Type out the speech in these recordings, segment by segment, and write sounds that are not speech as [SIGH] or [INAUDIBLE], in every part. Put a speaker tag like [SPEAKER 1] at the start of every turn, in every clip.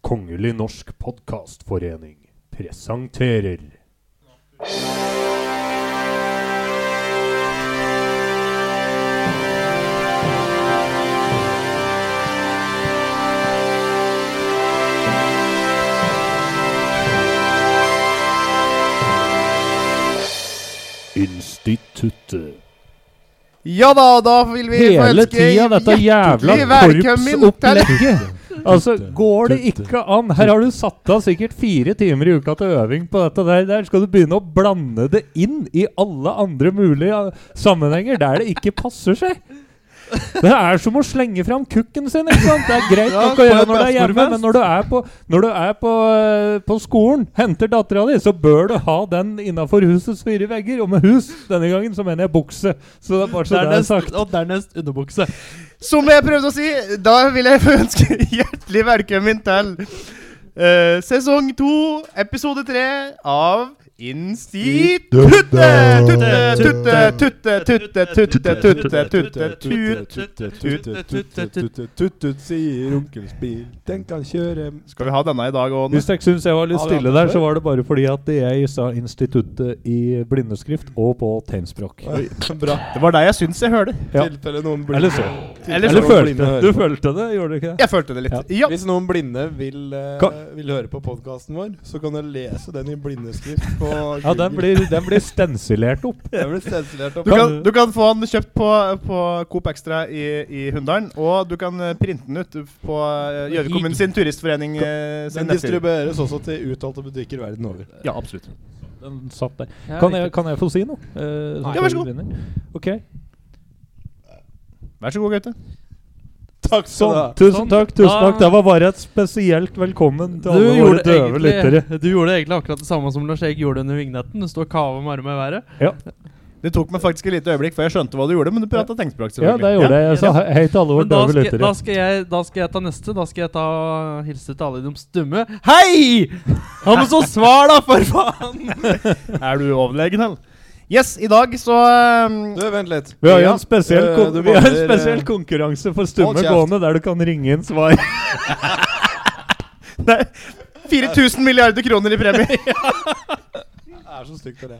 [SPEAKER 1] Kongelig norsk podkastforening presenterer Instituttet.
[SPEAKER 2] Ja da, da vil vi få
[SPEAKER 3] Hele
[SPEAKER 2] ønske
[SPEAKER 3] tida dette jævla
[SPEAKER 2] hjertelig velkommen til
[SPEAKER 3] korpsopplegget. Altså, går det ikke an? Her har du satt av sikkert fire timer i uka til øving på dette der. Der skal du begynne å blande det inn i alle andre mulige eh, sammenhenger der det ikke passer seg. Det er som å slenge fram kukken sin. ikke sant? Det er greit
[SPEAKER 2] Ja,
[SPEAKER 3] nok å gjøre
[SPEAKER 2] på
[SPEAKER 3] når du er
[SPEAKER 2] et
[SPEAKER 3] hjemme, men når du er på, når du er på, eh, på skolen, henter dattera di, så bør du ha den innafor husets fire vegger. Og med hus denne gangen så mener jeg bukse. Så det er bare så det er sagt.
[SPEAKER 4] Dernest, og dernest underbukse.
[SPEAKER 2] Som jeg prøvde å si, da vil jeg få ønske hjertelig velkommen til eh, sesong to, episode tre av Instituttet! Tutte, tutte, tutte, tutte, tutte, tutte, tutte, tut.
[SPEAKER 5] Tuttut sier onkels bil, den kan kjøre
[SPEAKER 2] Skal vi ha denne i dag òg?
[SPEAKER 3] Hvis dere syns jeg var litt
[SPEAKER 5] Har vi
[SPEAKER 3] stille
[SPEAKER 5] hatt det
[SPEAKER 3] der, så
[SPEAKER 5] før?
[SPEAKER 3] var det bare fordi at jeg sa instituttet i blindeskrift og på tegnspråk.
[SPEAKER 5] [LAUGHS] Bra.
[SPEAKER 2] Det var deg jeg syns jeg hørte.
[SPEAKER 3] Ja.
[SPEAKER 5] Tilfelle noen blinde
[SPEAKER 3] Eller så.
[SPEAKER 2] Eller
[SPEAKER 5] tilfelle
[SPEAKER 3] Eller
[SPEAKER 5] noen blinde
[SPEAKER 3] følte.
[SPEAKER 5] hører
[SPEAKER 3] Du
[SPEAKER 5] på.
[SPEAKER 3] følte det, gjorde du ikke det?
[SPEAKER 2] Jeg følte det litt. Ja.
[SPEAKER 5] Hvis noen blinde vil, eh,
[SPEAKER 3] Kan-
[SPEAKER 5] vil høre på podkasten vår, så kan du lese den i blindeskrift på
[SPEAKER 3] Ja, den blir, den blir stensilert opp.
[SPEAKER 5] Den blir sensilert opp.
[SPEAKER 2] Du kan, du kan få den kjøpt på, på Coop Extra i, i Hunndalen, og du kan eh, printe den ut på eh, Gjøvik kommune sin turistforening eh, sin
[SPEAKER 5] Den
[SPEAKER 2] nettside.
[SPEAKER 5] distribueres også til utvalgte butikker verden over.
[SPEAKER 2] Ja, absolutt.
[SPEAKER 3] Den satt der. Kan jeg, kan jeg få si noe? Eh,
[SPEAKER 2] Ja,
[SPEAKER 3] før
[SPEAKER 2] vær så god.
[SPEAKER 3] vi begynner? Ok.
[SPEAKER 2] Vær så god, Gaute.
[SPEAKER 5] Takk skal du
[SPEAKER 3] Sånn.
[SPEAKER 5] ha.
[SPEAKER 3] Tusen takk. tusen
[SPEAKER 4] Da-
[SPEAKER 3] takk. Det var bare et spesielt velkommen til
[SPEAKER 4] Du
[SPEAKER 3] alle våre
[SPEAKER 4] gjorde,
[SPEAKER 3] døve lyttere.
[SPEAKER 4] egentlig, du gjorde egentlig akkurat det samme som Lars Erik gjorde under vignetten. Du står og kaver med armene i været.
[SPEAKER 3] Ja,
[SPEAKER 2] Det tok meg faktisk et lite øyeblikk før jeg skjønte hva du gjorde, men du prata tegnspråk.
[SPEAKER 3] ja det gjorde jeg. Jeg sa he- hei til alle våre
[SPEAKER 4] Men da
[SPEAKER 3] døve
[SPEAKER 4] skal, da,
[SPEAKER 3] lyttere.
[SPEAKER 4] skal jeg, da skal jeg ta neste. Da skal jeg ta hilse til alle de stumme. Hei! Han må så svar, da, for faen!
[SPEAKER 2] Er du overlegen, eller? Yes, i dag så
[SPEAKER 5] Du,
[SPEAKER 2] um,
[SPEAKER 5] vent litt.
[SPEAKER 3] Vi har jo
[SPEAKER 5] Ja.
[SPEAKER 3] en spesiell,
[SPEAKER 5] Eh,
[SPEAKER 3] kon
[SPEAKER 5] du
[SPEAKER 3] vi har en
[SPEAKER 5] mangler, eh,
[SPEAKER 3] spesiell konkurranse for stumme
[SPEAKER 5] Hold kjeft.
[SPEAKER 3] gående, der du kan ringe inn svar.
[SPEAKER 2] 4000 milliarder kroner i [LAUGHS] premie!
[SPEAKER 5] Det er så stygt å le.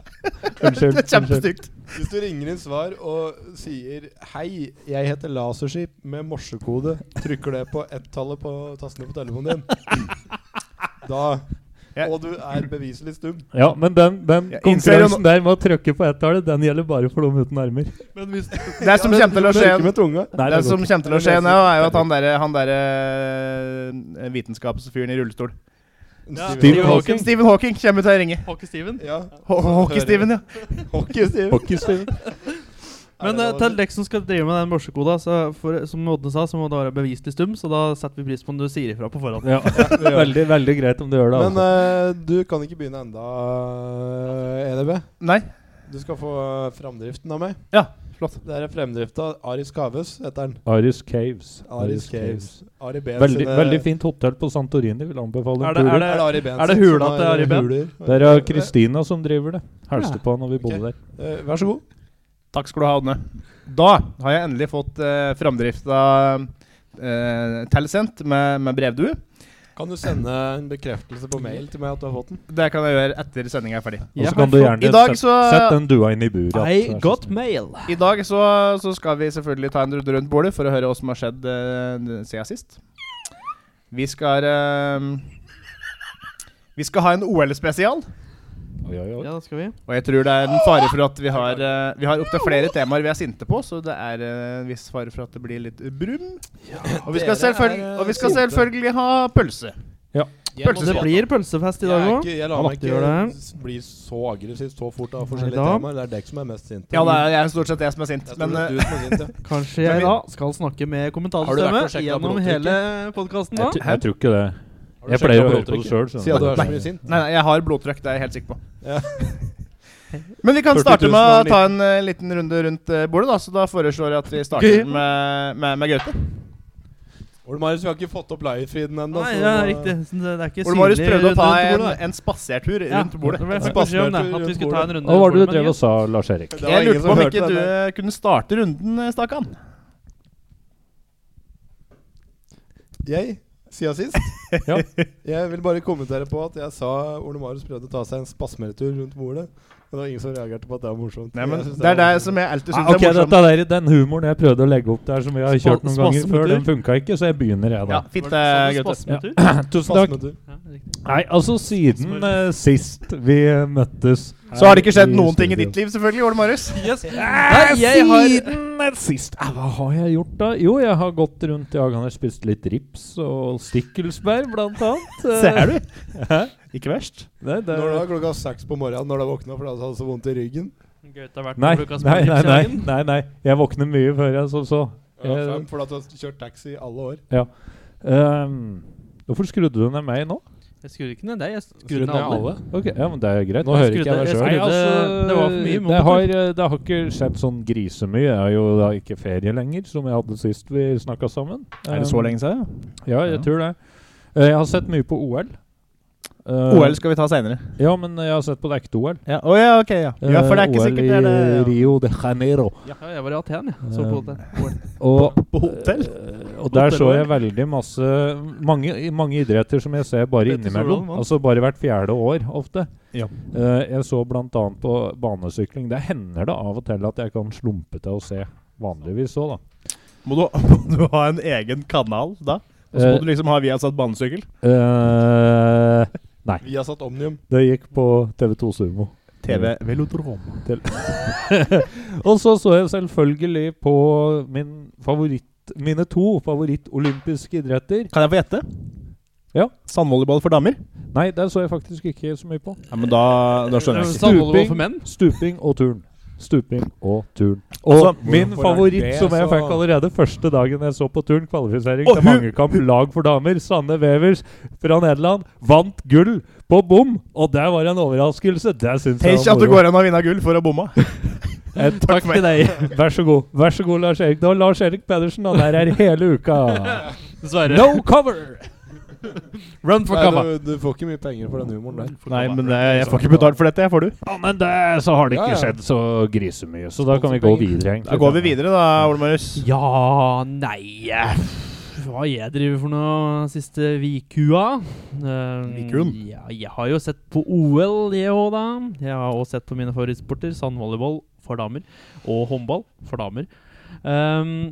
[SPEAKER 3] Unnskyld.
[SPEAKER 2] Det er Kjempestygt.
[SPEAKER 5] Hvis du ringer inn svar og sier 'Hei, jeg heter Laserskip' med morsekode, trykker det på ett-tallet på tastene på telefonen din, da Og du er beviselig stum.
[SPEAKER 3] Ja, men den, den
[SPEAKER 2] Jeg innser jo
[SPEAKER 3] konkurransen der med å trykke på ett-tallet, den gjelder bare for dem uten armer.
[SPEAKER 4] Men hvis
[SPEAKER 2] Det som kommer til å skje
[SPEAKER 5] Tørke med tunga.
[SPEAKER 3] Nei,
[SPEAKER 2] det
[SPEAKER 3] det går
[SPEAKER 2] som
[SPEAKER 3] ikke.
[SPEAKER 2] kommer til å skje nå, er jo at han derre han der, eh, vitenskapsfyren i rullestol
[SPEAKER 4] ja,
[SPEAKER 5] Steven.
[SPEAKER 4] Steve
[SPEAKER 3] Hawking.
[SPEAKER 4] Hawking.
[SPEAKER 2] Stephen Hawking kommer til å ringe.
[SPEAKER 4] Hockey-Steven.
[SPEAKER 5] Ja.
[SPEAKER 2] Ho- Hockey-Steven, ja.
[SPEAKER 5] Hockey-Steven.
[SPEAKER 4] Men eh, til dere som skal drive med den morsekoda, så for, som Odne sa, så må du være beviselig stum, så da setter vi pris på om du sier ifra på forhånd.
[SPEAKER 3] Ja, veldig, veldig greit om du gjør det.
[SPEAKER 5] Men
[SPEAKER 3] altså.
[SPEAKER 5] eh, du kan ikke begynne enda, eh, EDB.
[SPEAKER 2] Nei?
[SPEAKER 5] Du skal få framdriften av meg.
[SPEAKER 2] Ja, flott.
[SPEAKER 5] Det er fremdrifta. Aris Caves heter den.
[SPEAKER 3] Aris Caves.
[SPEAKER 5] Aris Caves. Ari Behn
[SPEAKER 3] Veldig,
[SPEAKER 5] sine-
[SPEAKER 3] veldig fint hotell på Santorini. Vil anbefale
[SPEAKER 4] Er
[SPEAKER 3] en
[SPEAKER 4] det,
[SPEAKER 3] tur.
[SPEAKER 4] er
[SPEAKER 5] Er
[SPEAKER 4] det,
[SPEAKER 5] det Ari Behn
[SPEAKER 4] er det
[SPEAKER 5] sin
[SPEAKER 4] hula
[SPEAKER 5] som
[SPEAKER 4] til
[SPEAKER 5] har
[SPEAKER 4] Ari Behn?
[SPEAKER 5] huler?
[SPEAKER 3] Der er Kristina som driver det. Hilste på når vi bodde der.
[SPEAKER 5] Eh, Vær så god.
[SPEAKER 2] Takk skal du ha, Odne. Da har jeg endelig fått uh, framdrifta uh, tilsendt med, med brevdue.
[SPEAKER 5] Kan du sende en bekreftelse på mail til meg at du har fått den?
[SPEAKER 2] Det kan jeg gjøre etter sendinga er ferdig.
[SPEAKER 3] Og så
[SPEAKER 4] Jeg
[SPEAKER 3] kan
[SPEAKER 4] har
[SPEAKER 3] du
[SPEAKER 4] fått-
[SPEAKER 3] gjerne
[SPEAKER 2] I dag
[SPEAKER 3] sett,
[SPEAKER 2] så-
[SPEAKER 3] sett den dua inn i buret.
[SPEAKER 4] I
[SPEAKER 3] vær så sånn-
[SPEAKER 4] got
[SPEAKER 3] snill.
[SPEAKER 4] mail.
[SPEAKER 2] I dag så, så skal vi selvfølgelig ta en runde rundt bordet for å høre hva som har skjedd eh, siden sist. Vi skal eh, Vi skal ha en OL-spesial.
[SPEAKER 3] Oi, oi, oi.
[SPEAKER 4] Ja, da skal vi.
[SPEAKER 2] Og jeg tror det er en fare for at vi har eh, Vi har opptil flere temaer vi er sinte på, så det er eh, en viss fare for at det blir litt brum. Og vi skal,
[SPEAKER 5] dere er,
[SPEAKER 2] selvfølgelig, og vi skal
[SPEAKER 5] sinte.
[SPEAKER 2] selvfølgelig ha pølse.
[SPEAKER 4] Det
[SPEAKER 2] Pølsesmak.
[SPEAKER 4] blir pølsefest i dag
[SPEAKER 5] Jeg er
[SPEAKER 4] òg.
[SPEAKER 5] ikke- Jeg lar
[SPEAKER 4] Ja,
[SPEAKER 5] meg
[SPEAKER 4] det gjør
[SPEAKER 5] ikke
[SPEAKER 4] det.
[SPEAKER 5] s- bli så aggressiv så fort av
[SPEAKER 4] Nei,
[SPEAKER 5] forskjellige
[SPEAKER 4] da.
[SPEAKER 5] temaer. Det er dere som er mest sinte.
[SPEAKER 2] Ja, det er, jeg er stort sett jeg som er sint.
[SPEAKER 5] Jeg tror
[SPEAKER 2] Men
[SPEAKER 5] det er
[SPEAKER 2] eh,
[SPEAKER 5] du som
[SPEAKER 2] [LAUGHS]
[SPEAKER 5] er sint, ja.
[SPEAKER 4] Kanskje
[SPEAKER 2] Men
[SPEAKER 4] jeg
[SPEAKER 2] vi-
[SPEAKER 4] da skal snakke med
[SPEAKER 5] Har du vært og
[SPEAKER 4] kommentarsystemet
[SPEAKER 5] sjekket
[SPEAKER 4] gjennom
[SPEAKER 5] blodtrykket?
[SPEAKER 4] hele podkasten da?
[SPEAKER 3] Jeg, tr- jeg tror ikke det.
[SPEAKER 5] Har du
[SPEAKER 3] Jeg
[SPEAKER 5] sjekket
[SPEAKER 3] pleier å høre på det
[SPEAKER 5] blodtrykket?
[SPEAKER 3] sjøl.
[SPEAKER 5] Siden du er så mye sint.
[SPEAKER 2] nei, nei, jeg har blodtrykk, det er jeg helt sikker på.
[SPEAKER 5] Ja.
[SPEAKER 2] [LAUGHS] Men vi kan
[SPEAKER 5] 40 000
[SPEAKER 2] starte med å
[SPEAKER 5] over
[SPEAKER 2] ta en eh, liten runde rundt eh, bordet, da. Så da foreslår jeg at vi
[SPEAKER 4] Gøy.
[SPEAKER 2] starter med, med, med Gaute.
[SPEAKER 5] Ole Marius, vi har ikke fått opp livefeeden ennå.
[SPEAKER 4] Nei,
[SPEAKER 5] så-
[SPEAKER 4] ja, riktig. Så Det det er ikke
[SPEAKER 2] Ole Marius
[SPEAKER 4] synlig
[SPEAKER 2] prøvde å ta
[SPEAKER 4] rundt
[SPEAKER 2] en,
[SPEAKER 4] bordet, da.
[SPEAKER 2] en spasertur
[SPEAKER 4] Ja,
[SPEAKER 2] rundt bordet.
[SPEAKER 4] Det ble
[SPEAKER 5] Ja.
[SPEAKER 4] faktisk beskjed om det,
[SPEAKER 5] Spaserte
[SPEAKER 4] at vi
[SPEAKER 5] rundt
[SPEAKER 4] skulle ta en runde
[SPEAKER 3] Hva var det
[SPEAKER 4] rundt
[SPEAKER 3] du drev
[SPEAKER 4] bordet,
[SPEAKER 3] og sa, Lars
[SPEAKER 2] [LAUGHS]
[SPEAKER 3] Erik?
[SPEAKER 5] [LAUGHS] [LAUGHS] Det var
[SPEAKER 2] Jeg
[SPEAKER 5] ingen
[SPEAKER 2] lurte på
[SPEAKER 5] som
[SPEAKER 2] om
[SPEAKER 5] hørte
[SPEAKER 2] ikke
[SPEAKER 5] det,
[SPEAKER 2] du
[SPEAKER 5] nei.
[SPEAKER 2] eh, kunne starte runden, eh, Stakan.
[SPEAKER 5] Jeg siden sist.
[SPEAKER 3] Ja.
[SPEAKER 5] Jeg vil bare kommentere på at jeg sa Ole Marius prøvde å ta seg en spasmeretur rundt bordet. Men det var ingen som reagerte på at det var morsomt.
[SPEAKER 2] Nei, men
[SPEAKER 5] Jeg synes
[SPEAKER 2] Det er det
[SPEAKER 5] var morsomt.
[SPEAKER 2] som jeg alltid
[SPEAKER 3] Ah,
[SPEAKER 2] syns
[SPEAKER 3] ok,
[SPEAKER 2] er morsomt.
[SPEAKER 3] dette der, Den humoren jeg prøvde å legge opp der, som vi har
[SPEAKER 4] Spa-
[SPEAKER 3] kjørt noen ganger før,
[SPEAKER 4] spasmetur.
[SPEAKER 3] den funka ikke, så jeg begynner, jeg, da.
[SPEAKER 2] Ja, fint,
[SPEAKER 4] Var
[SPEAKER 6] eh,
[SPEAKER 4] det sånn
[SPEAKER 2] Gaute.
[SPEAKER 4] spasmetur?
[SPEAKER 3] Tusen takk.
[SPEAKER 5] Spasmetur.
[SPEAKER 4] Ja, riktig.
[SPEAKER 3] Nei, altså, siden eh, sist vi eh, møttes
[SPEAKER 2] Så har det ikke skjedd noen ting i ditt liv, selvfølgelig, Ole
[SPEAKER 6] [LAUGHS]
[SPEAKER 2] Marius.
[SPEAKER 4] Yes.
[SPEAKER 3] Nei,
[SPEAKER 4] Nei, jeg har
[SPEAKER 3] Siden eh, sist eh, Hva har jeg gjort, da? Jo, jeg har gått rundt i hagen og spist litt rips og stikkelsbær, blant annet.
[SPEAKER 2] Ser du?
[SPEAKER 3] Hæ?
[SPEAKER 2] Ikke verst.
[SPEAKER 3] Nei, det,
[SPEAKER 5] Når det var klokka seks på morgenen når du våkna fordi du hadde så vondt i ryggen.
[SPEAKER 4] Gaute har vært
[SPEAKER 3] nei,
[SPEAKER 4] på Lucas
[SPEAKER 3] nei, nei, nei,
[SPEAKER 4] Berlin-kjøringen.
[SPEAKER 3] nei, nei. Jeg våkner mye før jeg så så.
[SPEAKER 5] Ja,
[SPEAKER 3] Eh,
[SPEAKER 5] fem, fordi at du har kjørt taxi i alle år.
[SPEAKER 3] ehm, hvorfor skrudde du ned meg nå?
[SPEAKER 4] Jeg skrur ikke ned deg, jeg skrur ned alle.
[SPEAKER 3] Ok, ja, men Det er jo greit. Nå,
[SPEAKER 4] Nå
[SPEAKER 3] hører ikke jeg
[SPEAKER 4] skrudde-
[SPEAKER 3] meg
[SPEAKER 4] jeg
[SPEAKER 3] sjøl.
[SPEAKER 4] skrudde- det var for mye
[SPEAKER 3] det,
[SPEAKER 4] mopeder.
[SPEAKER 3] har, eh, det har ikke skjedd sånn grisemye. Jeg har jo da ikke ferie lenger, som jeg hadde sist vi snakka sammen.
[SPEAKER 6] Er det så
[SPEAKER 3] Ehm,
[SPEAKER 6] lenge siden?
[SPEAKER 3] Ja,
[SPEAKER 6] Ja.
[SPEAKER 3] jeg tror det. Eh, Jeg har sett mye på OL. Eh,
[SPEAKER 6] Um, OL skal vi ta senere.
[SPEAKER 3] Ja, men jeg har sett på det ekte OL.
[SPEAKER 6] Å ja. ja, ok, ja.
[SPEAKER 2] Ja, for det er ikke
[SPEAKER 3] Eh,
[SPEAKER 2] sikkert det er
[SPEAKER 3] OL i
[SPEAKER 2] det-
[SPEAKER 3] Rio de Janeiro.
[SPEAKER 4] Ja, jeg var i Aten, jeg. Så på det.
[SPEAKER 3] Og,
[SPEAKER 2] På hotell.
[SPEAKER 3] eh, og der så jeg veldig masse mange, mange idretter som jeg ser bare
[SPEAKER 4] Dette så
[SPEAKER 3] innimellom.
[SPEAKER 4] du, Alman.
[SPEAKER 3] Altså bare hvert fjerde år, ofte.
[SPEAKER 6] Ja.
[SPEAKER 3] Eh, jeg så bl.a. på banesykling. Det hender det av og til at jeg kan slumpe til å se. Vanligvis så, da.
[SPEAKER 6] Må du, må du ha [LAUGHS] en egen kanal da? Og så må
[SPEAKER 3] Eh,
[SPEAKER 6] du liksom ha Viasat banesykkel?
[SPEAKER 3] eh,
[SPEAKER 5] Vi har satt Omnium.
[SPEAKER 3] det gikk på TV2 Sumo.
[SPEAKER 6] TV Velodrom.
[SPEAKER 3] Og så så jeg selvfølgelig på min favoritt, mine to favorittolympiske idretter.
[SPEAKER 6] Kan jeg få gjette?
[SPEAKER 3] Ja.
[SPEAKER 6] Sandvolleyball for damer?
[SPEAKER 3] Nei, der så jeg faktisk ikke så mye på.
[SPEAKER 6] Ja, men da, da skjønner jeg ikke.
[SPEAKER 4] Sandvolleyball for menn.
[SPEAKER 3] Stuping og turn. Stuping og turn. Og
[SPEAKER 6] Altså,
[SPEAKER 3] min
[SPEAKER 5] hvorfor er
[SPEAKER 3] favoritt
[SPEAKER 5] det
[SPEAKER 3] som jeg
[SPEAKER 5] så-
[SPEAKER 3] fikk allerede første dagen jeg så på turn, kvalifisering
[SPEAKER 6] Og
[SPEAKER 3] til
[SPEAKER 6] hun-
[SPEAKER 3] mangekamp lag for damer, Sanne Wevers fra Nederland, vant gull på bom! Og det var en overraskelse. Det syns jeg
[SPEAKER 6] Tenk
[SPEAKER 3] var
[SPEAKER 6] at det
[SPEAKER 3] moro.
[SPEAKER 6] går an å vinne gull for å bomme.
[SPEAKER 3] Eh, Takk til deg. Vær så god. Vær så god, Lars Erik. Det var Lars Erik Pedersen, og der er hele uka.
[SPEAKER 4] Dessverre.
[SPEAKER 3] No cover!
[SPEAKER 4] Run for
[SPEAKER 5] Nei,
[SPEAKER 4] cover.
[SPEAKER 5] du, du får ikke mye penger for den humoren der.
[SPEAKER 6] [LAUGHS] Nei, men det, jeg får ikke betalt for dette, jeg, får du.
[SPEAKER 3] Ja, men det, så har det ikke
[SPEAKER 5] Ja, ja.
[SPEAKER 3] skjedd så grisemye, så da kan vi gå videre, egentlig.
[SPEAKER 6] Da går vi videre, da, Ole Marius.
[SPEAKER 4] Ja, nei eh, Hva jeg driver for noe siste vikua? Um,
[SPEAKER 6] Vikuen?
[SPEAKER 4] Ja, jeg har jo sett på OL, jeg òg, da. Jeg har også sett på mine favorittsporter. Sandvolleyball for damer og håndball for damer. Um,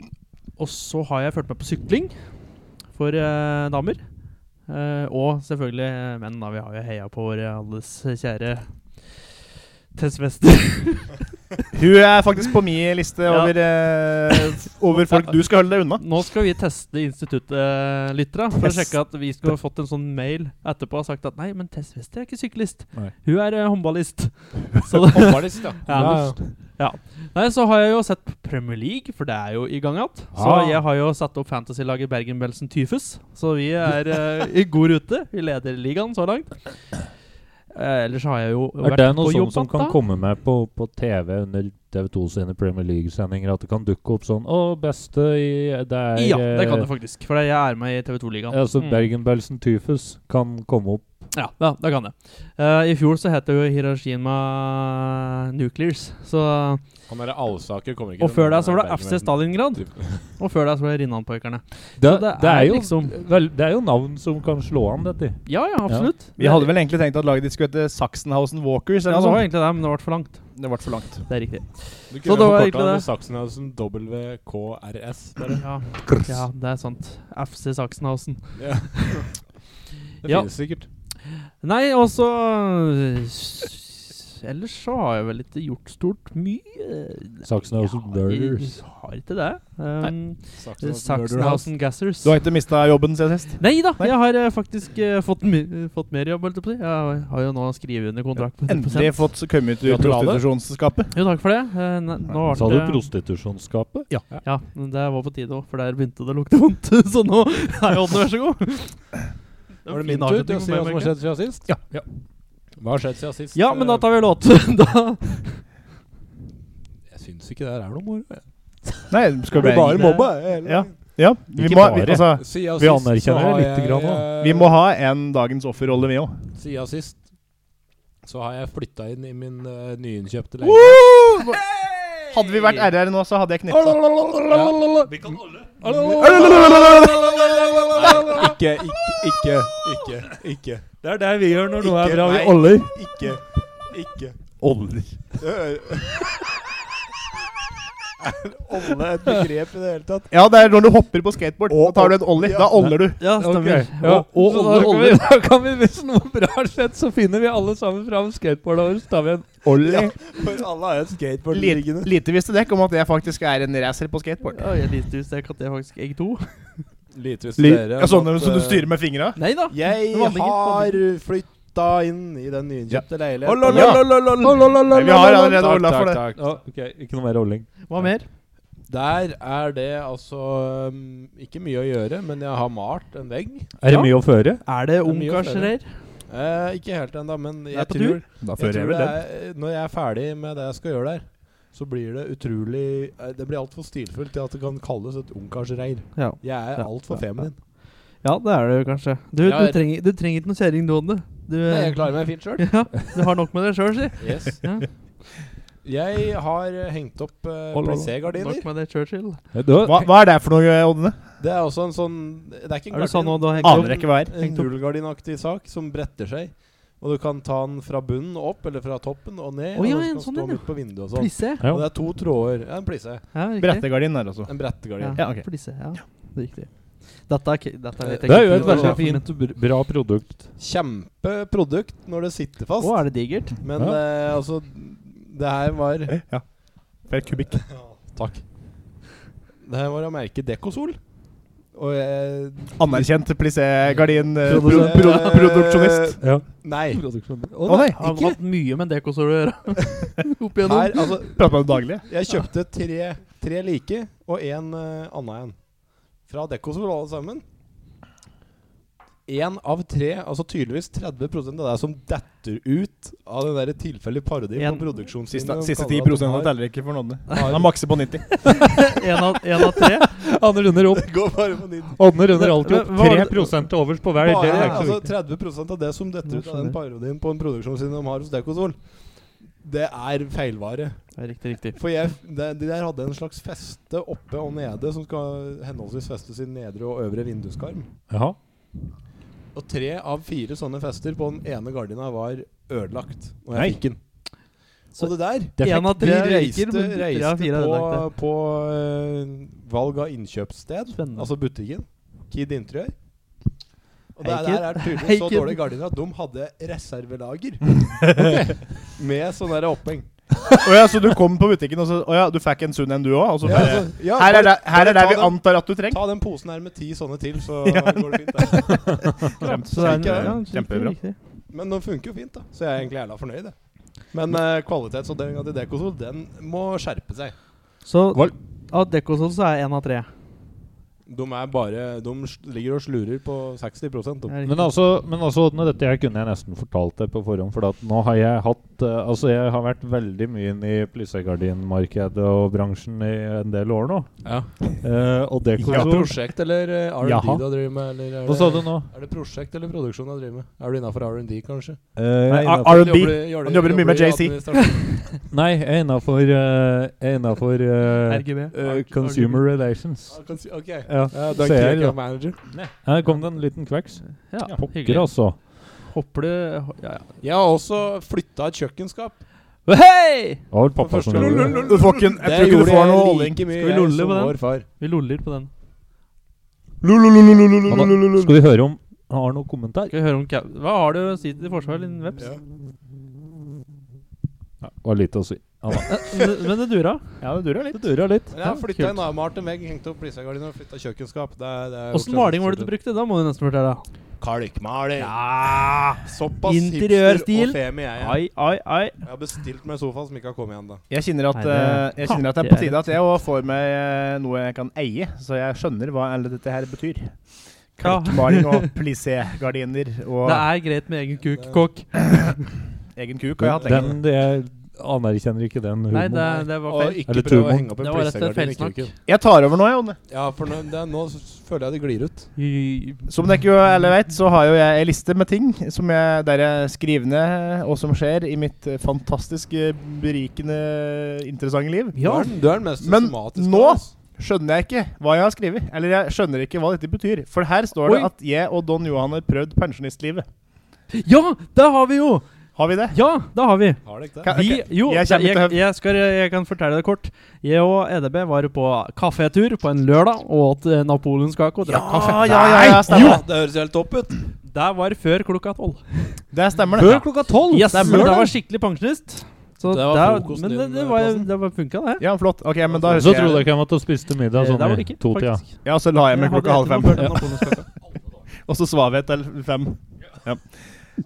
[SPEAKER 4] og så har jeg fulgt med på sykling for eh, damer. Eh, og selvfølgelig eh, menn, da. Vi har jo heia på vår alles kjære Tess Wester.
[SPEAKER 6] Hun er faktisk på min liste
[SPEAKER 4] Ja.
[SPEAKER 6] over, eh,
[SPEAKER 4] [LAUGHS]
[SPEAKER 6] over folk du skal holde deg unna.
[SPEAKER 4] Nå skal vi teste instituttlytterne for å
[SPEAKER 6] Test.
[SPEAKER 4] sjekke at vi skulle ha fått en sånn mail etterpå og sagt at nei, men Tess Wester er ikke syklist.
[SPEAKER 3] Nei.
[SPEAKER 4] Hun er eh,
[SPEAKER 3] [LAUGHS]
[SPEAKER 4] håndballist. Så det,
[SPEAKER 5] Håndballist, ja.
[SPEAKER 4] [LAUGHS] ja. Ja. Nei, så har jeg jo sett Premier League, for det er jo i gang igjen. Så
[SPEAKER 3] Ah.
[SPEAKER 4] jeg har jo satt opp fantasylaget Bergen-Belsen Tyfus, så vi er eh, i god rute. Vi leder ligaen så langt. Eh, ellers har jeg jo
[SPEAKER 3] Er
[SPEAKER 4] vært
[SPEAKER 3] det
[SPEAKER 4] på
[SPEAKER 3] noe sånt
[SPEAKER 4] jobb
[SPEAKER 3] som
[SPEAKER 4] igjen,
[SPEAKER 3] kan
[SPEAKER 4] da.
[SPEAKER 3] komme med på, på TV under TV2 sine Premier League-sendinger, at det kan dukke opp sånn Å, beste i Det er
[SPEAKER 4] Ja, det
[SPEAKER 3] eh,
[SPEAKER 4] kan det faktisk. For jeg er med i TV2-ligaen.
[SPEAKER 3] Altså
[SPEAKER 4] Mm.
[SPEAKER 3] Bergen-Belsen Tyfus kan komme opp.
[SPEAKER 4] Ja, ja, det kan det. Eh, I fjor så het det jo Hiroshima Nuclears. Så,
[SPEAKER 5] Han derre Alsaker kommer
[SPEAKER 4] og før det så var det FC Stalingrad. Og før det så var det Rinnan-poikerne.
[SPEAKER 3] Det,
[SPEAKER 4] det
[SPEAKER 3] det,
[SPEAKER 4] er
[SPEAKER 3] er jo,
[SPEAKER 4] liksom-
[SPEAKER 3] vel, det er jo navn som kan slå an, dette.
[SPEAKER 4] Ja, ja, absolutt.
[SPEAKER 6] Vi hadde vel egentlig tenkt at laget ditt skulle hete Sachsenhausen Walkers.
[SPEAKER 4] ja,
[SPEAKER 6] Eller
[SPEAKER 4] det var
[SPEAKER 6] noe sånt.
[SPEAKER 4] egentlig det, men det ble for langt.
[SPEAKER 6] Det ble for langt.
[SPEAKER 4] Det er riktig.
[SPEAKER 5] Du kunne
[SPEAKER 4] Så det var
[SPEAKER 5] forkorta
[SPEAKER 4] egentlig
[SPEAKER 5] det med
[SPEAKER 4] det.
[SPEAKER 5] Sachsenhausen WKRS. [LAUGHS] bare.
[SPEAKER 4] Ja, ja det er sant. FC Sachsenhausen.
[SPEAKER 5] Ja. Det
[SPEAKER 4] Ja.
[SPEAKER 5] finnes sikkert.
[SPEAKER 4] Nei, og så eh, Ellers så har jeg vel ikke gjort stort mye.
[SPEAKER 3] Sachsenhausen Burgers.
[SPEAKER 4] Jeg har ikke det. Um,
[SPEAKER 5] Murderhouse.
[SPEAKER 4] Sachsenhausen Gassers.
[SPEAKER 6] Du har ikke mista jobben siden sist?
[SPEAKER 4] Nei da, jeg har eh, faktisk eh, fått, my- fått mer jobb. holdt Jeg på å si. Jeg har jo nå skrevet under kontrakt på 100
[SPEAKER 6] Endelig fått kommet ut i
[SPEAKER 5] Gratulerer.
[SPEAKER 6] prostitusjonsskapet.
[SPEAKER 4] Jo, takk for det. Eh, ne- Nå
[SPEAKER 3] Sa du
[SPEAKER 4] ble det
[SPEAKER 3] prostitusjonsskapet?
[SPEAKER 4] Ja, men det var på tide òg, for der begynte det å lukte vondt. [LAUGHS] Så nå er jeg ånden, vær så god.
[SPEAKER 5] Var det
[SPEAKER 4] Det en fin
[SPEAKER 5] min tur til
[SPEAKER 4] avslutning
[SPEAKER 5] å
[SPEAKER 4] for
[SPEAKER 5] si
[SPEAKER 4] meg,
[SPEAKER 5] hva som har
[SPEAKER 4] merker jeg.
[SPEAKER 5] skjedd siden sist?
[SPEAKER 3] Ja.
[SPEAKER 5] Hva har skjedd siden sist?
[SPEAKER 4] [LAUGHS] Ja, men da
[SPEAKER 5] Eh,
[SPEAKER 4] tar vi låt. [LAUGHS] Da
[SPEAKER 5] Jeg syns ikke det her er noe moro. jeg.
[SPEAKER 6] Nei, skal
[SPEAKER 5] Det
[SPEAKER 6] vi
[SPEAKER 5] er bare
[SPEAKER 4] det-
[SPEAKER 5] mobba. jeg, hele
[SPEAKER 6] Ja.
[SPEAKER 5] tiden.
[SPEAKER 6] Ja, vi
[SPEAKER 3] Ikke
[SPEAKER 6] må, vi,
[SPEAKER 3] bare.
[SPEAKER 6] altså,
[SPEAKER 5] Siden
[SPEAKER 3] Vi
[SPEAKER 5] sist så
[SPEAKER 3] anerkjenner
[SPEAKER 5] har
[SPEAKER 3] det litt
[SPEAKER 5] jeg,
[SPEAKER 3] grann
[SPEAKER 5] eh,
[SPEAKER 6] vi må ha en dagens offerrolle, vi òg.
[SPEAKER 5] Siden sist så har jeg flytta inn i min eh, nyinnkjøpte leilighet.
[SPEAKER 6] Woo!
[SPEAKER 2] Hadde vi vært RR nå, så hadde jeg knipsa.
[SPEAKER 3] Vi kan
[SPEAKER 5] Ikke, ikke, ikke, ikke. Ikke.
[SPEAKER 3] Det er det vi gjør når noe er
[SPEAKER 5] Ikke
[SPEAKER 3] bra. Vi
[SPEAKER 5] meg.
[SPEAKER 3] oller.
[SPEAKER 5] Ikke. Ikke.
[SPEAKER 6] Oller.
[SPEAKER 5] Er olle et begrep i det hele tatt?
[SPEAKER 2] Ja, det er når du hopper på skateboard.
[SPEAKER 5] Og-
[SPEAKER 2] Da tar du en ollie.
[SPEAKER 5] ja.
[SPEAKER 2] Da oller du.
[SPEAKER 4] Ja, stemmer.
[SPEAKER 3] Ok, ja.
[SPEAKER 4] Og, og,
[SPEAKER 3] Så
[SPEAKER 4] og,
[SPEAKER 3] da kan vi- [LAUGHS]
[SPEAKER 4] Olle.
[SPEAKER 3] da kan vi, hvis noe bra har skjedd, så finner vi alle sammen fram skateboardet vårt. Så tar vi en
[SPEAKER 5] Ja, for alle har jo et skateboard
[SPEAKER 2] Lite,
[SPEAKER 5] liggende.
[SPEAKER 2] lite visste dere om at jeg faktisk er en racer på skateboard.
[SPEAKER 4] Ja, jeg lite hvis jeg kan det faktisk egg to.
[SPEAKER 5] Lite
[SPEAKER 2] Li- Ja, sånn som
[SPEAKER 5] eh,
[SPEAKER 2] du styrer med fingra?
[SPEAKER 4] [LAUGHS] Nei da.
[SPEAKER 5] Jeg
[SPEAKER 4] Det var ingen-
[SPEAKER 5] har flytta inn i den nyinnkjøpte leiligheten.
[SPEAKER 2] lol, lol, Nei, vi har allerede olla for det.
[SPEAKER 5] takk.
[SPEAKER 3] Ja, ok, Ikke noe mer olling.
[SPEAKER 4] Hva mer?
[SPEAKER 5] Der er det altså um, ikke mye å gjøre, men jeg har malt en vegg.
[SPEAKER 3] Er
[SPEAKER 4] Ja.
[SPEAKER 3] det mye å føre?
[SPEAKER 4] Er det
[SPEAKER 5] er mye å
[SPEAKER 4] ungkarsrer?
[SPEAKER 5] Eh, ikke helt ennå, men jeg
[SPEAKER 4] på
[SPEAKER 5] tror,
[SPEAKER 3] Da
[SPEAKER 5] jeg tror det er, eh, når jeg er ferdig med det jeg skal gjøre der, så blir det utrolig eh, Det blir altfor stilfullt til at det kan kalles et ungkarsreir.
[SPEAKER 4] Ja.
[SPEAKER 5] Jeg er
[SPEAKER 4] Ja,
[SPEAKER 5] altfor
[SPEAKER 4] ja, ja.
[SPEAKER 5] feminin.
[SPEAKER 4] ja, det er det jo kanskje. Du,
[SPEAKER 5] Ja,
[SPEAKER 4] du,
[SPEAKER 5] jeg-
[SPEAKER 4] trenger, du trenger ikke noe kjerring, du, Ånde. Du,
[SPEAKER 5] Nei, jeg klarer meg fint sjøl.
[SPEAKER 4] ja, du har nok med deg sjøl, si.
[SPEAKER 5] Yes.
[SPEAKER 4] Ja.
[SPEAKER 5] [LAUGHS] Jeg har eh, hengt opp eh,
[SPEAKER 3] Hold, hold, hold.
[SPEAKER 5] plissé-gardiner.
[SPEAKER 4] Nok med deg, Churchill.
[SPEAKER 2] Hva, hva er det for noe, Odne?
[SPEAKER 5] Det er også en sånn Det er ikke en
[SPEAKER 4] Er det sånn nå du har hengt
[SPEAKER 2] Aner
[SPEAKER 4] opp?
[SPEAKER 2] jeg ikke hva er.
[SPEAKER 5] En rullegardinaktig sak som bretter seg. Og du kan ta den fra bunnen og opp, eller fra toppen og ned.
[SPEAKER 4] Å ja,
[SPEAKER 5] og den
[SPEAKER 4] en
[SPEAKER 5] kan
[SPEAKER 4] sånn
[SPEAKER 5] stå
[SPEAKER 4] en, ja.
[SPEAKER 5] midt på vinduet og sånn.
[SPEAKER 4] Plisse?
[SPEAKER 3] Ja.
[SPEAKER 5] Og det er to tråder. Ja, en plisse.
[SPEAKER 4] Ja, riktig.
[SPEAKER 2] Brettegardin der, altså.
[SPEAKER 5] En brettegardin.
[SPEAKER 2] Ja, ok.
[SPEAKER 4] Plisse, ja. Det er riktig. Dette er, ikke- dette er litt
[SPEAKER 5] Det
[SPEAKER 3] Det er jo et
[SPEAKER 4] teknisk,
[SPEAKER 3] veldig
[SPEAKER 4] men-
[SPEAKER 3] fint, br- bra produkt.
[SPEAKER 5] Kjempeprodukt når det sitter fast.
[SPEAKER 4] Å, er det digert?
[SPEAKER 5] Men
[SPEAKER 3] Ja.
[SPEAKER 5] eh, altså Det her var
[SPEAKER 2] Ja. Per Eh,
[SPEAKER 5] [LAUGHS]
[SPEAKER 2] kubikk.
[SPEAKER 5] Takk. Det her var av merket Dekosol. Og jeg
[SPEAKER 2] Anerkjent plissé-gardin. eh,
[SPEAKER 5] Produsent.
[SPEAKER 2] pro- pro- Produksjonist.
[SPEAKER 3] Ja.
[SPEAKER 5] Nei.
[SPEAKER 2] Å nei,
[SPEAKER 4] Har
[SPEAKER 2] ikke?
[SPEAKER 4] hatt mye med dekosol [LAUGHS] å gjøre. Opp
[SPEAKER 5] Her,
[SPEAKER 4] igjennom.
[SPEAKER 5] altså,
[SPEAKER 2] Prater med deg daglig.
[SPEAKER 5] jeg kjøpte tre, tre like og en eh, annen en. Fra Dekosol alle sammen. Én av tre, altså tydeligvis 30 av deg som detter ut av den der tilfeldige parodien
[SPEAKER 4] En-
[SPEAKER 5] på produksjonen.
[SPEAKER 2] Siste, siste 10 prosentene teller ikke for Nodne. Han makser på 90.
[SPEAKER 4] En av, en av tre.
[SPEAKER 3] Anne runder opp.
[SPEAKER 5] [LAUGHS] Det går bare på din.
[SPEAKER 3] Ådne runder alltid opp.
[SPEAKER 4] Hva- hva var det-
[SPEAKER 3] 3 til overs på hver. Det
[SPEAKER 5] Bare,
[SPEAKER 3] er ikke så
[SPEAKER 5] altså
[SPEAKER 3] viktig.
[SPEAKER 5] 30 av det som detter ut av den parodien på en produksjon som de har hos Dekosol, det er feilvare.
[SPEAKER 4] Ja, Riktig, riktig.
[SPEAKER 5] For jeg, de, de der hadde en slags feste oppe og nede som skal henholdsvis festes i nedre og øvre vinduskarm.
[SPEAKER 3] Jaha.
[SPEAKER 5] Og tre av fire sånne fester på den ene gardina var ødelagt. Og
[SPEAKER 3] Nei.
[SPEAKER 5] jeg fikk den. Så det der
[SPEAKER 3] Det
[SPEAKER 4] En av
[SPEAKER 5] De
[SPEAKER 4] tre
[SPEAKER 5] reiste,
[SPEAKER 4] røyker, men tre av
[SPEAKER 5] reiste
[SPEAKER 4] fire er
[SPEAKER 5] på,
[SPEAKER 4] ødelagte.
[SPEAKER 5] på eh, valg av innkjøpssted,
[SPEAKER 4] Spennende.
[SPEAKER 5] altså butikken. Kid Interiør. Og det
[SPEAKER 4] Hei,
[SPEAKER 5] der er tydeligvis så
[SPEAKER 4] Hei, Kid.
[SPEAKER 5] dårlige gardiner at de hadde reservelager med sånn der oppheng.
[SPEAKER 2] Å ja, så du kom på butikken, og så Å ja, du fikk en sunn en, du òg?
[SPEAKER 5] Ja, altså, ja,
[SPEAKER 2] Her er det, her er det
[SPEAKER 5] bare
[SPEAKER 2] vi
[SPEAKER 5] ta den-
[SPEAKER 2] antar at du trenger.
[SPEAKER 5] Ta den posen her med ti sånne til, så går det fint. Der.
[SPEAKER 4] Så det er en-
[SPEAKER 5] Kjempe-
[SPEAKER 4] ja, riktig,
[SPEAKER 2] kjempebra.
[SPEAKER 4] riktig.
[SPEAKER 5] Men den funker jo fint, da. Så jeg er egentlig jævla fornøyd. Jeg. Men uh, kvalitetsavdelinga til Dekosol, den må skjerpe seg.
[SPEAKER 4] Så
[SPEAKER 3] Val-
[SPEAKER 4] av dekosol så er en av tre.
[SPEAKER 5] De er bare De s- ligger og slurer på 60 de.
[SPEAKER 4] Det er
[SPEAKER 3] Men
[SPEAKER 4] riktig.
[SPEAKER 3] altså, men altså Ådne, dette her kunne jeg nesten fortalt deg på forhånd. For at nå har jeg hatt eh, Altså, jeg har vært veldig mye inn i plissegardinmarkedet og bransjen i en del år nå.
[SPEAKER 5] Ja.
[SPEAKER 3] Eh, og det
[SPEAKER 5] Er det
[SPEAKER 3] konsol
[SPEAKER 5] prosjekt eller eh, R&D
[SPEAKER 3] Jaha.
[SPEAKER 5] du driver med? Eller er
[SPEAKER 3] Hva sa du nå?
[SPEAKER 5] Er det prosjekt eller produksjon du driver med? Er du innafor R&D, kanskje?
[SPEAKER 3] Nei,
[SPEAKER 2] R-
[SPEAKER 3] innenfor-
[SPEAKER 2] R&D. Han jobber mye med JC.
[SPEAKER 3] Nei, jeg er innafor eh, Jeg er innafor eh,
[SPEAKER 4] RGB.
[SPEAKER 3] Consumer Relations.
[SPEAKER 5] Ok.
[SPEAKER 3] Ja.
[SPEAKER 5] Ja, du
[SPEAKER 3] Så
[SPEAKER 5] er
[SPEAKER 3] jeg
[SPEAKER 5] ikke
[SPEAKER 3] er-
[SPEAKER 5] account manager?
[SPEAKER 3] Her kom det en liten kveks.
[SPEAKER 4] Ja,
[SPEAKER 3] Pokker,
[SPEAKER 4] hyggelig.
[SPEAKER 3] altså.
[SPEAKER 4] Hopper du ho- Ja, ja.
[SPEAKER 5] Jeg har også flytta et kjøkkenskap.
[SPEAKER 4] Hei!
[SPEAKER 3] Det var vel pappa
[SPEAKER 5] første
[SPEAKER 3] som gjorde det.
[SPEAKER 5] gang.
[SPEAKER 2] Du får ikke en Jeg tror ikke du får noe olling.
[SPEAKER 5] like mye
[SPEAKER 4] Skal vi
[SPEAKER 5] jeg
[SPEAKER 4] lolle
[SPEAKER 5] som
[SPEAKER 4] på den?
[SPEAKER 5] vår far.
[SPEAKER 4] Vi loller på den.
[SPEAKER 3] Han har- Skal vi høre om han har noen kommentar?
[SPEAKER 4] Skal vi høre om Kau- Hva har du å si til forsvar, liten veps?
[SPEAKER 5] Ja.
[SPEAKER 3] Ja, det var lite å si. Han var-
[SPEAKER 4] Men Eh, men det dura.
[SPEAKER 2] Ja, det durer litt.
[SPEAKER 3] Det dura litt.
[SPEAKER 5] Men jeg har
[SPEAKER 4] Ja,
[SPEAKER 5] flytta
[SPEAKER 4] kult.
[SPEAKER 5] en avmalt en vegg, hengt opp plissegardiner og flytta kjøkkenskap. Det, er- det er
[SPEAKER 4] Åssen
[SPEAKER 5] gjort
[SPEAKER 4] maling var det du
[SPEAKER 5] en-
[SPEAKER 4] brukte? Da må du nesten fortelle.
[SPEAKER 5] Kalkmaling.
[SPEAKER 4] Ja.
[SPEAKER 5] Såpass
[SPEAKER 4] Interiørstil.
[SPEAKER 5] hipster og femi jeg er.
[SPEAKER 4] Ai, ai, ai.
[SPEAKER 5] Jeg har bestilt meg sofa som ikke har kommet igjen. da
[SPEAKER 2] Jeg kjenner at,
[SPEAKER 4] Nei,
[SPEAKER 2] eh,
[SPEAKER 4] det-
[SPEAKER 2] jeg kjenner at det er på tide at jeg òg får meg eh, noe jeg kan eie, så jeg skjønner hva alt dette her betyr.
[SPEAKER 4] Ja.
[SPEAKER 2] Klikkmaling og plissé-gardiner og
[SPEAKER 4] Det er greit med egen kuk, kokk.
[SPEAKER 2] egen kuk har jeg hatt
[SPEAKER 3] Den
[SPEAKER 2] lenge.
[SPEAKER 3] jeg anerkjenner ikke den
[SPEAKER 4] Nei, det,
[SPEAKER 3] humoren.
[SPEAKER 4] det var
[SPEAKER 5] Og
[SPEAKER 4] feil.
[SPEAKER 5] ikke
[SPEAKER 3] Eller
[SPEAKER 5] prøv å
[SPEAKER 3] Tormod.
[SPEAKER 5] henge opp en
[SPEAKER 4] Det var rett og slett
[SPEAKER 5] plissegardin i
[SPEAKER 4] feilsnakk.
[SPEAKER 5] kuken.
[SPEAKER 2] Jeg tar over nå, jeg, Jonny.
[SPEAKER 5] Ja, for nå, det, nå s- føler jeg det glir ut.
[SPEAKER 4] Y- y-
[SPEAKER 2] Som dere jo alle vet, så har jo jeg ei liste med ting som jeg, der jeg skriver ned, og som skjer i mitt eh, fantastisk eh, berikende, interessante liv.
[SPEAKER 5] Du
[SPEAKER 4] Ja,
[SPEAKER 5] er den- Du er den mest
[SPEAKER 2] Men
[SPEAKER 5] systematiske.
[SPEAKER 2] nå-
[SPEAKER 5] av oss.
[SPEAKER 2] Skjønner jeg ikke hva jeg har skrevet, eller jeg skjønner ikke hva dette betyr. For her står det
[SPEAKER 4] Oi.
[SPEAKER 2] at jeg og Don Johan har prøvd pensjonistlivet.
[SPEAKER 4] ja, det har vi jo!
[SPEAKER 2] Har vi det?
[SPEAKER 4] Ja, det har vi.
[SPEAKER 5] Har det ikke det?
[SPEAKER 2] Ka-
[SPEAKER 4] Vi,
[SPEAKER 2] ok,
[SPEAKER 4] jo,
[SPEAKER 2] jeg
[SPEAKER 4] jeg,
[SPEAKER 2] kommer til
[SPEAKER 4] jeg,
[SPEAKER 2] å-
[SPEAKER 4] skal, jeg kan fortelle det kort. Jeg og EDB var på kafétur på en lørdag og åt eh, napoleonskake og drakk kaffe.
[SPEAKER 2] ja, ja, ja,
[SPEAKER 5] Jo!
[SPEAKER 2] stemmer.
[SPEAKER 5] Det høres helt topp ut.
[SPEAKER 4] Det var før klokka tolv.
[SPEAKER 2] Det stemmer, det.
[SPEAKER 3] Før klokka tolv!
[SPEAKER 4] Yes, men
[SPEAKER 3] lørdag.
[SPEAKER 4] det var skikkelig pensjonist. Så
[SPEAKER 5] Det
[SPEAKER 4] det
[SPEAKER 5] var
[SPEAKER 4] var
[SPEAKER 5] frokosten
[SPEAKER 4] men det,
[SPEAKER 5] din,
[SPEAKER 4] det,
[SPEAKER 5] eh,
[SPEAKER 4] var,
[SPEAKER 5] Plassen.
[SPEAKER 4] det var funka, det.
[SPEAKER 2] Ja, flott. Ok, men da
[SPEAKER 3] Så
[SPEAKER 2] husker
[SPEAKER 3] trodde
[SPEAKER 2] jeg
[SPEAKER 3] dere at du spiste middag
[SPEAKER 4] Eh,
[SPEAKER 3] sånn
[SPEAKER 4] det var det
[SPEAKER 3] i
[SPEAKER 4] ikke,
[SPEAKER 3] to-tida.
[SPEAKER 4] faktisk.
[SPEAKER 2] Ja, så la jeg meg
[SPEAKER 4] Jeg
[SPEAKER 2] klokka halv
[SPEAKER 4] hadde
[SPEAKER 2] fem.
[SPEAKER 4] etterpå hørt napoleonskake.
[SPEAKER 2] Og så sov jeg til fem. Ja,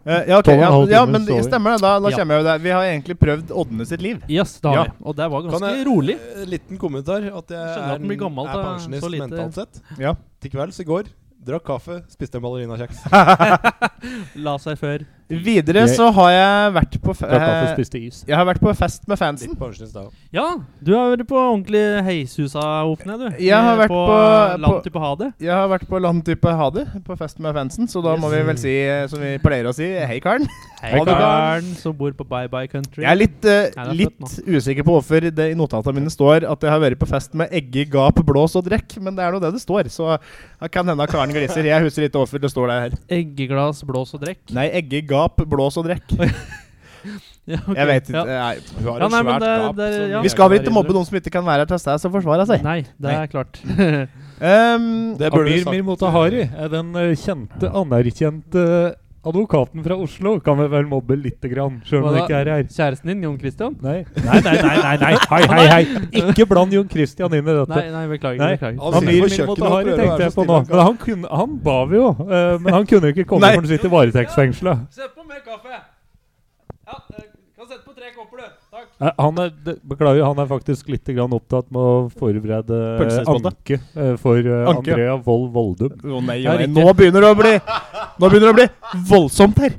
[SPEAKER 2] Eh, ja ok.
[SPEAKER 3] Tolv og en
[SPEAKER 2] Ja,
[SPEAKER 3] halv
[SPEAKER 2] ja,
[SPEAKER 3] time
[SPEAKER 2] men
[SPEAKER 3] sover.
[SPEAKER 2] det stemmer det. Da, da
[SPEAKER 4] Ja.
[SPEAKER 2] kommer jeg jo der. Vi har egentlig prøvd Ådne sitt liv.
[SPEAKER 4] Yes, det har
[SPEAKER 2] Ja.
[SPEAKER 4] vi. Og det var
[SPEAKER 5] Kan
[SPEAKER 4] ganske
[SPEAKER 5] jeg-
[SPEAKER 4] rolig.
[SPEAKER 5] eh, Liten kommentar. At jeg er,
[SPEAKER 4] Skjønner at den blir gammel
[SPEAKER 5] er
[SPEAKER 4] av
[SPEAKER 5] pensjonist
[SPEAKER 4] så lite-
[SPEAKER 5] mentalt sett.
[SPEAKER 2] Ja.
[SPEAKER 5] Til kvelds i går drakk kaffe, spiste en ballerinakjeks.
[SPEAKER 4] La seg før.
[SPEAKER 2] Videre
[SPEAKER 3] Jeg-
[SPEAKER 2] så har jeg vært på fe-
[SPEAKER 3] Drakk kaffe,
[SPEAKER 2] eh,
[SPEAKER 3] spiste is.
[SPEAKER 2] Jeg har vært på fest med fansen.
[SPEAKER 5] Litt pensjonist da.
[SPEAKER 4] Ja, du har vært på ordentlig heishusa opp ned, du.
[SPEAKER 2] Jeg har
[SPEAKER 4] Eh,
[SPEAKER 2] vært på-
[SPEAKER 4] Langt ute på hadet.
[SPEAKER 2] Jeg har vært på landtype ha det, på fest med fansen, så da må vi vel si, eh, som vi pleier å si, hei, karen.
[SPEAKER 4] Hei,
[SPEAKER 2] Ha det bra.
[SPEAKER 4] karen som bor på Bye Bye Country.
[SPEAKER 2] Jeg er litt, eh,
[SPEAKER 4] Nei, det er
[SPEAKER 2] litt usikker på hvorfor det i notatene mine står at jeg har vært på fest med egge, gap, blås og drekk, men det er nå det det står, så det kan hende at karen gliser. Jeg husker ikke hvorfor det står det her.
[SPEAKER 4] Eggeglass, blås og drekk.
[SPEAKER 2] Nei, egge, gap, blås og drekk.
[SPEAKER 4] Ja, [LAUGHS] ok.
[SPEAKER 2] Jeg vet ikke.
[SPEAKER 4] Ja.
[SPEAKER 2] Nei.
[SPEAKER 5] Hun har
[SPEAKER 4] Ja,
[SPEAKER 5] et
[SPEAKER 4] nei, men
[SPEAKER 5] svært
[SPEAKER 4] det-
[SPEAKER 5] gap.
[SPEAKER 4] det-
[SPEAKER 5] som-
[SPEAKER 4] ja.
[SPEAKER 2] Vi skal vel ikke mobbe noen som ikke kan være her til stede og forsvare seg.
[SPEAKER 4] Nei, det
[SPEAKER 2] Nei.
[SPEAKER 4] er klart.
[SPEAKER 2] Um,
[SPEAKER 5] Det burde vi
[SPEAKER 3] Amir
[SPEAKER 5] sagt.
[SPEAKER 3] Mirmotahari er den eh, kjente, anerkjente eh, advokaten fra Oslo. Kan vi vel mobbe lite grann, sjøl om
[SPEAKER 4] Hva
[SPEAKER 3] det
[SPEAKER 4] da?
[SPEAKER 3] ikke er her.
[SPEAKER 4] Kjæresten din, Jon Christian?
[SPEAKER 3] Nei. Nei, nei, nei, nei, nei. Hei, hei, hei.
[SPEAKER 4] [LAUGHS]
[SPEAKER 3] Ikke bland Jon Christian inn i dette.
[SPEAKER 4] Nei, nei, beklager.
[SPEAKER 3] Nei.
[SPEAKER 4] beklager.
[SPEAKER 5] Han sitter
[SPEAKER 3] Amir
[SPEAKER 5] på kjøkkenet og
[SPEAKER 3] Mirmotahari
[SPEAKER 5] prøver å være
[SPEAKER 3] tenkte jeg
[SPEAKER 5] så
[SPEAKER 3] på
[SPEAKER 5] stille
[SPEAKER 3] nå.
[SPEAKER 5] han kan.
[SPEAKER 3] Men han, kunne, han ba vi jo. eh, Men han kunne jo ikke komme,
[SPEAKER 2] Nei.
[SPEAKER 3] for han sitter i varetektsfengsla.
[SPEAKER 4] Se på mer kaffe. Ja, eh, kan sette på tre kopper, du. Takk.
[SPEAKER 3] Eh, Han er, det- beklager, han er faktisk litt grann opptatt med å forberede eh,
[SPEAKER 2] Pølsespotte.
[SPEAKER 3] anke eh, for eh,
[SPEAKER 2] Anke, ja.
[SPEAKER 3] Andrea Vold Voldum.
[SPEAKER 2] Å nei,
[SPEAKER 3] Det er
[SPEAKER 2] å nei.
[SPEAKER 3] riktig.
[SPEAKER 2] Nå begynner det å bli Nå begynner det å bli voldsomt her.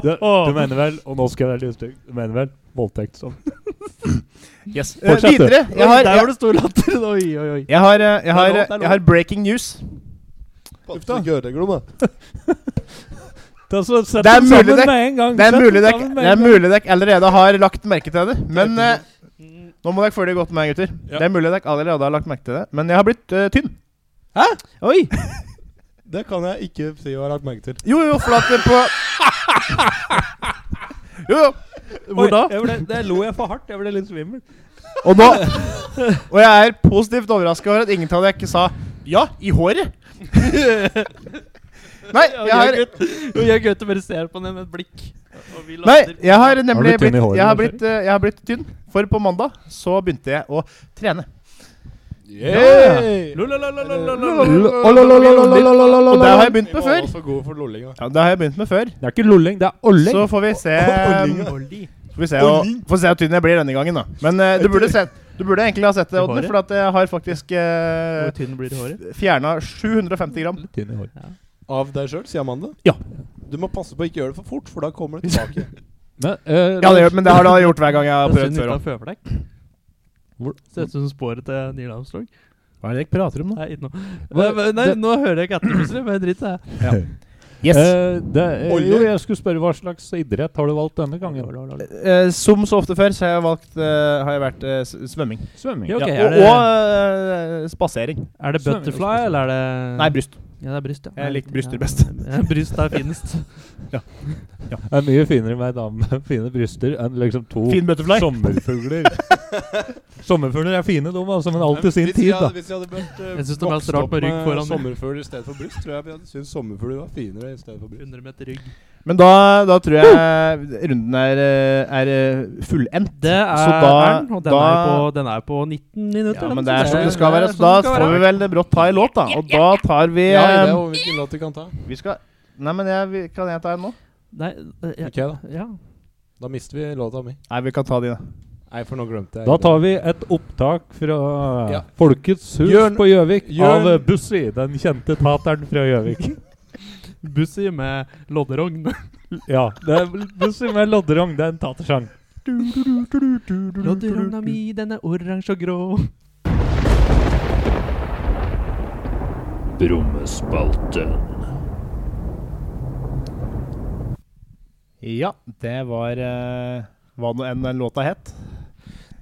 [SPEAKER 3] Du, du mener vel, og nå skal jeg være litt stygg, du mener vel voldtekt sånn.
[SPEAKER 2] Yes. Eh,
[SPEAKER 3] Fortsett, du.
[SPEAKER 2] videre. Jeg har,
[SPEAKER 4] Der
[SPEAKER 2] jeg,
[SPEAKER 4] var det stor latter. Oi, oi, oi.
[SPEAKER 2] jeg har, eh, jeg har,
[SPEAKER 5] Det er lov, det er
[SPEAKER 2] eh,
[SPEAKER 5] lov.
[SPEAKER 2] jeg har breaking news.
[SPEAKER 5] Uff da. Gøreglom, da.
[SPEAKER 3] Det er, så, sett
[SPEAKER 2] Det er
[SPEAKER 3] dem
[SPEAKER 2] mulig
[SPEAKER 3] sammen
[SPEAKER 2] det-
[SPEAKER 3] med en gang.
[SPEAKER 2] Det er
[SPEAKER 3] Sett
[SPEAKER 2] mulig
[SPEAKER 3] dem
[SPEAKER 2] dere,
[SPEAKER 3] sammen med
[SPEAKER 2] det er
[SPEAKER 3] en gang.
[SPEAKER 2] mulig dere allerede har lagt merke til det, men eh, nå må dere følge godt med, gutter.
[SPEAKER 5] Ja.
[SPEAKER 2] Det er mulig dere allerede har lagt merke til det, men jeg har blitt eh, tynn.
[SPEAKER 4] Oi!
[SPEAKER 5] Det kan jeg ikke si å ha lagt merke til.
[SPEAKER 2] Jo, jo, for at det på Jo, jo.
[SPEAKER 4] Hvor da?
[SPEAKER 3] Jeg ble, det lo jeg for hardt. Jeg ble litt svimmel.
[SPEAKER 2] Og nå Og jeg er positivt overraska over at ingen av dere ikke sa ja i håret. Nei, [LAUGHS] jeg har
[SPEAKER 4] Og jeg og Gaute bare ser på den med et blikk. Og vi
[SPEAKER 2] Nei,
[SPEAKER 4] latter.
[SPEAKER 2] jeg har nemlig
[SPEAKER 3] Har du tynn i
[SPEAKER 2] blitt,
[SPEAKER 3] håret,
[SPEAKER 2] jeg har
[SPEAKER 3] Lars-Erik?
[SPEAKER 2] blitt, eh, jeg har blitt tynn. For på mandag så begynte jeg å trene.
[SPEAKER 5] Yeah!
[SPEAKER 2] Og det har jeg begynt med
[SPEAKER 5] Vi var
[SPEAKER 2] før.
[SPEAKER 5] altfor gode for lollinga.
[SPEAKER 2] Ja, det har jeg begynt med før.
[SPEAKER 3] Det er ikke lolling, det er olling.
[SPEAKER 2] Så får vi se eh,
[SPEAKER 3] Eh,
[SPEAKER 2] Får vi se,
[SPEAKER 5] Oi.
[SPEAKER 2] og, får se hvor tynn jeg blir denne gangen, da. Men eh, du, burde sett, du burde egentlig ha sett det,
[SPEAKER 4] I
[SPEAKER 2] Odne,
[SPEAKER 4] håret?
[SPEAKER 2] for at jeg har faktisk
[SPEAKER 4] Hvor
[SPEAKER 2] uh,
[SPEAKER 4] tynn blir det
[SPEAKER 3] [LAUGHS]
[SPEAKER 4] håret?
[SPEAKER 2] fjerna 750 gram.
[SPEAKER 3] Tynn i håret.
[SPEAKER 5] Av deg sjøl, sier Amanda.
[SPEAKER 3] Ja.
[SPEAKER 5] Du må passe på å ikke gjøre det for fort, for da kommer det
[SPEAKER 4] [LAUGHS]
[SPEAKER 5] tilbake.
[SPEAKER 3] Men, eh,
[SPEAKER 2] Ja, det, gjør- men det har da gjort hver gang jeg har
[SPEAKER 4] Det er
[SPEAKER 2] prøvd
[SPEAKER 4] synd
[SPEAKER 2] før. også.
[SPEAKER 4] ikke har føflekk.
[SPEAKER 3] Hvor-
[SPEAKER 4] Ser ut som sporet til Neil Armstrong.
[SPEAKER 2] Hva er det dere prater om,
[SPEAKER 4] Nei, ikke nå.
[SPEAKER 3] Hva-
[SPEAKER 4] Nei, nei,
[SPEAKER 3] det-
[SPEAKER 4] nå hører jeg ikke etter plutselig, men drit i det.
[SPEAKER 3] eh, det, eh,
[SPEAKER 5] Olje.
[SPEAKER 3] jo, jeg skulle spørre hva slags idrett har du valgt denne gangen?
[SPEAKER 2] Eh, som så ofte før så har jeg valgt eh, Har jeg vært eh, s- svømming.
[SPEAKER 3] Svømming.
[SPEAKER 4] Ja, ok,
[SPEAKER 2] ja,
[SPEAKER 4] er
[SPEAKER 2] og
[SPEAKER 4] det-
[SPEAKER 2] og, eh, spasering.
[SPEAKER 4] Er det butterfly, eller er det
[SPEAKER 2] Sånn, Nei, bryst.
[SPEAKER 4] Ja, det er bryst, ja.
[SPEAKER 2] Jeg liker bryster
[SPEAKER 4] Ja.
[SPEAKER 2] best.
[SPEAKER 4] [LAUGHS] Ja, Bryst er finest.
[SPEAKER 3] Det er mye finere med ei dame med fine bryster enn liksom to
[SPEAKER 2] Fin butterfly.
[SPEAKER 3] sommerfugler. [LAUGHS] sommerfugler er fine, de, altså, men alt i sin
[SPEAKER 5] Hvis jeg
[SPEAKER 3] tid,
[SPEAKER 5] hadde-
[SPEAKER 3] da.
[SPEAKER 5] Hvis jeg hadde blitt eh,
[SPEAKER 4] Jeg synes det var
[SPEAKER 5] vokst
[SPEAKER 4] rart
[SPEAKER 5] opp
[SPEAKER 4] med rygg
[SPEAKER 5] med
[SPEAKER 4] foran.
[SPEAKER 5] sommerfugl i stedet for bryst, tror jeg vi hadde syntes sommerfugl var finere i stedet for bryst.
[SPEAKER 4] 100 meter rygg.
[SPEAKER 2] Men da, da tror jeg runden er, eh, er eh, fullendt.
[SPEAKER 4] Det er
[SPEAKER 2] Så da-
[SPEAKER 4] den, og den,
[SPEAKER 2] da-
[SPEAKER 4] er på, den er på 19 minutter.
[SPEAKER 2] Ja,
[SPEAKER 4] den,
[SPEAKER 2] men
[SPEAKER 4] så
[SPEAKER 2] det er sånn det skal være.
[SPEAKER 4] er
[SPEAKER 2] Så
[SPEAKER 4] sånn
[SPEAKER 2] da
[SPEAKER 4] det skal
[SPEAKER 2] får
[SPEAKER 4] være.
[SPEAKER 2] vi vel brått ta en låt, da. Og da tar vi
[SPEAKER 5] Ja, det er
[SPEAKER 2] eh,
[SPEAKER 5] jo hvilken låt du kan ta.
[SPEAKER 2] Vi skal Nei, men jeg, vi- kan jeg ta en nå?
[SPEAKER 4] Nei, eh, ja,
[SPEAKER 5] Ok, da.
[SPEAKER 4] ja.
[SPEAKER 5] Da mister vi låta mi.
[SPEAKER 2] Nei, vi kan ta de, da.
[SPEAKER 5] Nei, for nå glemte jeg.
[SPEAKER 3] Da tar vi et opptak fra
[SPEAKER 5] Ja.
[SPEAKER 3] Folkets hus
[SPEAKER 5] Jørn-
[SPEAKER 3] på Gjøvik
[SPEAKER 5] Jørn-
[SPEAKER 3] av eh, Bussi, den kjente tateren fra Gjøvik. [LAUGHS]
[SPEAKER 4] Bussi med lodderogn.
[SPEAKER 3] ja, det er Bussi med lodderogn, det er en tatersang.
[SPEAKER 4] Mm. Lodderonna mi, den er oransje og grå.
[SPEAKER 1] Brummespalten.
[SPEAKER 2] Ja, det var eh, Hva nå enn den låta het.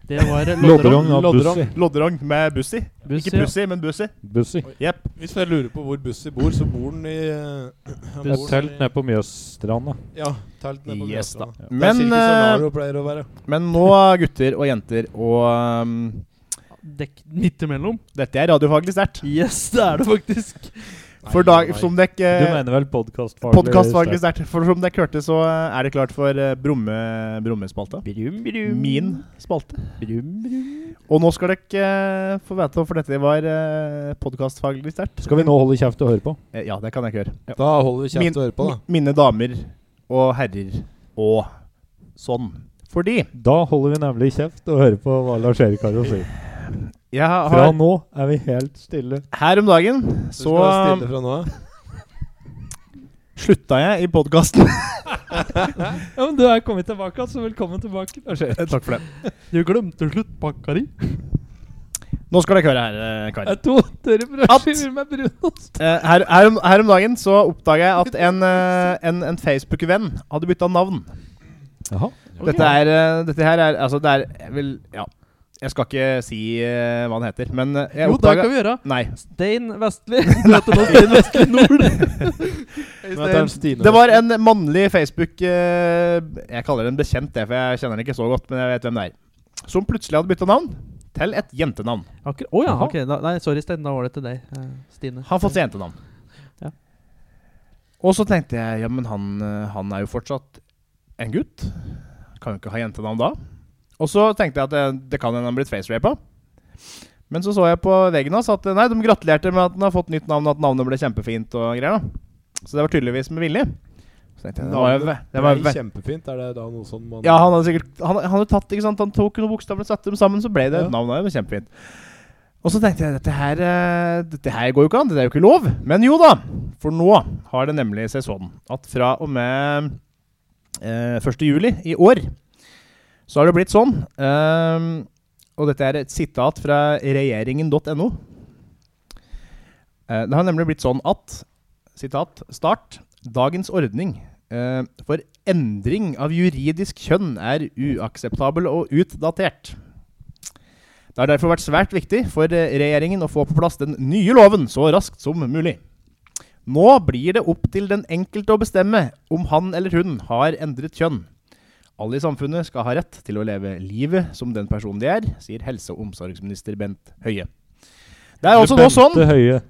[SPEAKER 4] Det var eh,
[SPEAKER 3] Lodderong av
[SPEAKER 2] Lodderong,
[SPEAKER 3] Bussi.
[SPEAKER 2] Lodderong med Bussi.
[SPEAKER 4] Bussi,
[SPEAKER 2] Ikke Pussi, men Bussi.
[SPEAKER 3] Bussi.
[SPEAKER 2] Jepp.
[SPEAKER 5] Hvis jeg lurer på hvor Bussi bor, så bor han i eh, [CLEARS THROAT] han
[SPEAKER 3] Et
[SPEAKER 5] bor
[SPEAKER 3] telt
[SPEAKER 5] i-
[SPEAKER 3] nede på Mjøsstranda.
[SPEAKER 5] Ja, telt nede på
[SPEAKER 2] Yes,
[SPEAKER 5] Mjøsa. Ja.
[SPEAKER 2] Men,
[SPEAKER 5] det er
[SPEAKER 2] eh,
[SPEAKER 5] cirka sånn pleier å være.
[SPEAKER 2] Men nå, gutter og jenter og ehm,
[SPEAKER 4] Dekk midt imellom.
[SPEAKER 2] Dette er radiofaglig sterkt.
[SPEAKER 4] Yes, det er det faktisk.
[SPEAKER 2] For dag, som dere
[SPEAKER 3] Du
[SPEAKER 2] eh,
[SPEAKER 3] mener vel podkastfaglig?
[SPEAKER 2] Podkastfaglig sterkt. For som dere hørte, så eh, er det klart for eh, Brumme, Brummespalta.
[SPEAKER 4] Brum, brum.
[SPEAKER 2] Min spalte.
[SPEAKER 4] Brum, brum.
[SPEAKER 2] Og nå skal dere eh, få vite, for dette var eh, podkastfaglig sterkt.
[SPEAKER 3] Skal vi nå holde kjeft og høre på?
[SPEAKER 2] Eh, Ja, det kan jeg ikke gjøre. Ja.
[SPEAKER 5] Da holder vi
[SPEAKER 2] Min-
[SPEAKER 5] kjeft og hører på, da.
[SPEAKER 2] Mine damer og herrer og sånn. Fordi
[SPEAKER 3] Da holder vi nemlig kjeft og hører på hva Lars Erik har å si.
[SPEAKER 2] jeg
[SPEAKER 3] Fra
[SPEAKER 2] har
[SPEAKER 3] nå er vi helt stille.
[SPEAKER 2] Her om dagen
[SPEAKER 5] Du
[SPEAKER 2] så
[SPEAKER 5] skal være stille fra nå av.
[SPEAKER 2] slutta jeg i podkasten.
[SPEAKER 4] [LAUGHS] Ja, men du er kommet tilbake, altså. Velkommen tilbake.
[SPEAKER 2] Takk for det.
[SPEAKER 4] Du glemte sluttpakka di.
[SPEAKER 2] Nå skal dere høre her, eh, karer.
[SPEAKER 4] Jeg to tørre brødskiver med brunost.
[SPEAKER 2] Eh, her, her, om, her om dagen så oppdaga jeg at en, eh, en, en Facebook-venn hadde bytta navn.
[SPEAKER 3] Jaha.
[SPEAKER 2] Dette, er, eh, dette her er Altså, det er vel Ja. Jeg skal ikke si eh, hva han heter, men eh, jeg
[SPEAKER 4] Jo, det
[SPEAKER 2] oppdaga
[SPEAKER 4] kan vi gjøre.
[SPEAKER 2] Nei.
[SPEAKER 4] Stein
[SPEAKER 2] [LAUGHS]
[SPEAKER 4] Vestli. Du heter nå Stein Vestli Nord.
[SPEAKER 5] Nå heter han Stine.
[SPEAKER 2] Det var en mannlig Facebook eh, Jeg kaller den bekjent, det, for jeg kjenner den ikke så godt, men jeg vet hvem det er. Som plutselig hadde bytta navn til et jentenavn.
[SPEAKER 4] Å oh, ja.
[SPEAKER 3] Jaha.
[SPEAKER 4] ok. Da, nei, sorry, Stein. Da var det til deg. eh, Stine.
[SPEAKER 2] Han har fått seg jentenavn.
[SPEAKER 4] Ja.
[SPEAKER 2] Og så tenkte jeg ja, men han, eh, han er jo fortsatt en gutt. Kan jo ikke ha jentenavn da. Og så tenkte jeg at det, det kan hende han har blitt facerapa. Men så så jeg på veggen hans at eh, nei, de gratulerte med at han har fått nytt navn, og at navnet ble kjempefint og greier. da. Så det var tydeligvis med vilje. Så tenkte jeg, det var, jo ve- det var,
[SPEAKER 5] Nei,
[SPEAKER 2] ve-
[SPEAKER 5] kjempefint. Er det da noe sånn man
[SPEAKER 2] ja, han hadde sikkert Han, han hadde tatt, ikke sant Han tok noen bokstaver og satte dem sammen, så ble det
[SPEAKER 5] Ja.
[SPEAKER 2] et navn. Det var kjempefint. Og så tenkte jeg dette her, eh, dette her går jo ikke an, det er jo ikke lov. Men jo da, for nå har det nemlig seg sånn at fra og med eh, 1. juli i år så har det blitt sånn eh, Og dette er et sitat fra regjeringen.no. Eh, det har nemlig blitt sånn at Sitat start. Dagens ordning eh, for endring av juridisk kjønn er uakseptabel og utdatert. Det har derfor vært svært viktig for eh, regjeringen å få på plass den nye loven så raskt som mulig. Nå blir det opp til den enkelte å bestemme om han eller hun har endret kjønn. Alle i samfunnet skal ha rett til å leve livet som den personen de er, sier helse- og omsorgsminister Bent Høie. Det er også nå sånn
[SPEAKER 3] Bente Høie.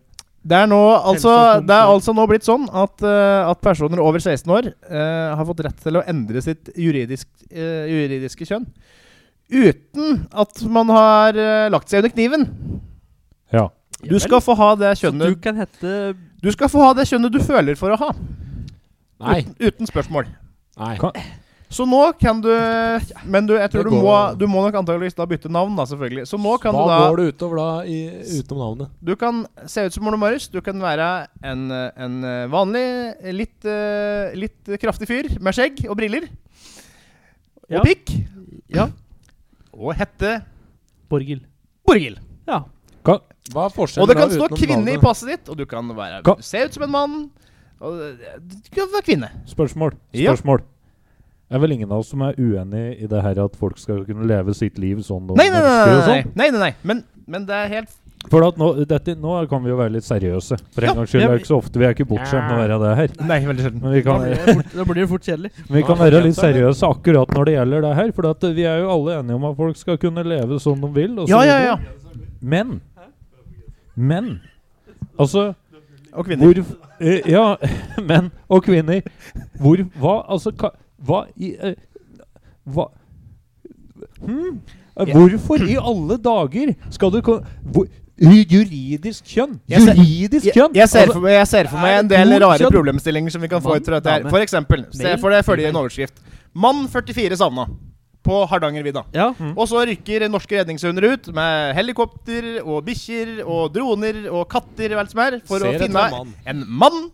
[SPEAKER 2] det er, nå, altså,
[SPEAKER 4] Helse- og
[SPEAKER 2] det er altså nå blitt sånn at, eh, at personer over 16 år eh, har fått rett til å endre sitt juridisk, eh, juridiske kjønn uten at man har eh, lagt seg under kniven.
[SPEAKER 3] Ja.
[SPEAKER 2] Du skal få ha det
[SPEAKER 4] Så du
[SPEAKER 2] kjønnet
[SPEAKER 4] kan hete
[SPEAKER 2] du, skal få ha det kjønnet du føler for å ha.
[SPEAKER 5] Nei.
[SPEAKER 2] Uten, uten spørsmål.
[SPEAKER 5] Nei.
[SPEAKER 3] Kan-
[SPEAKER 2] Så nå kan du Men du, jeg tror
[SPEAKER 5] Det
[SPEAKER 2] du må,
[SPEAKER 5] går-
[SPEAKER 2] du må nok antageligvis da bytte navn, da, selvfølgelig. Så nå kan
[SPEAKER 5] Hva
[SPEAKER 2] du da
[SPEAKER 5] går det utover da i, utenom navnet?
[SPEAKER 2] Du kan se ut som Ole Marius. Du kan være en, eh, en eh, vanlig, eh, litt, eh, litt eh, kraftig fyr med skjegg og briller. Og
[SPEAKER 4] Ja.
[SPEAKER 2] pikk.
[SPEAKER 4] Ja.
[SPEAKER 2] Og hette
[SPEAKER 4] Borghild.
[SPEAKER 2] Borghild.
[SPEAKER 4] Ja.
[SPEAKER 3] Kan,
[SPEAKER 5] Hva er forskjellen
[SPEAKER 2] Og det kan
[SPEAKER 5] da
[SPEAKER 2] stå
[SPEAKER 5] utenom
[SPEAKER 2] kvinne i
[SPEAKER 5] navnet?
[SPEAKER 2] passet ditt, og du kan være,
[SPEAKER 3] Ka-
[SPEAKER 2] se ut som en mann. Og eh, du kan være kvinne.
[SPEAKER 3] spørsmål.
[SPEAKER 2] Ja.
[SPEAKER 3] Spørsmål. Det er vel ingen av oss som er uenig i det her at folk skal kunne leve sitt liv sånn de
[SPEAKER 2] Nei, nei, nei.
[SPEAKER 3] ønsker og
[SPEAKER 2] nei, nei,
[SPEAKER 3] sånn?
[SPEAKER 2] nei, nei, nei. Men, men det er helt
[SPEAKER 3] For at nå, dette, nå kan vi jo være litt seriøse. For en
[SPEAKER 2] Ja,
[SPEAKER 3] gangs skyld
[SPEAKER 2] ja,
[SPEAKER 3] er det ikke så ofte vi er ikke bortskjemt med å være det her.
[SPEAKER 2] Nei, veldig sjelden.
[SPEAKER 3] Men vi
[SPEAKER 4] Da
[SPEAKER 3] kan,
[SPEAKER 4] blir det fort- da blir det fort kjedelig.
[SPEAKER 3] [LAUGHS] vi kan
[SPEAKER 5] Ja,
[SPEAKER 3] være litt
[SPEAKER 5] helt enig.
[SPEAKER 3] seriøse akkurat når det gjelder det her. For at vi er jo alle enige om at folk skal kunne leve som de vil. Og så
[SPEAKER 2] Ja, ja, ja.
[SPEAKER 3] videre. Men Men altså
[SPEAKER 2] Og kvinner.
[SPEAKER 3] hvor, eh, Ja, [LAUGHS] menn og kvinner. Hvor Hva Altså, hva, hva i eh, Hva hm? Eh,
[SPEAKER 2] Ja.
[SPEAKER 3] Hvorfor i alle dager skal du ko- hvor, Juridisk kjønn!
[SPEAKER 2] Jeg ser-
[SPEAKER 3] Juridisk
[SPEAKER 2] Jeg,
[SPEAKER 3] kjønn!
[SPEAKER 2] jeg, ser
[SPEAKER 3] Altså,
[SPEAKER 2] for, meg- jeg ser for meg en del
[SPEAKER 3] Det er to
[SPEAKER 2] rare
[SPEAKER 3] kjønn.
[SPEAKER 2] problemstillinger som vi kan få
[SPEAKER 4] Mann,
[SPEAKER 2] ut fra dette her.
[SPEAKER 4] dame.
[SPEAKER 2] For eksempel, se
[SPEAKER 4] Male,
[SPEAKER 2] for deg følger en
[SPEAKER 4] female.
[SPEAKER 2] overskrift. Mann 44 savna på Hardangervidda.
[SPEAKER 4] Ja.
[SPEAKER 3] Mm.
[SPEAKER 2] Og så rykker norske redningshunder ut med helikopter og bikkjer og droner og katter og alt som er, for
[SPEAKER 5] Ser
[SPEAKER 2] å
[SPEAKER 5] etter
[SPEAKER 2] finne
[SPEAKER 5] en mann.
[SPEAKER 2] en mann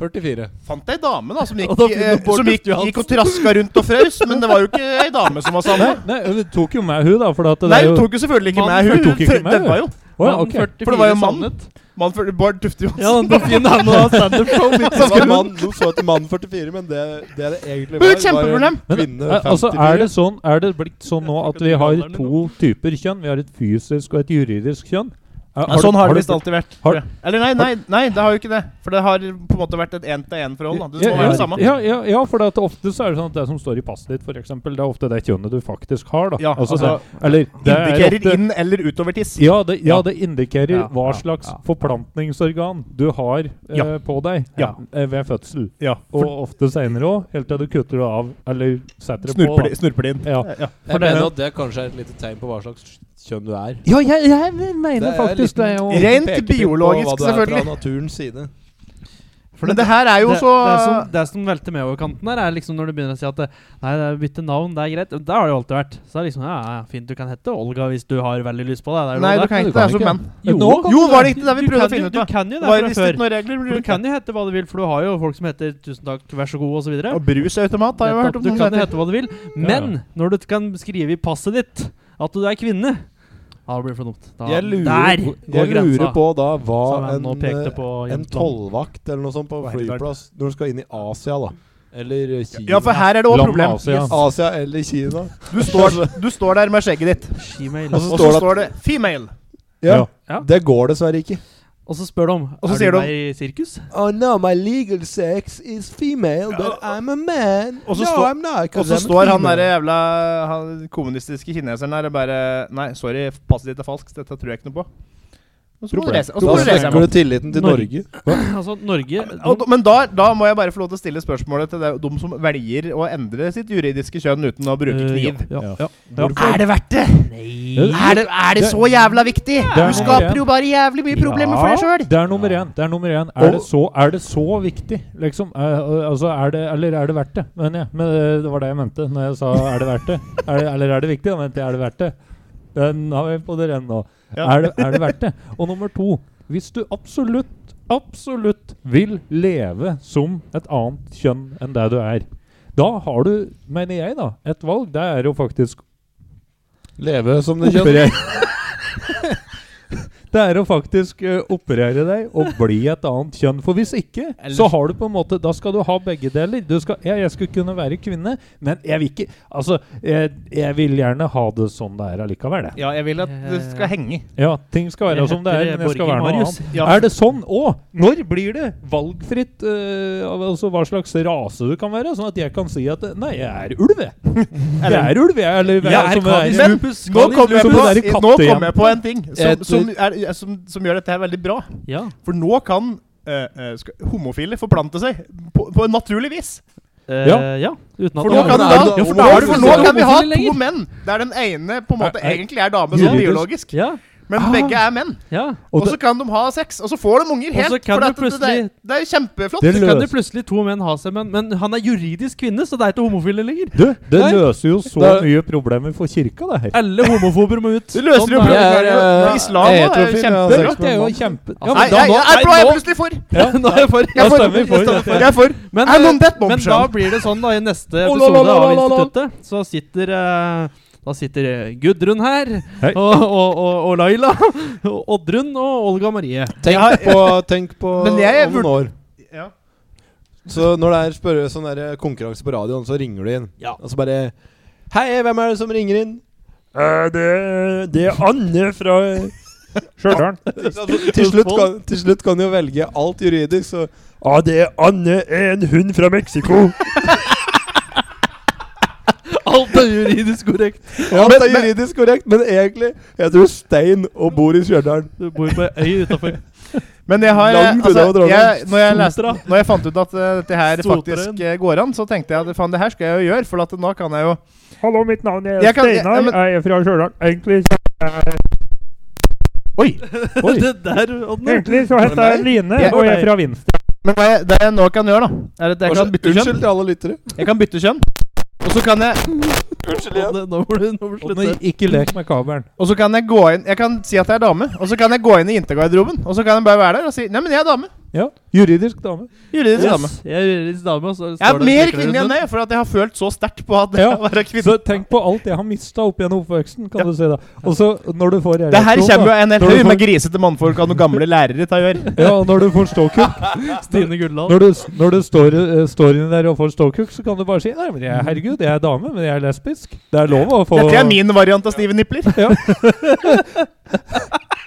[SPEAKER 5] 44.
[SPEAKER 2] [LAUGHS] Fant ei dame da som gikk,
[SPEAKER 3] [LAUGHS] Og da finner
[SPEAKER 2] eh,
[SPEAKER 3] du Bård
[SPEAKER 2] som gikk,
[SPEAKER 3] Tufte
[SPEAKER 2] gikk og traska rundt og frøs, men det var jo ikke ei dame som
[SPEAKER 3] Nei,
[SPEAKER 2] var sammen.
[SPEAKER 3] nei, hun tok jo med hun, da. For at det
[SPEAKER 2] Nei,
[SPEAKER 3] er
[SPEAKER 2] hun
[SPEAKER 3] jo
[SPEAKER 2] tok jo selvfølgelig ikke
[SPEAKER 4] Mann
[SPEAKER 2] med. Hun
[SPEAKER 3] tok ikke
[SPEAKER 2] [LAUGHS] for-
[SPEAKER 3] med,
[SPEAKER 2] Det var jo
[SPEAKER 3] Å, ja,
[SPEAKER 4] Mann
[SPEAKER 3] ok.
[SPEAKER 4] 44
[SPEAKER 2] For det var jo mann.
[SPEAKER 4] savnet.
[SPEAKER 2] mann for Bård Tufte Johnsen.
[SPEAKER 4] Ja,
[SPEAKER 2] [LAUGHS]
[SPEAKER 4] den fin navn og standup-show.
[SPEAKER 2] sånn
[SPEAKER 5] Det var mann, de så etter mann 44, men det det, det egentlig
[SPEAKER 2] Men
[SPEAKER 5] var,
[SPEAKER 2] et kjempeproblem.
[SPEAKER 5] var en kvinne
[SPEAKER 3] Nei, altså, er
[SPEAKER 5] 54.
[SPEAKER 3] det sånn Er det blitt sånn nå at vi har to typer kjønn? Vi har et fysisk og et juridisk kjønn? Er-
[SPEAKER 2] Ja, sånn har det
[SPEAKER 3] du-
[SPEAKER 2] visst alltid vært.
[SPEAKER 3] har-
[SPEAKER 2] tror jeg. Eller nei, nei, nei, det har jo ikke det. For det har på en måte vært et én-til-én-forhold. Det må
[SPEAKER 3] Ja,
[SPEAKER 2] være det
[SPEAKER 3] ja,
[SPEAKER 2] samme.
[SPEAKER 3] ja, ja, ja, for det at ofte så er det sånn at det som står i passet ditt, for eksempel, det er ofte det kjønnet du faktisk har. da
[SPEAKER 2] Ja,
[SPEAKER 3] altså,
[SPEAKER 2] altså,
[SPEAKER 3] det, Eller det er
[SPEAKER 2] Indikerer
[SPEAKER 3] ofte
[SPEAKER 2] inn eller utover tiss.
[SPEAKER 3] ja det, ja, det indikerer
[SPEAKER 4] Ja,
[SPEAKER 3] hva
[SPEAKER 4] ja,
[SPEAKER 3] slags
[SPEAKER 4] ja.
[SPEAKER 3] forplantningsorgan du har eh,
[SPEAKER 2] Ja.
[SPEAKER 3] på deg
[SPEAKER 2] Ja.
[SPEAKER 3] eh, ved fødsel.
[SPEAKER 2] Ja,
[SPEAKER 3] Og ofte seinere òg, helt til du kutter det av eller setter det
[SPEAKER 2] Snurper, de,
[SPEAKER 3] på.
[SPEAKER 2] snurper de inn.
[SPEAKER 3] da. Ja.
[SPEAKER 2] Ja.
[SPEAKER 3] for
[SPEAKER 5] Jeg mener
[SPEAKER 3] det-
[SPEAKER 5] at det kanskje er et lite tegn på hva slags kjønn du er.
[SPEAKER 3] ja, jeg, jeg mener
[SPEAKER 5] Det er
[SPEAKER 3] faktisk
[SPEAKER 5] liten-
[SPEAKER 3] det. Og,
[SPEAKER 2] Rent
[SPEAKER 5] Pekepinn på
[SPEAKER 2] biologisk,
[SPEAKER 5] Hva du er
[SPEAKER 2] selvfølgelig.
[SPEAKER 5] fra naturens side.
[SPEAKER 2] Men [LAUGHS] det her er jo
[SPEAKER 4] det,
[SPEAKER 2] så
[SPEAKER 4] det, som, det som velter med over kanten her, er liksom når du begynner å si at eh, Nei, det er bytte navn, det er greit. Det har det jo alltid vært. Så det er liksom Ja, ja, fint, du kan hete Olga hvis du har veldig lyst på det. det er jo
[SPEAKER 2] Nei, du
[SPEAKER 4] lov, det.
[SPEAKER 2] kan ikke
[SPEAKER 3] kan
[SPEAKER 2] det. er
[SPEAKER 3] ikke.
[SPEAKER 2] som menn.
[SPEAKER 3] Men
[SPEAKER 2] Jo,
[SPEAKER 3] nå kan
[SPEAKER 2] jo,
[SPEAKER 3] du-
[SPEAKER 2] var det ikke det vi
[SPEAKER 4] Du
[SPEAKER 2] prøvde å
[SPEAKER 4] kan jo-
[SPEAKER 2] finne ut
[SPEAKER 4] Du
[SPEAKER 2] av?
[SPEAKER 4] kan jo
[SPEAKER 2] Det var
[SPEAKER 4] det fra
[SPEAKER 2] visst
[SPEAKER 4] før.
[SPEAKER 2] ikke noen regler. men
[SPEAKER 4] Du
[SPEAKER 2] du-
[SPEAKER 4] kan jo hete hva du vil, for du har jo folk som heter 'tusen takk, vær så god' og så videre.
[SPEAKER 2] Og brusautomat har jeg
[SPEAKER 4] Nettopp,
[SPEAKER 2] hørt om.
[SPEAKER 4] du
[SPEAKER 2] noen
[SPEAKER 4] kan jo
[SPEAKER 2] heter.
[SPEAKER 4] hete hva du vil, men når du kan skrive i passet ditt at du er kvinne ja, det blir for dumt. Da,
[SPEAKER 5] Jeg lurer,
[SPEAKER 4] der går
[SPEAKER 5] jeg
[SPEAKER 4] grensa.
[SPEAKER 5] lurer på da hva
[SPEAKER 4] Som jeg
[SPEAKER 5] en,
[SPEAKER 4] nå
[SPEAKER 5] eh,
[SPEAKER 4] pekte
[SPEAKER 5] en
[SPEAKER 4] på Jens Land.
[SPEAKER 5] tollvakt eller noe sånt på
[SPEAKER 2] Hva heter det?
[SPEAKER 5] flyplass når du skal inn i Asia, da. Eller eh, Kina.
[SPEAKER 2] Ja, for her er det òg
[SPEAKER 3] Land
[SPEAKER 2] problem.
[SPEAKER 3] Asia.
[SPEAKER 5] Asia eller Kina.
[SPEAKER 2] Du står, du står der med skjegget ditt,
[SPEAKER 4] Gmail.
[SPEAKER 5] Og
[SPEAKER 2] og
[SPEAKER 5] så
[SPEAKER 2] så
[SPEAKER 5] står det at
[SPEAKER 2] står det 'female'.
[SPEAKER 5] ja,
[SPEAKER 4] Ja.
[SPEAKER 5] Det går dessverre ikke.
[SPEAKER 4] Og så spør de om
[SPEAKER 2] Og så
[SPEAKER 4] er
[SPEAKER 2] sier de-
[SPEAKER 4] du med i sirkus.
[SPEAKER 5] Oh no, my legal sex is female,
[SPEAKER 2] but
[SPEAKER 5] I'm a man.
[SPEAKER 2] Og så No, står-
[SPEAKER 5] I'm not.
[SPEAKER 2] Og så står han eh, derre jævla han, kommunistiske kineseren der og bare 'Nei, sorry, passet ditt er falskt. Dette tror jeg ikke noe på'. Og så må du
[SPEAKER 3] Problem.
[SPEAKER 2] reise, og så
[SPEAKER 5] Da
[SPEAKER 2] må du reise hjem.
[SPEAKER 5] svekker du tilliten til Norge.
[SPEAKER 4] Norge. altså, Norge
[SPEAKER 2] Og, da- men da, da må jeg bare få lov til å stille spørsmålet til de, de som velger å endre sitt juridiske kjønn uten å bruke
[SPEAKER 4] Eh,
[SPEAKER 2] kniv.
[SPEAKER 4] Ja, ja.
[SPEAKER 3] Ja.
[SPEAKER 2] Er det verdt det?
[SPEAKER 4] Nei
[SPEAKER 2] Er det, er det så jævla viktig?
[SPEAKER 3] er
[SPEAKER 2] Du skaper
[SPEAKER 3] noe-
[SPEAKER 2] jo bare jævlig mye problemer for deg sjøl.
[SPEAKER 3] Det er nummer én. Det er, nummer én. er,
[SPEAKER 5] Og-
[SPEAKER 3] det, så, er det så viktig, liksom? Eh, altså, er det, eller er det verdt det? Men, jeg, men eh, det var det jeg mente når jeg sa 'er det verdt det'? Er det, eller er det viktig? Da mente jeg 'er det verdt det'? Den har vi på det rene nå.
[SPEAKER 2] Ja.
[SPEAKER 3] Er, det, er det verdt det? Og nummer to Hvis du absolutt, absolutt vil leve som et annet kjønn enn det du er, da har du, mener jeg, da, et valg. Det er jo faktisk
[SPEAKER 5] Leve som det kjønn.
[SPEAKER 3] operere Det er å faktisk eh, operere deg og bli et annet kjønn. For hvis ikke, så har du på en måte Da skal du ha begge deler. Du skal, ja, jeg skal kunne være kvinne, men jeg vil ikke Altså, jeg, jeg vil gjerne ha det sånn det er allikevel, jeg.
[SPEAKER 2] Ja, jeg vil at det skal henge.
[SPEAKER 3] Ja, ting skal være som det er, men jeg skal være noe annet.
[SPEAKER 2] Ja.
[SPEAKER 3] Er det sånn òg? Når blir det valgfritt eh, av- altså hva slags rase du kan være? Sånn at jeg kan si at eh, Nei, jeg er ulv, jeg. Jeg er ulv, jeg. Eller hva som jeg er.
[SPEAKER 2] Men nå kommer jeg,
[SPEAKER 3] som det
[SPEAKER 2] på,
[SPEAKER 3] der i
[SPEAKER 2] nå
[SPEAKER 3] kattejakt.
[SPEAKER 2] kom jeg på en ting som,
[SPEAKER 5] Et-
[SPEAKER 2] som, er, som, som gjør dette her veldig bra.
[SPEAKER 4] Ja.
[SPEAKER 2] For nå kan eh, eh, skal, homofile forplante seg på, på en naturlig vis.
[SPEAKER 4] Eh,
[SPEAKER 3] Ja.
[SPEAKER 4] ja. Uten at
[SPEAKER 2] For nå
[SPEAKER 5] Ja,
[SPEAKER 4] Ja,
[SPEAKER 5] men
[SPEAKER 2] kan,
[SPEAKER 5] er
[SPEAKER 2] da,
[SPEAKER 5] det
[SPEAKER 2] ja, for
[SPEAKER 5] da- hvorfor
[SPEAKER 2] da,
[SPEAKER 5] er det
[SPEAKER 2] for
[SPEAKER 5] ikke
[SPEAKER 2] nå
[SPEAKER 4] det
[SPEAKER 2] kan vi ha
[SPEAKER 4] homofile
[SPEAKER 2] to
[SPEAKER 4] lenger?
[SPEAKER 2] menn der den ene på en måte
[SPEAKER 3] Er- er-
[SPEAKER 2] egentlig er dame sånn
[SPEAKER 3] Juridisk.
[SPEAKER 2] biologisk,
[SPEAKER 4] ja,
[SPEAKER 2] men begge er menn.
[SPEAKER 4] ja.
[SPEAKER 2] Og så kan de ha sex, og så får de unger
[SPEAKER 4] Og så
[SPEAKER 2] helt.
[SPEAKER 4] kan
[SPEAKER 2] For at
[SPEAKER 4] du
[SPEAKER 2] det, det,
[SPEAKER 4] plutselig-
[SPEAKER 2] er- det er kjempeflott.
[SPEAKER 3] Det
[SPEAKER 4] Så kan det
[SPEAKER 3] løser
[SPEAKER 4] plutselig to menn ha seg, men, men han er juridisk kvinne, så det er ikke homofile lenger.
[SPEAKER 3] Du, det
[SPEAKER 5] Nei.
[SPEAKER 3] løser jo så
[SPEAKER 5] Da-
[SPEAKER 3] mye problemer for kirka, det her.
[SPEAKER 4] Alle homofober må ut.
[SPEAKER 2] Du løser jo
[SPEAKER 4] Sånn er det.
[SPEAKER 5] Jeg er,
[SPEAKER 2] problemet.
[SPEAKER 5] eh,
[SPEAKER 2] Islam også er jo
[SPEAKER 5] heterofil,
[SPEAKER 2] kjempe...
[SPEAKER 5] jeg har sex med en mann.
[SPEAKER 3] kjempe...
[SPEAKER 4] Ja,
[SPEAKER 3] Ja,
[SPEAKER 2] Nei,
[SPEAKER 3] men da,
[SPEAKER 2] jeg,
[SPEAKER 3] nå,
[SPEAKER 2] jeg, jeg,
[SPEAKER 3] nei,
[SPEAKER 2] jeg er
[SPEAKER 3] nå-
[SPEAKER 2] plutselig for!
[SPEAKER 3] ja,
[SPEAKER 4] Nå er jeg for.
[SPEAKER 3] da
[SPEAKER 2] for-
[SPEAKER 3] stemmer vi for.
[SPEAKER 2] jeg
[SPEAKER 3] dette.
[SPEAKER 2] Jeg er for.
[SPEAKER 4] Men,
[SPEAKER 2] I'm
[SPEAKER 4] eh,
[SPEAKER 2] on that
[SPEAKER 4] men da
[SPEAKER 2] bombshell.
[SPEAKER 4] blir det sånn, da, i neste
[SPEAKER 3] Oh, la,
[SPEAKER 4] episode
[SPEAKER 3] la, la,
[SPEAKER 4] av
[SPEAKER 3] la, la.
[SPEAKER 4] Instituttet, så sitter eh, da sitter eh, Gudrun her,
[SPEAKER 3] Hei.
[SPEAKER 4] og, og, og, og Laila, [LAUGHS] og Oddrun og Olga Marie.
[SPEAKER 5] Tenk på, tenk på
[SPEAKER 2] Men jeg
[SPEAKER 5] om noen år.
[SPEAKER 2] Ja.
[SPEAKER 5] Så når det er spørre sånn der konkurranse på radioen, så ringer du inn.
[SPEAKER 4] Ja.
[SPEAKER 5] Og så bare Hei, hvem er det som ringer inn?
[SPEAKER 3] Eh, det, er Anne fra Stjørdal.
[SPEAKER 5] [LAUGHS] til, slutt kan, til slutt kan du jo velge alt juridisk, så
[SPEAKER 3] Ja, det er Anne, en hund fra Mexico.
[SPEAKER 5] [LAUGHS]
[SPEAKER 4] Alt er juridisk korrekt.
[SPEAKER 5] Alt er juridisk korrekt, men egentlig heter du Stein og bor i Stjørdal.
[SPEAKER 4] Du bor på ei øy utafor.
[SPEAKER 2] Men jeg har
[SPEAKER 5] Langt
[SPEAKER 2] altså,
[SPEAKER 5] unna å dra
[SPEAKER 2] jeg,
[SPEAKER 5] den.
[SPEAKER 2] når, jeg leste,
[SPEAKER 4] Sotra.
[SPEAKER 2] når jeg fant ut at eh, dette her
[SPEAKER 4] Sotra
[SPEAKER 2] faktisk eh, går an, så tenkte jeg at faen, det her skal jeg jo gjøre, for at nå kan jeg jo
[SPEAKER 3] Hallo, mitt navn er
[SPEAKER 2] Jeg kan- jeg-
[SPEAKER 3] Steinar.
[SPEAKER 2] ja, men-
[SPEAKER 3] Jeg er fra Stjørdal. Egentlig,
[SPEAKER 2] Oi!
[SPEAKER 3] Oi.
[SPEAKER 4] Det der, Oddrun.
[SPEAKER 3] egentlig så heter jeg Line,
[SPEAKER 2] Jeg-
[SPEAKER 3] og jeg er fra Vinstra.
[SPEAKER 2] Men hva jeg, det jeg nå kan gjøre, da, er at jeg kan bytte
[SPEAKER 5] Unnskyld
[SPEAKER 2] kjønn.
[SPEAKER 5] til alle lyttere.
[SPEAKER 2] Jeg kan bytte kjønn. Og så kan jeg
[SPEAKER 5] Unnskyld igjen.
[SPEAKER 4] Nå må du, nå må du slutte.
[SPEAKER 3] Ikke lek med kabelen.
[SPEAKER 2] Og så kan jeg gå inn Jeg kan si at jeg er dame, og så kan jeg gå inn i jentegarderoben, og så kan jeg bare være der og si 'Nei, men jeg er dame'.
[SPEAKER 3] Ja, Juridisk dame.
[SPEAKER 2] Juridisk dame.
[SPEAKER 4] Yes, jeg er juridisk dame. og så
[SPEAKER 2] Jeg
[SPEAKER 4] står
[SPEAKER 2] er
[SPEAKER 4] det-
[SPEAKER 2] mer
[SPEAKER 4] klikker det
[SPEAKER 2] kvinnelig
[SPEAKER 4] rundt
[SPEAKER 2] enn
[SPEAKER 4] den.
[SPEAKER 2] det, for at jeg har følt så sterkt på at det
[SPEAKER 3] Ja,
[SPEAKER 2] å være kvinne
[SPEAKER 3] Så tenk på alt jeg har mista opp gjennom oppveksten. kan du si da. Og så når du får
[SPEAKER 2] Det her
[SPEAKER 3] ereksjon,
[SPEAKER 2] kommer jo
[SPEAKER 3] da.
[SPEAKER 2] en hel
[SPEAKER 3] Når du
[SPEAKER 2] haug
[SPEAKER 3] får-
[SPEAKER 2] med grisete mannfolk av noen gamle lærere til å gjøre.
[SPEAKER 3] Ja, og når du får ståkuk
[SPEAKER 4] Stine Guldal.
[SPEAKER 3] Når du, når du står, eh, står inni der og får ståkuk, så kan du bare si Nei, men jeg, herregud, jeg er dame, men jeg er lesbisk. Det er lov å få
[SPEAKER 2] Dette er min variant av Steven Nipler.
[SPEAKER 3] Ja,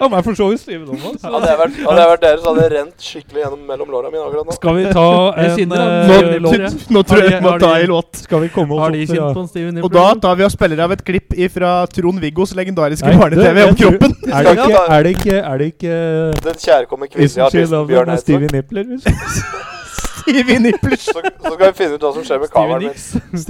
[SPEAKER 3] men jeg for så vidt Steven Omvald. så-
[SPEAKER 5] Hadde jeg vært, hadde jeg vært dere, så hadde jeg rent skikkelig gjennom mellom låra mine akkurat nå.
[SPEAKER 3] Skal vi ta
[SPEAKER 4] Jeg
[SPEAKER 3] en
[SPEAKER 4] kjenner
[SPEAKER 3] eh,
[SPEAKER 4] han.
[SPEAKER 3] låt?
[SPEAKER 4] Låt, ja.
[SPEAKER 2] Nå, nå tror jeg
[SPEAKER 4] Har
[SPEAKER 2] vi
[SPEAKER 4] de-
[SPEAKER 2] må
[SPEAKER 4] har
[SPEAKER 2] ta
[SPEAKER 4] de-
[SPEAKER 2] en låt.
[SPEAKER 3] Skal vi komme oss
[SPEAKER 4] Har de
[SPEAKER 3] opp til
[SPEAKER 4] kjent
[SPEAKER 3] ja.
[SPEAKER 4] på en Steven
[SPEAKER 2] Og da tar vi og spiller av et klipp fra Trond-Viggos legendariske
[SPEAKER 3] Nei, det-
[SPEAKER 2] barne-TV om
[SPEAKER 3] jeg tror-
[SPEAKER 2] kroppen.
[SPEAKER 3] Er det ikke,
[SPEAKER 2] [LAUGHS]
[SPEAKER 3] er det ikke, er det ikke eh,
[SPEAKER 5] Den kjærkomme
[SPEAKER 3] Isn't
[SPEAKER 5] kvinnelige
[SPEAKER 3] She
[SPEAKER 5] artisten
[SPEAKER 3] Lovely
[SPEAKER 5] Bjørn
[SPEAKER 3] med
[SPEAKER 5] Eidsvåg.
[SPEAKER 3] Stevie Nippler? hvis-
[SPEAKER 2] Steven Nipler.
[SPEAKER 5] Så, så skal vi finne ut hva som skjer med
[SPEAKER 4] Steven
[SPEAKER 5] kameraet mitt.
[SPEAKER 4] Nicks.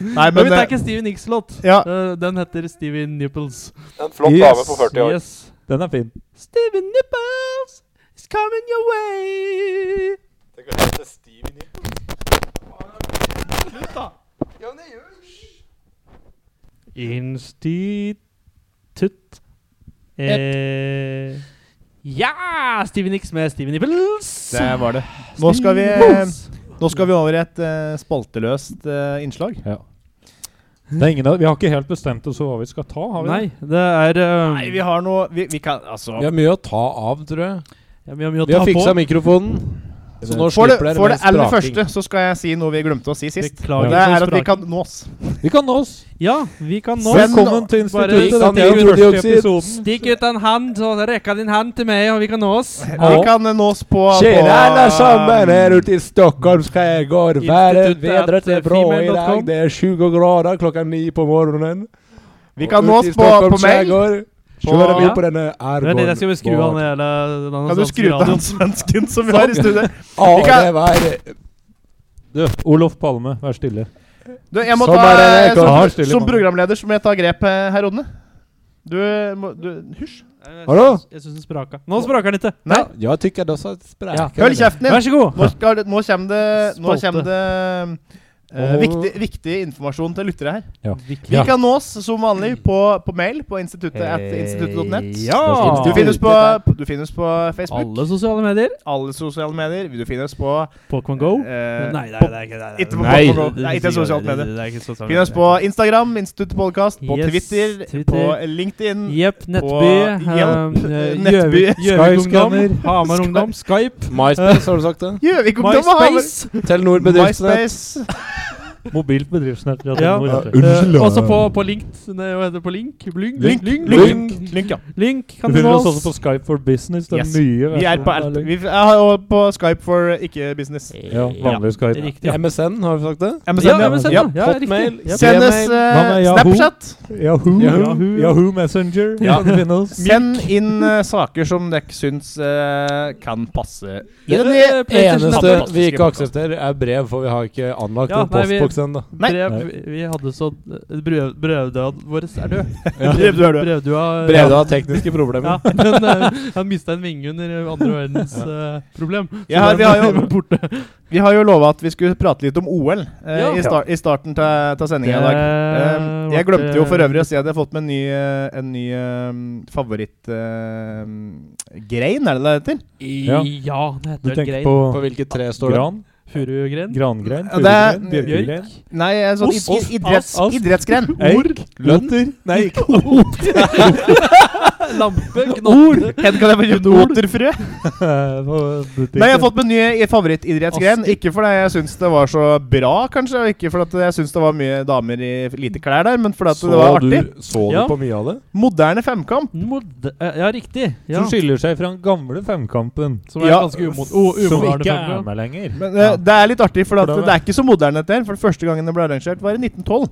[SPEAKER 2] Nei,
[SPEAKER 4] Men
[SPEAKER 2] men
[SPEAKER 4] det er
[SPEAKER 2] eh,
[SPEAKER 4] ikke Steven Nicks-låt.
[SPEAKER 2] Ja.
[SPEAKER 4] Eh, Den heter Stevie Nipples.
[SPEAKER 5] En flott
[SPEAKER 3] Yes.
[SPEAKER 5] dame på 40 år.
[SPEAKER 4] Yes.
[SPEAKER 3] Den er fin.
[SPEAKER 4] Stevie Nipples is coming your way.
[SPEAKER 5] Tenk å hete Stevie Nicks. Ja, men jeg gjør det.
[SPEAKER 4] Institutt eh, Ja! Steven Nicks med Steven Nipples.
[SPEAKER 2] der var det. Nå skal vi, eh,
[SPEAKER 4] Nipples.
[SPEAKER 2] nå skal vi over i et eh, spalteløst eh, innslag.
[SPEAKER 3] Det er ingen av, vi har ikke helt bestemt oss for hva vi skal ta, har vi? det?
[SPEAKER 4] Nei, det er eh,
[SPEAKER 2] Nei, vi har noe Vi, vi kan altså
[SPEAKER 7] Vi har mye å ta av, tror jeg.
[SPEAKER 4] ja, vi har mye å
[SPEAKER 7] Vi har
[SPEAKER 4] ta på.
[SPEAKER 7] fiksa mikrofonen. Så nå
[SPEAKER 2] For det,
[SPEAKER 7] slipper dere
[SPEAKER 2] for det
[SPEAKER 7] med
[SPEAKER 2] aller
[SPEAKER 7] spraking.
[SPEAKER 2] første så skal jeg si noe vi glemte å si sist.
[SPEAKER 4] Beklager
[SPEAKER 2] Og det
[SPEAKER 4] for
[SPEAKER 2] er at vi
[SPEAKER 4] spraking.
[SPEAKER 2] kan nås.
[SPEAKER 7] Vi kan nås.
[SPEAKER 4] Ja, vi kan nå
[SPEAKER 3] Velkommen til
[SPEAKER 4] Bare-
[SPEAKER 3] instituttet. Dette er jo første
[SPEAKER 7] Sandhild-
[SPEAKER 3] episoden.
[SPEAKER 4] Stikk ut en hand, så rekka din hand til meg, og vi kan nå oss.
[SPEAKER 2] Vi kan eh, nås på, på
[SPEAKER 7] Tjena alle sammen her ute i Stockholms skärgård. Været
[SPEAKER 4] Institutet
[SPEAKER 7] vädret är bra
[SPEAKER 4] female.com.
[SPEAKER 7] idag. Det är 20 grader klockan 9 på morgonen.
[SPEAKER 2] Vi kan
[SPEAKER 7] Och
[SPEAKER 2] nås
[SPEAKER 7] ute i
[SPEAKER 2] på-
[SPEAKER 7] Stockholms
[SPEAKER 2] på mail.
[SPEAKER 7] skärgård
[SPEAKER 2] På-
[SPEAKER 7] Kör vi
[SPEAKER 4] Ja.
[SPEAKER 7] på den här Argon.
[SPEAKER 4] Vent litt, jeg skal vi skru av den hele den
[SPEAKER 2] Kan du skru av den svensken som vi har i studio? Vi
[SPEAKER 7] Ja,
[SPEAKER 2] kan-
[SPEAKER 7] det var det.
[SPEAKER 3] Du, Olof Palme, vær stille.
[SPEAKER 2] Du, jeg må
[SPEAKER 7] Som
[SPEAKER 2] ta
[SPEAKER 7] bare det kan-
[SPEAKER 2] som,
[SPEAKER 7] Har
[SPEAKER 3] stille
[SPEAKER 2] som
[SPEAKER 3] mann.
[SPEAKER 2] programleder så må jeg ta grep, eh, herr Odne. Du må du, Hysj.
[SPEAKER 7] Hallo?
[SPEAKER 4] Jeg syns den spraka. Nå spraker den ikke.
[SPEAKER 2] Nei,
[SPEAKER 7] Jag tycker det så spräcker.
[SPEAKER 4] Ja.
[SPEAKER 2] hold kjeften din!
[SPEAKER 4] Vær så god.
[SPEAKER 2] Nå, skal, det- nå kommer det, nå
[SPEAKER 4] Spalte.
[SPEAKER 2] kommer det eh,
[SPEAKER 3] Og-
[SPEAKER 2] viktig, viktig informasjon til lyttere her. Vi
[SPEAKER 3] Ja.
[SPEAKER 2] kan nås som vanlig på, på mail på instituttet at instituttet.net.
[SPEAKER 4] Ja!
[SPEAKER 2] Du finner oss på, du finner oss på Facebook,
[SPEAKER 4] Alle sosiale medier.
[SPEAKER 2] alle sosiale medier. Du finner oss på
[SPEAKER 4] Pokémon Go.
[SPEAKER 2] eh,
[SPEAKER 4] Nei, nei,
[SPEAKER 2] på-
[SPEAKER 4] det er ikke det.
[SPEAKER 2] Ikke på
[SPEAKER 4] Nei,
[SPEAKER 2] Pokémon Go.
[SPEAKER 4] det-
[SPEAKER 2] Nei, ikke
[SPEAKER 4] det-
[SPEAKER 2] sosialt
[SPEAKER 4] det-
[SPEAKER 2] medie.
[SPEAKER 4] det- det er ikke sosialt
[SPEAKER 2] Finn oss
[SPEAKER 4] medie.
[SPEAKER 2] på Instagram, Instituttet Podcast, på
[SPEAKER 4] Yes,
[SPEAKER 2] Twitter,
[SPEAKER 4] Twitter.
[SPEAKER 2] på LinkedIn.
[SPEAKER 4] Eh, Jepp, Nettby.
[SPEAKER 2] Hjelp,
[SPEAKER 4] eh, eh,
[SPEAKER 2] [LAUGHS] Nettby.
[SPEAKER 4] Gjøvik- Gjøvik
[SPEAKER 3] Skyscanner.
[SPEAKER 4] Ungdom. Hamar Ungdom. Skype.
[SPEAKER 7] MySpace har du [LAUGHS] sagt det?
[SPEAKER 2] Gjøvik-ungdom har
[SPEAKER 4] MySpace.
[SPEAKER 7] Telenor bedriftsnät.
[SPEAKER 2] MySpace.
[SPEAKER 3] Mobilt bedriftsnett. vi har
[SPEAKER 4] Ja.
[SPEAKER 3] tatt noe rett i.
[SPEAKER 4] Eh, også på, på Linked. Nei, Hva heter det på Link? Blink?
[SPEAKER 3] Link.
[SPEAKER 4] Link.
[SPEAKER 7] Lyng.
[SPEAKER 4] Link.
[SPEAKER 2] Link, ja.
[SPEAKER 4] Link
[SPEAKER 3] Du
[SPEAKER 4] kan du
[SPEAKER 3] finner
[SPEAKER 4] nå
[SPEAKER 3] oss også på Skype for Business. Det er
[SPEAKER 2] Yes.
[SPEAKER 3] mye.
[SPEAKER 2] Vi er på alt. Vi f- er også på Skype for ikke-business.
[SPEAKER 3] Ja, vanlig Skype.
[SPEAKER 4] Riktig. Ja.
[SPEAKER 7] MSN har vi sagt det?
[SPEAKER 4] Ja, ja, men
[SPEAKER 2] MSN,
[SPEAKER 4] send,
[SPEAKER 2] ja.
[SPEAKER 4] ja. ja
[SPEAKER 7] Hotmail.
[SPEAKER 4] riktig.
[SPEAKER 2] Send oss
[SPEAKER 7] Gmail.
[SPEAKER 2] eh,
[SPEAKER 3] Hva med Yahoo?
[SPEAKER 2] Snapchat.
[SPEAKER 3] Yahoo,
[SPEAKER 7] Yahoo.
[SPEAKER 3] Yahoo Messenger.
[SPEAKER 2] Ja.
[SPEAKER 3] Kan du finne oss.
[SPEAKER 2] Send inn eh, saker som dere syns eh, kan passe. i
[SPEAKER 4] Ja,
[SPEAKER 2] den
[SPEAKER 4] det er
[SPEAKER 2] nye-
[SPEAKER 4] PlayStation
[SPEAKER 7] Eneste
[SPEAKER 2] Fantastiske
[SPEAKER 7] vi ikke
[SPEAKER 2] podcast.
[SPEAKER 7] aksepterer, er brev, for vi har ikke anlagt
[SPEAKER 4] Ja,
[SPEAKER 7] noen
[SPEAKER 4] nei, vi-
[SPEAKER 7] postboks ennå.
[SPEAKER 2] Nei.
[SPEAKER 4] Brev, vi- vi hadde så brev, Brevdød vår er død.
[SPEAKER 2] Brevdua er død.
[SPEAKER 4] Brevdua,
[SPEAKER 7] Brede har tekniske problemer.
[SPEAKER 4] Ja, men eh, han mista en vinge under andre verdens eh, problem. Så
[SPEAKER 2] Ja, her,
[SPEAKER 4] den
[SPEAKER 2] vi har jo-
[SPEAKER 4] ble borte.
[SPEAKER 2] Vi har jo lova at vi skulle prate litt om OL eh,
[SPEAKER 4] Ja.
[SPEAKER 2] i, sta i starten av sendinga i dag. Eh, jeg
[SPEAKER 4] ble-
[SPEAKER 2] glemte jo for øvrig å si at jeg har fått med en ny, eh, en ny eh, favorittgrein, er det det heter?
[SPEAKER 4] eh, Ja, det
[SPEAKER 3] Du
[SPEAKER 4] heter vel
[SPEAKER 3] tenker
[SPEAKER 4] grein.
[SPEAKER 3] på
[SPEAKER 7] På hvilket tre står det?
[SPEAKER 3] gran?
[SPEAKER 4] Furugren.
[SPEAKER 3] Grangrein?
[SPEAKER 2] Ja, det er-
[SPEAKER 3] furugrein, Bjørkegrein?
[SPEAKER 2] Nei, en sånn
[SPEAKER 3] Ost.
[SPEAKER 2] id idretts
[SPEAKER 3] Ast.
[SPEAKER 2] idrettsgren.
[SPEAKER 3] Eik? Løtter? Nei,
[SPEAKER 2] [LAUGHS]
[SPEAKER 3] ikke ord.
[SPEAKER 4] Lampe, knotte,
[SPEAKER 2] Hen kan jeg få kjøpt oterfrø? Nei, jeg har fått med en ny i- favorittidrettsgren. Ikke fordi jeg syns det var så bra, kanskje, og ikke fordi jeg syns det var mye damer i lite klær der, men fordi at
[SPEAKER 7] Så
[SPEAKER 2] det var
[SPEAKER 7] du,
[SPEAKER 2] artig.
[SPEAKER 7] så du
[SPEAKER 4] Ja.
[SPEAKER 7] på mye av det?
[SPEAKER 2] Moderne femkamp.
[SPEAKER 4] Mod- eh, Ja, riktig. Ja.
[SPEAKER 3] Som skiller seg fra den gamle femkampen.
[SPEAKER 4] Som er
[SPEAKER 2] Ja,
[SPEAKER 4] ganske umod- o-
[SPEAKER 3] Som
[SPEAKER 4] umoderne.
[SPEAKER 3] ikke er
[SPEAKER 4] fremfor.
[SPEAKER 3] med lenger.
[SPEAKER 2] Men eh, det er litt artig, for,
[SPEAKER 3] For
[SPEAKER 2] at
[SPEAKER 3] det-
[SPEAKER 2] det er ikke så moderne dette her. For første gangen det ble arrangert, var i 1912.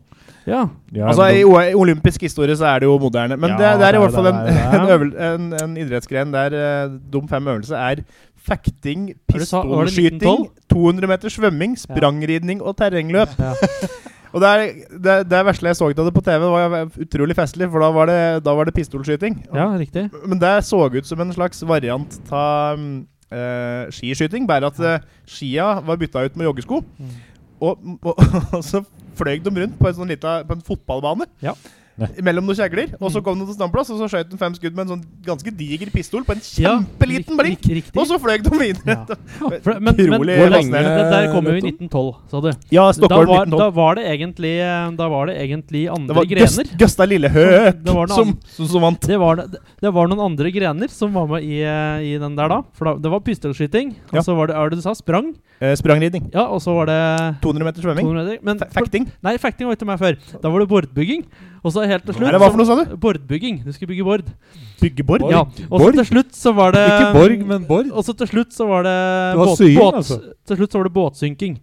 [SPEAKER 4] Ja.
[SPEAKER 3] Ja,
[SPEAKER 2] Altså
[SPEAKER 3] men
[SPEAKER 2] I o- i olympisk historie så er det jo moderne. Men
[SPEAKER 3] Ja,
[SPEAKER 2] det, det er i
[SPEAKER 3] det er
[SPEAKER 2] hvert fall en,
[SPEAKER 3] det, det er det.
[SPEAKER 2] [LAUGHS] en, øvel, en, en idrettsgren der eh, de fem øvelsene er fekting,
[SPEAKER 4] Hva du sa? Var det
[SPEAKER 2] pistolskyting,
[SPEAKER 4] 1912?
[SPEAKER 2] 200 meter svømming, sprangridning og terrengløp.
[SPEAKER 4] Ja.
[SPEAKER 2] Og det, er, det, det verste jeg så av det på TV, var utrolig festlig, for da var det, da var det pistolskyting.
[SPEAKER 4] ja, riktig.
[SPEAKER 2] Men det så ut som en slags variant av mm, eh, skiskyting, bare at eh, skia var bytta ut med joggesko. Og, og, [LAUGHS] og så fløy de rundt på en sånn lita på en fotballbane.
[SPEAKER 4] Ja. Mm.
[SPEAKER 2] Mellom noen kjegler. Og så kom de til standplass, og så skjøt de fem skudd med en sånn ganske diger pistol på en
[SPEAKER 4] Ja,
[SPEAKER 2] kjempeliten blink.
[SPEAKER 4] rik- rik- Riktig.
[SPEAKER 2] Og så fløy de videre. [LAUGHS]
[SPEAKER 4] Ja. For, men, men,
[SPEAKER 2] Utrolig
[SPEAKER 4] men
[SPEAKER 2] lenge,
[SPEAKER 4] der, der kom jo i 1912, sa du.
[SPEAKER 2] Ja,
[SPEAKER 4] Da
[SPEAKER 2] Stockholm
[SPEAKER 4] var,
[SPEAKER 2] 1912.
[SPEAKER 4] da var det egentlig eh, Da var det egentlig
[SPEAKER 2] Det
[SPEAKER 4] andre
[SPEAKER 2] var Gøst,
[SPEAKER 4] grener.
[SPEAKER 2] Gøsta Lillehøp
[SPEAKER 4] Det var noe
[SPEAKER 2] som, som, som vant.
[SPEAKER 4] Det var, det, det var noen andre grener som var med i, eh, i den der, da. For da, det var pistolskyting,
[SPEAKER 2] Ja.
[SPEAKER 4] og så var det hva var det du sa, sprang.
[SPEAKER 2] Eh, sprangridning.
[SPEAKER 4] Ja, og så var det
[SPEAKER 2] 200 meter svømming.
[SPEAKER 4] 200 meter. Men
[SPEAKER 2] Fe- Fekting.
[SPEAKER 4] Nei, fekting var ikke meg før. Da var det bordbygging. Og så helt til slutt
[SPEAKER 2] Nei, det var for noe, sa du?
[SPEAKER 4] Bordbygging. Du skulle bygge bord.
[SPEAKER 2] Byggebord.
[SPEAKER 4] Ja. Og så
[SPEAKER 3] Borg?
[SPEAKER 4] til slutt så var det
[SPEAKER 3] Ikke Borg, men Borg.
[SPEAKER 4] Og så til slutt så var det
[SPEAKER 3] Det var sying, altså.
[SPEAKER 4] Til slutt så var det båtsynking.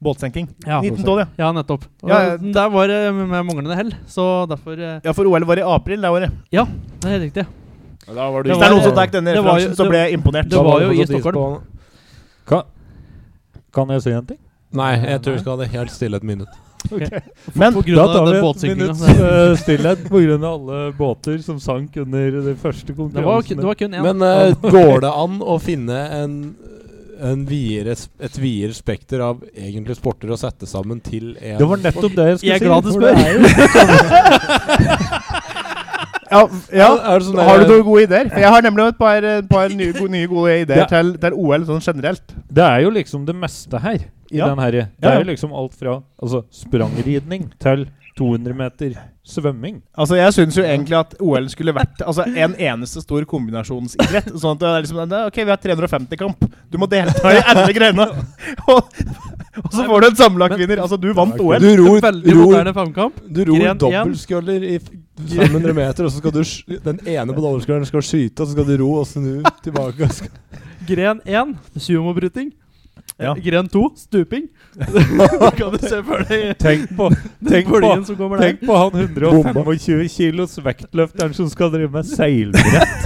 [SPEAKER 2] Båtsenking.
[SPEAKER 4] Ja,
[SPEAKER 2] 1912, ja.
[SPEAKER 4] ja nettopp. Og
[SPEAKER 2] Ja, ja.
[SPEAKER 4] Der var det eh, med manglende hell, så derfor eh,
[SPEAKER 2] Ja, for OL var i april det året.
[SPEAKER 4] Ja, det er helt riktig.
[SPEAKER 2] Hvis
[SPEAKER 4] Det
[SPEAKER 2] det er
[SPEAKER 4] var-
[SPEAKER 2] noen som tar denne
[SPEAKER 4] det var jo-
[SPEAKER 2] referansen, så
[SPEAKER 4] det-
[SPEAKER 2] blir jeg imponert.
[SPEAKER 4] Det
[SPEAKER 5] Da
[SPEAKER 4] var
[SPEAKER 5] det
[SPEAKER 4] jo i
[SPEAKER 5] fortsatt is
[SPEAKER 4] Stockholm.
[SPEAKER 5] på-
[SPEAKER 3] Kan jeg si en ting?
[SPEAKER 5] Nei, jeg tror vi skal ha det helt stille et minutt.
[SPEAKER 2] Men
[SPEAKER 4] På grunn
[SPEAKER 3] Da
[SPEAKER 4] av
[SPEAKER 3] tar vi
[SPEAKER 4] den
[SPEAKER 3] et
[SPEAKER 4] båtsynkinga.
[SPEAKER 3] minutts
[SPEAKER 4] Det,
[SPEAKER 3] eh, stillhet pga. alle båter som sank under den første
[SPEAKER 4] det, var,
[SPEAKER 3] konkurransen.
[SPEAKER 4] det var kun én.
[SPEAKER 5] Men eh, [LAUGHS] går det an å finne en, en videre, sp- et videre spekter av egentlig sporter å sette sammen til en
[SPEAKER 3] Det var nettopp det jeg skulle si.
[SPEAKER 4] Jeg er glad du
[SPEAKER 3] for det
[SPEAKER 4] spør.
[SPEAKER 3] er jo-
[SPEAKER 2] ja, ja. altså,
[SPEAKER 5] Er det sånn der-
[SPEAKER 2] Har du noen gode ideer? For jeg har nemlig et par, et par nye, gode, nye gode ideer
[SPEAKER 3] Ja.
[SPEAKER 2] til, til OL sånn generelt.
[SPEAKER 3] Det er jo liksom det meste her i
[SPEAKER 2] Ja.
[SPEAKER 3] den herre. Det
[SPEAKER 2] Ja, ja.
[SPEAKER 3] er jo liksom alt fra altså, sprangridning til 200 meter svømming.
[SPEAKER 2] Altså, Jeg syns jo egentlig at OL skulle vært altså, en eneste stor kombinasjonsidrett. Sånn at det er liksom det er, OK, vi har 350-kamp. Du må delta i alle greiene. [LAUGHS] og, og så får du en sammenlagt vinner. Altså, du vant OL.
[SPEAKER 5] Du ror,
[SPEAKER 4] Veldig
[SPEAKER 5] ror,
[SPEAKER 4] moderne femkamp.
[SPEAKER 5] du ror
[SPEAKER 4] Gren
[SPEAKER 5] dobbeltskøller i f- 500 meter, og så skal du sk den ene på dobbeltskølleren skal skyte, og så skal du ro og snu tilbake. og skal-
[SPEAKER 4] Gren 1, sumobryting. Eh,
[SPEAKER 2] Ja.
[SPEAKER 4] Gren 2,
[SPEAKER 3] [LAUGHS]
[SPEAKER 4] stuping. [LAUGHS] Da kan du se for deg
[SPEAKER 3] Tenk på,
[SPEAKER 4] den
[SPEAKER 3] tenk på,
[SPEAKER 4] bølgen som kommer der.
[SPEAKER 3] tenk på han 125 kilos vektløfteren som skal drive med seilbrett.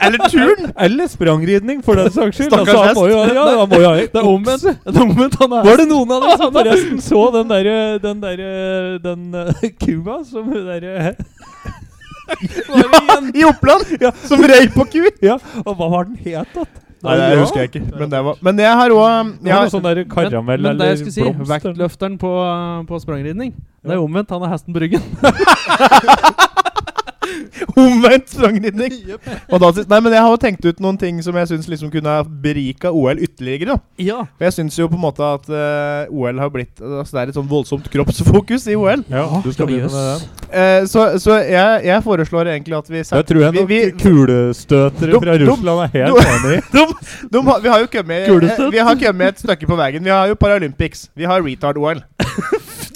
[SPEAKER 2] Eller turn!
[SPEAKER 3] Eller sprangridning, for den saks skyld.
[SPEAKER 2] Stakkars
[SPEAKER 3] Altså, han må jo, ja, han må jo ha
[SPEAKER 4] Det er omvendt. Det er omvendt han er.
[SPEAKER 3] Var det noen av dere
[SPEAKER 2] [LAUGHS]
[SPEAKER 3] som forresten så den derre Den derre Den eh, kua som hun derre [LAUGHS]
[SPEAKER 2] Ja, I Oppland! Som rei på ku.
[SPEAKER 3] Ja, og hva var den het, da?
[SPEAKER 2] Nei, det husker jeg ikke. Men, det var, men jeg har òg
[SPEAKER 3] Det var noe sånn derre karamell
[SPEAKER 4] men, men det jeg
[SPEAKER 3] eller
[SPEAKER 4] skulle si,
[SPEAKER 3] blomst. eller-
[SPEAKER 4] vektløfteren på, på sprangridning. Det er omvendt. Han er hesten Bryggen.
[SPEAKER 2] Omvendt sprangridning. Og da syns- Nei, men jeg har jo tenkt ut noen ting som jeg syns liksom kunne ha berika OL ytterligere. da.
[SPEAKER 4] Ja.
[SPEAKER 2] For jeg syns jo på en måte at eh, OL har blitt altså Det er et sånn voldsomt kroppsfokus i OL.
[SPEAKER 3] Ja, du skal
[SPEAKER 4] Ja,
[SPEAKER 3] begynne med
[SPEAKER 4] jøss.
[SPEAKER 3] den.
[SPEAKER 2] Eh, så så jeg, jeg foreslår egentlig at vi
[SPEAKER 3] Jeg
[SPEAKER 2] setter
[SPEAKER 3] tror jeg
[SPEAKER 2] vi-
[SPEAKER 3] nok
[SPEAKER 2] vi-
[SPEAKER 3] [LAUGHS] kulestøtere
[SPEAKER 2] Dum,
[SPEAKER 3] fra
[SPEAKER 2] dum,
[SPEAKER 3] Russland er helt
[SPEAKER 2] dum.
[SPEAKER 3] enig i.
[SPEAKER 2] de, har- Vi har jo kommet,
[SPEAKER 3] Kulestøt.
[SPEAKER 2] vi har kommet et stykke på veien. Vi har jo Paralympics. Vi har retard-OL.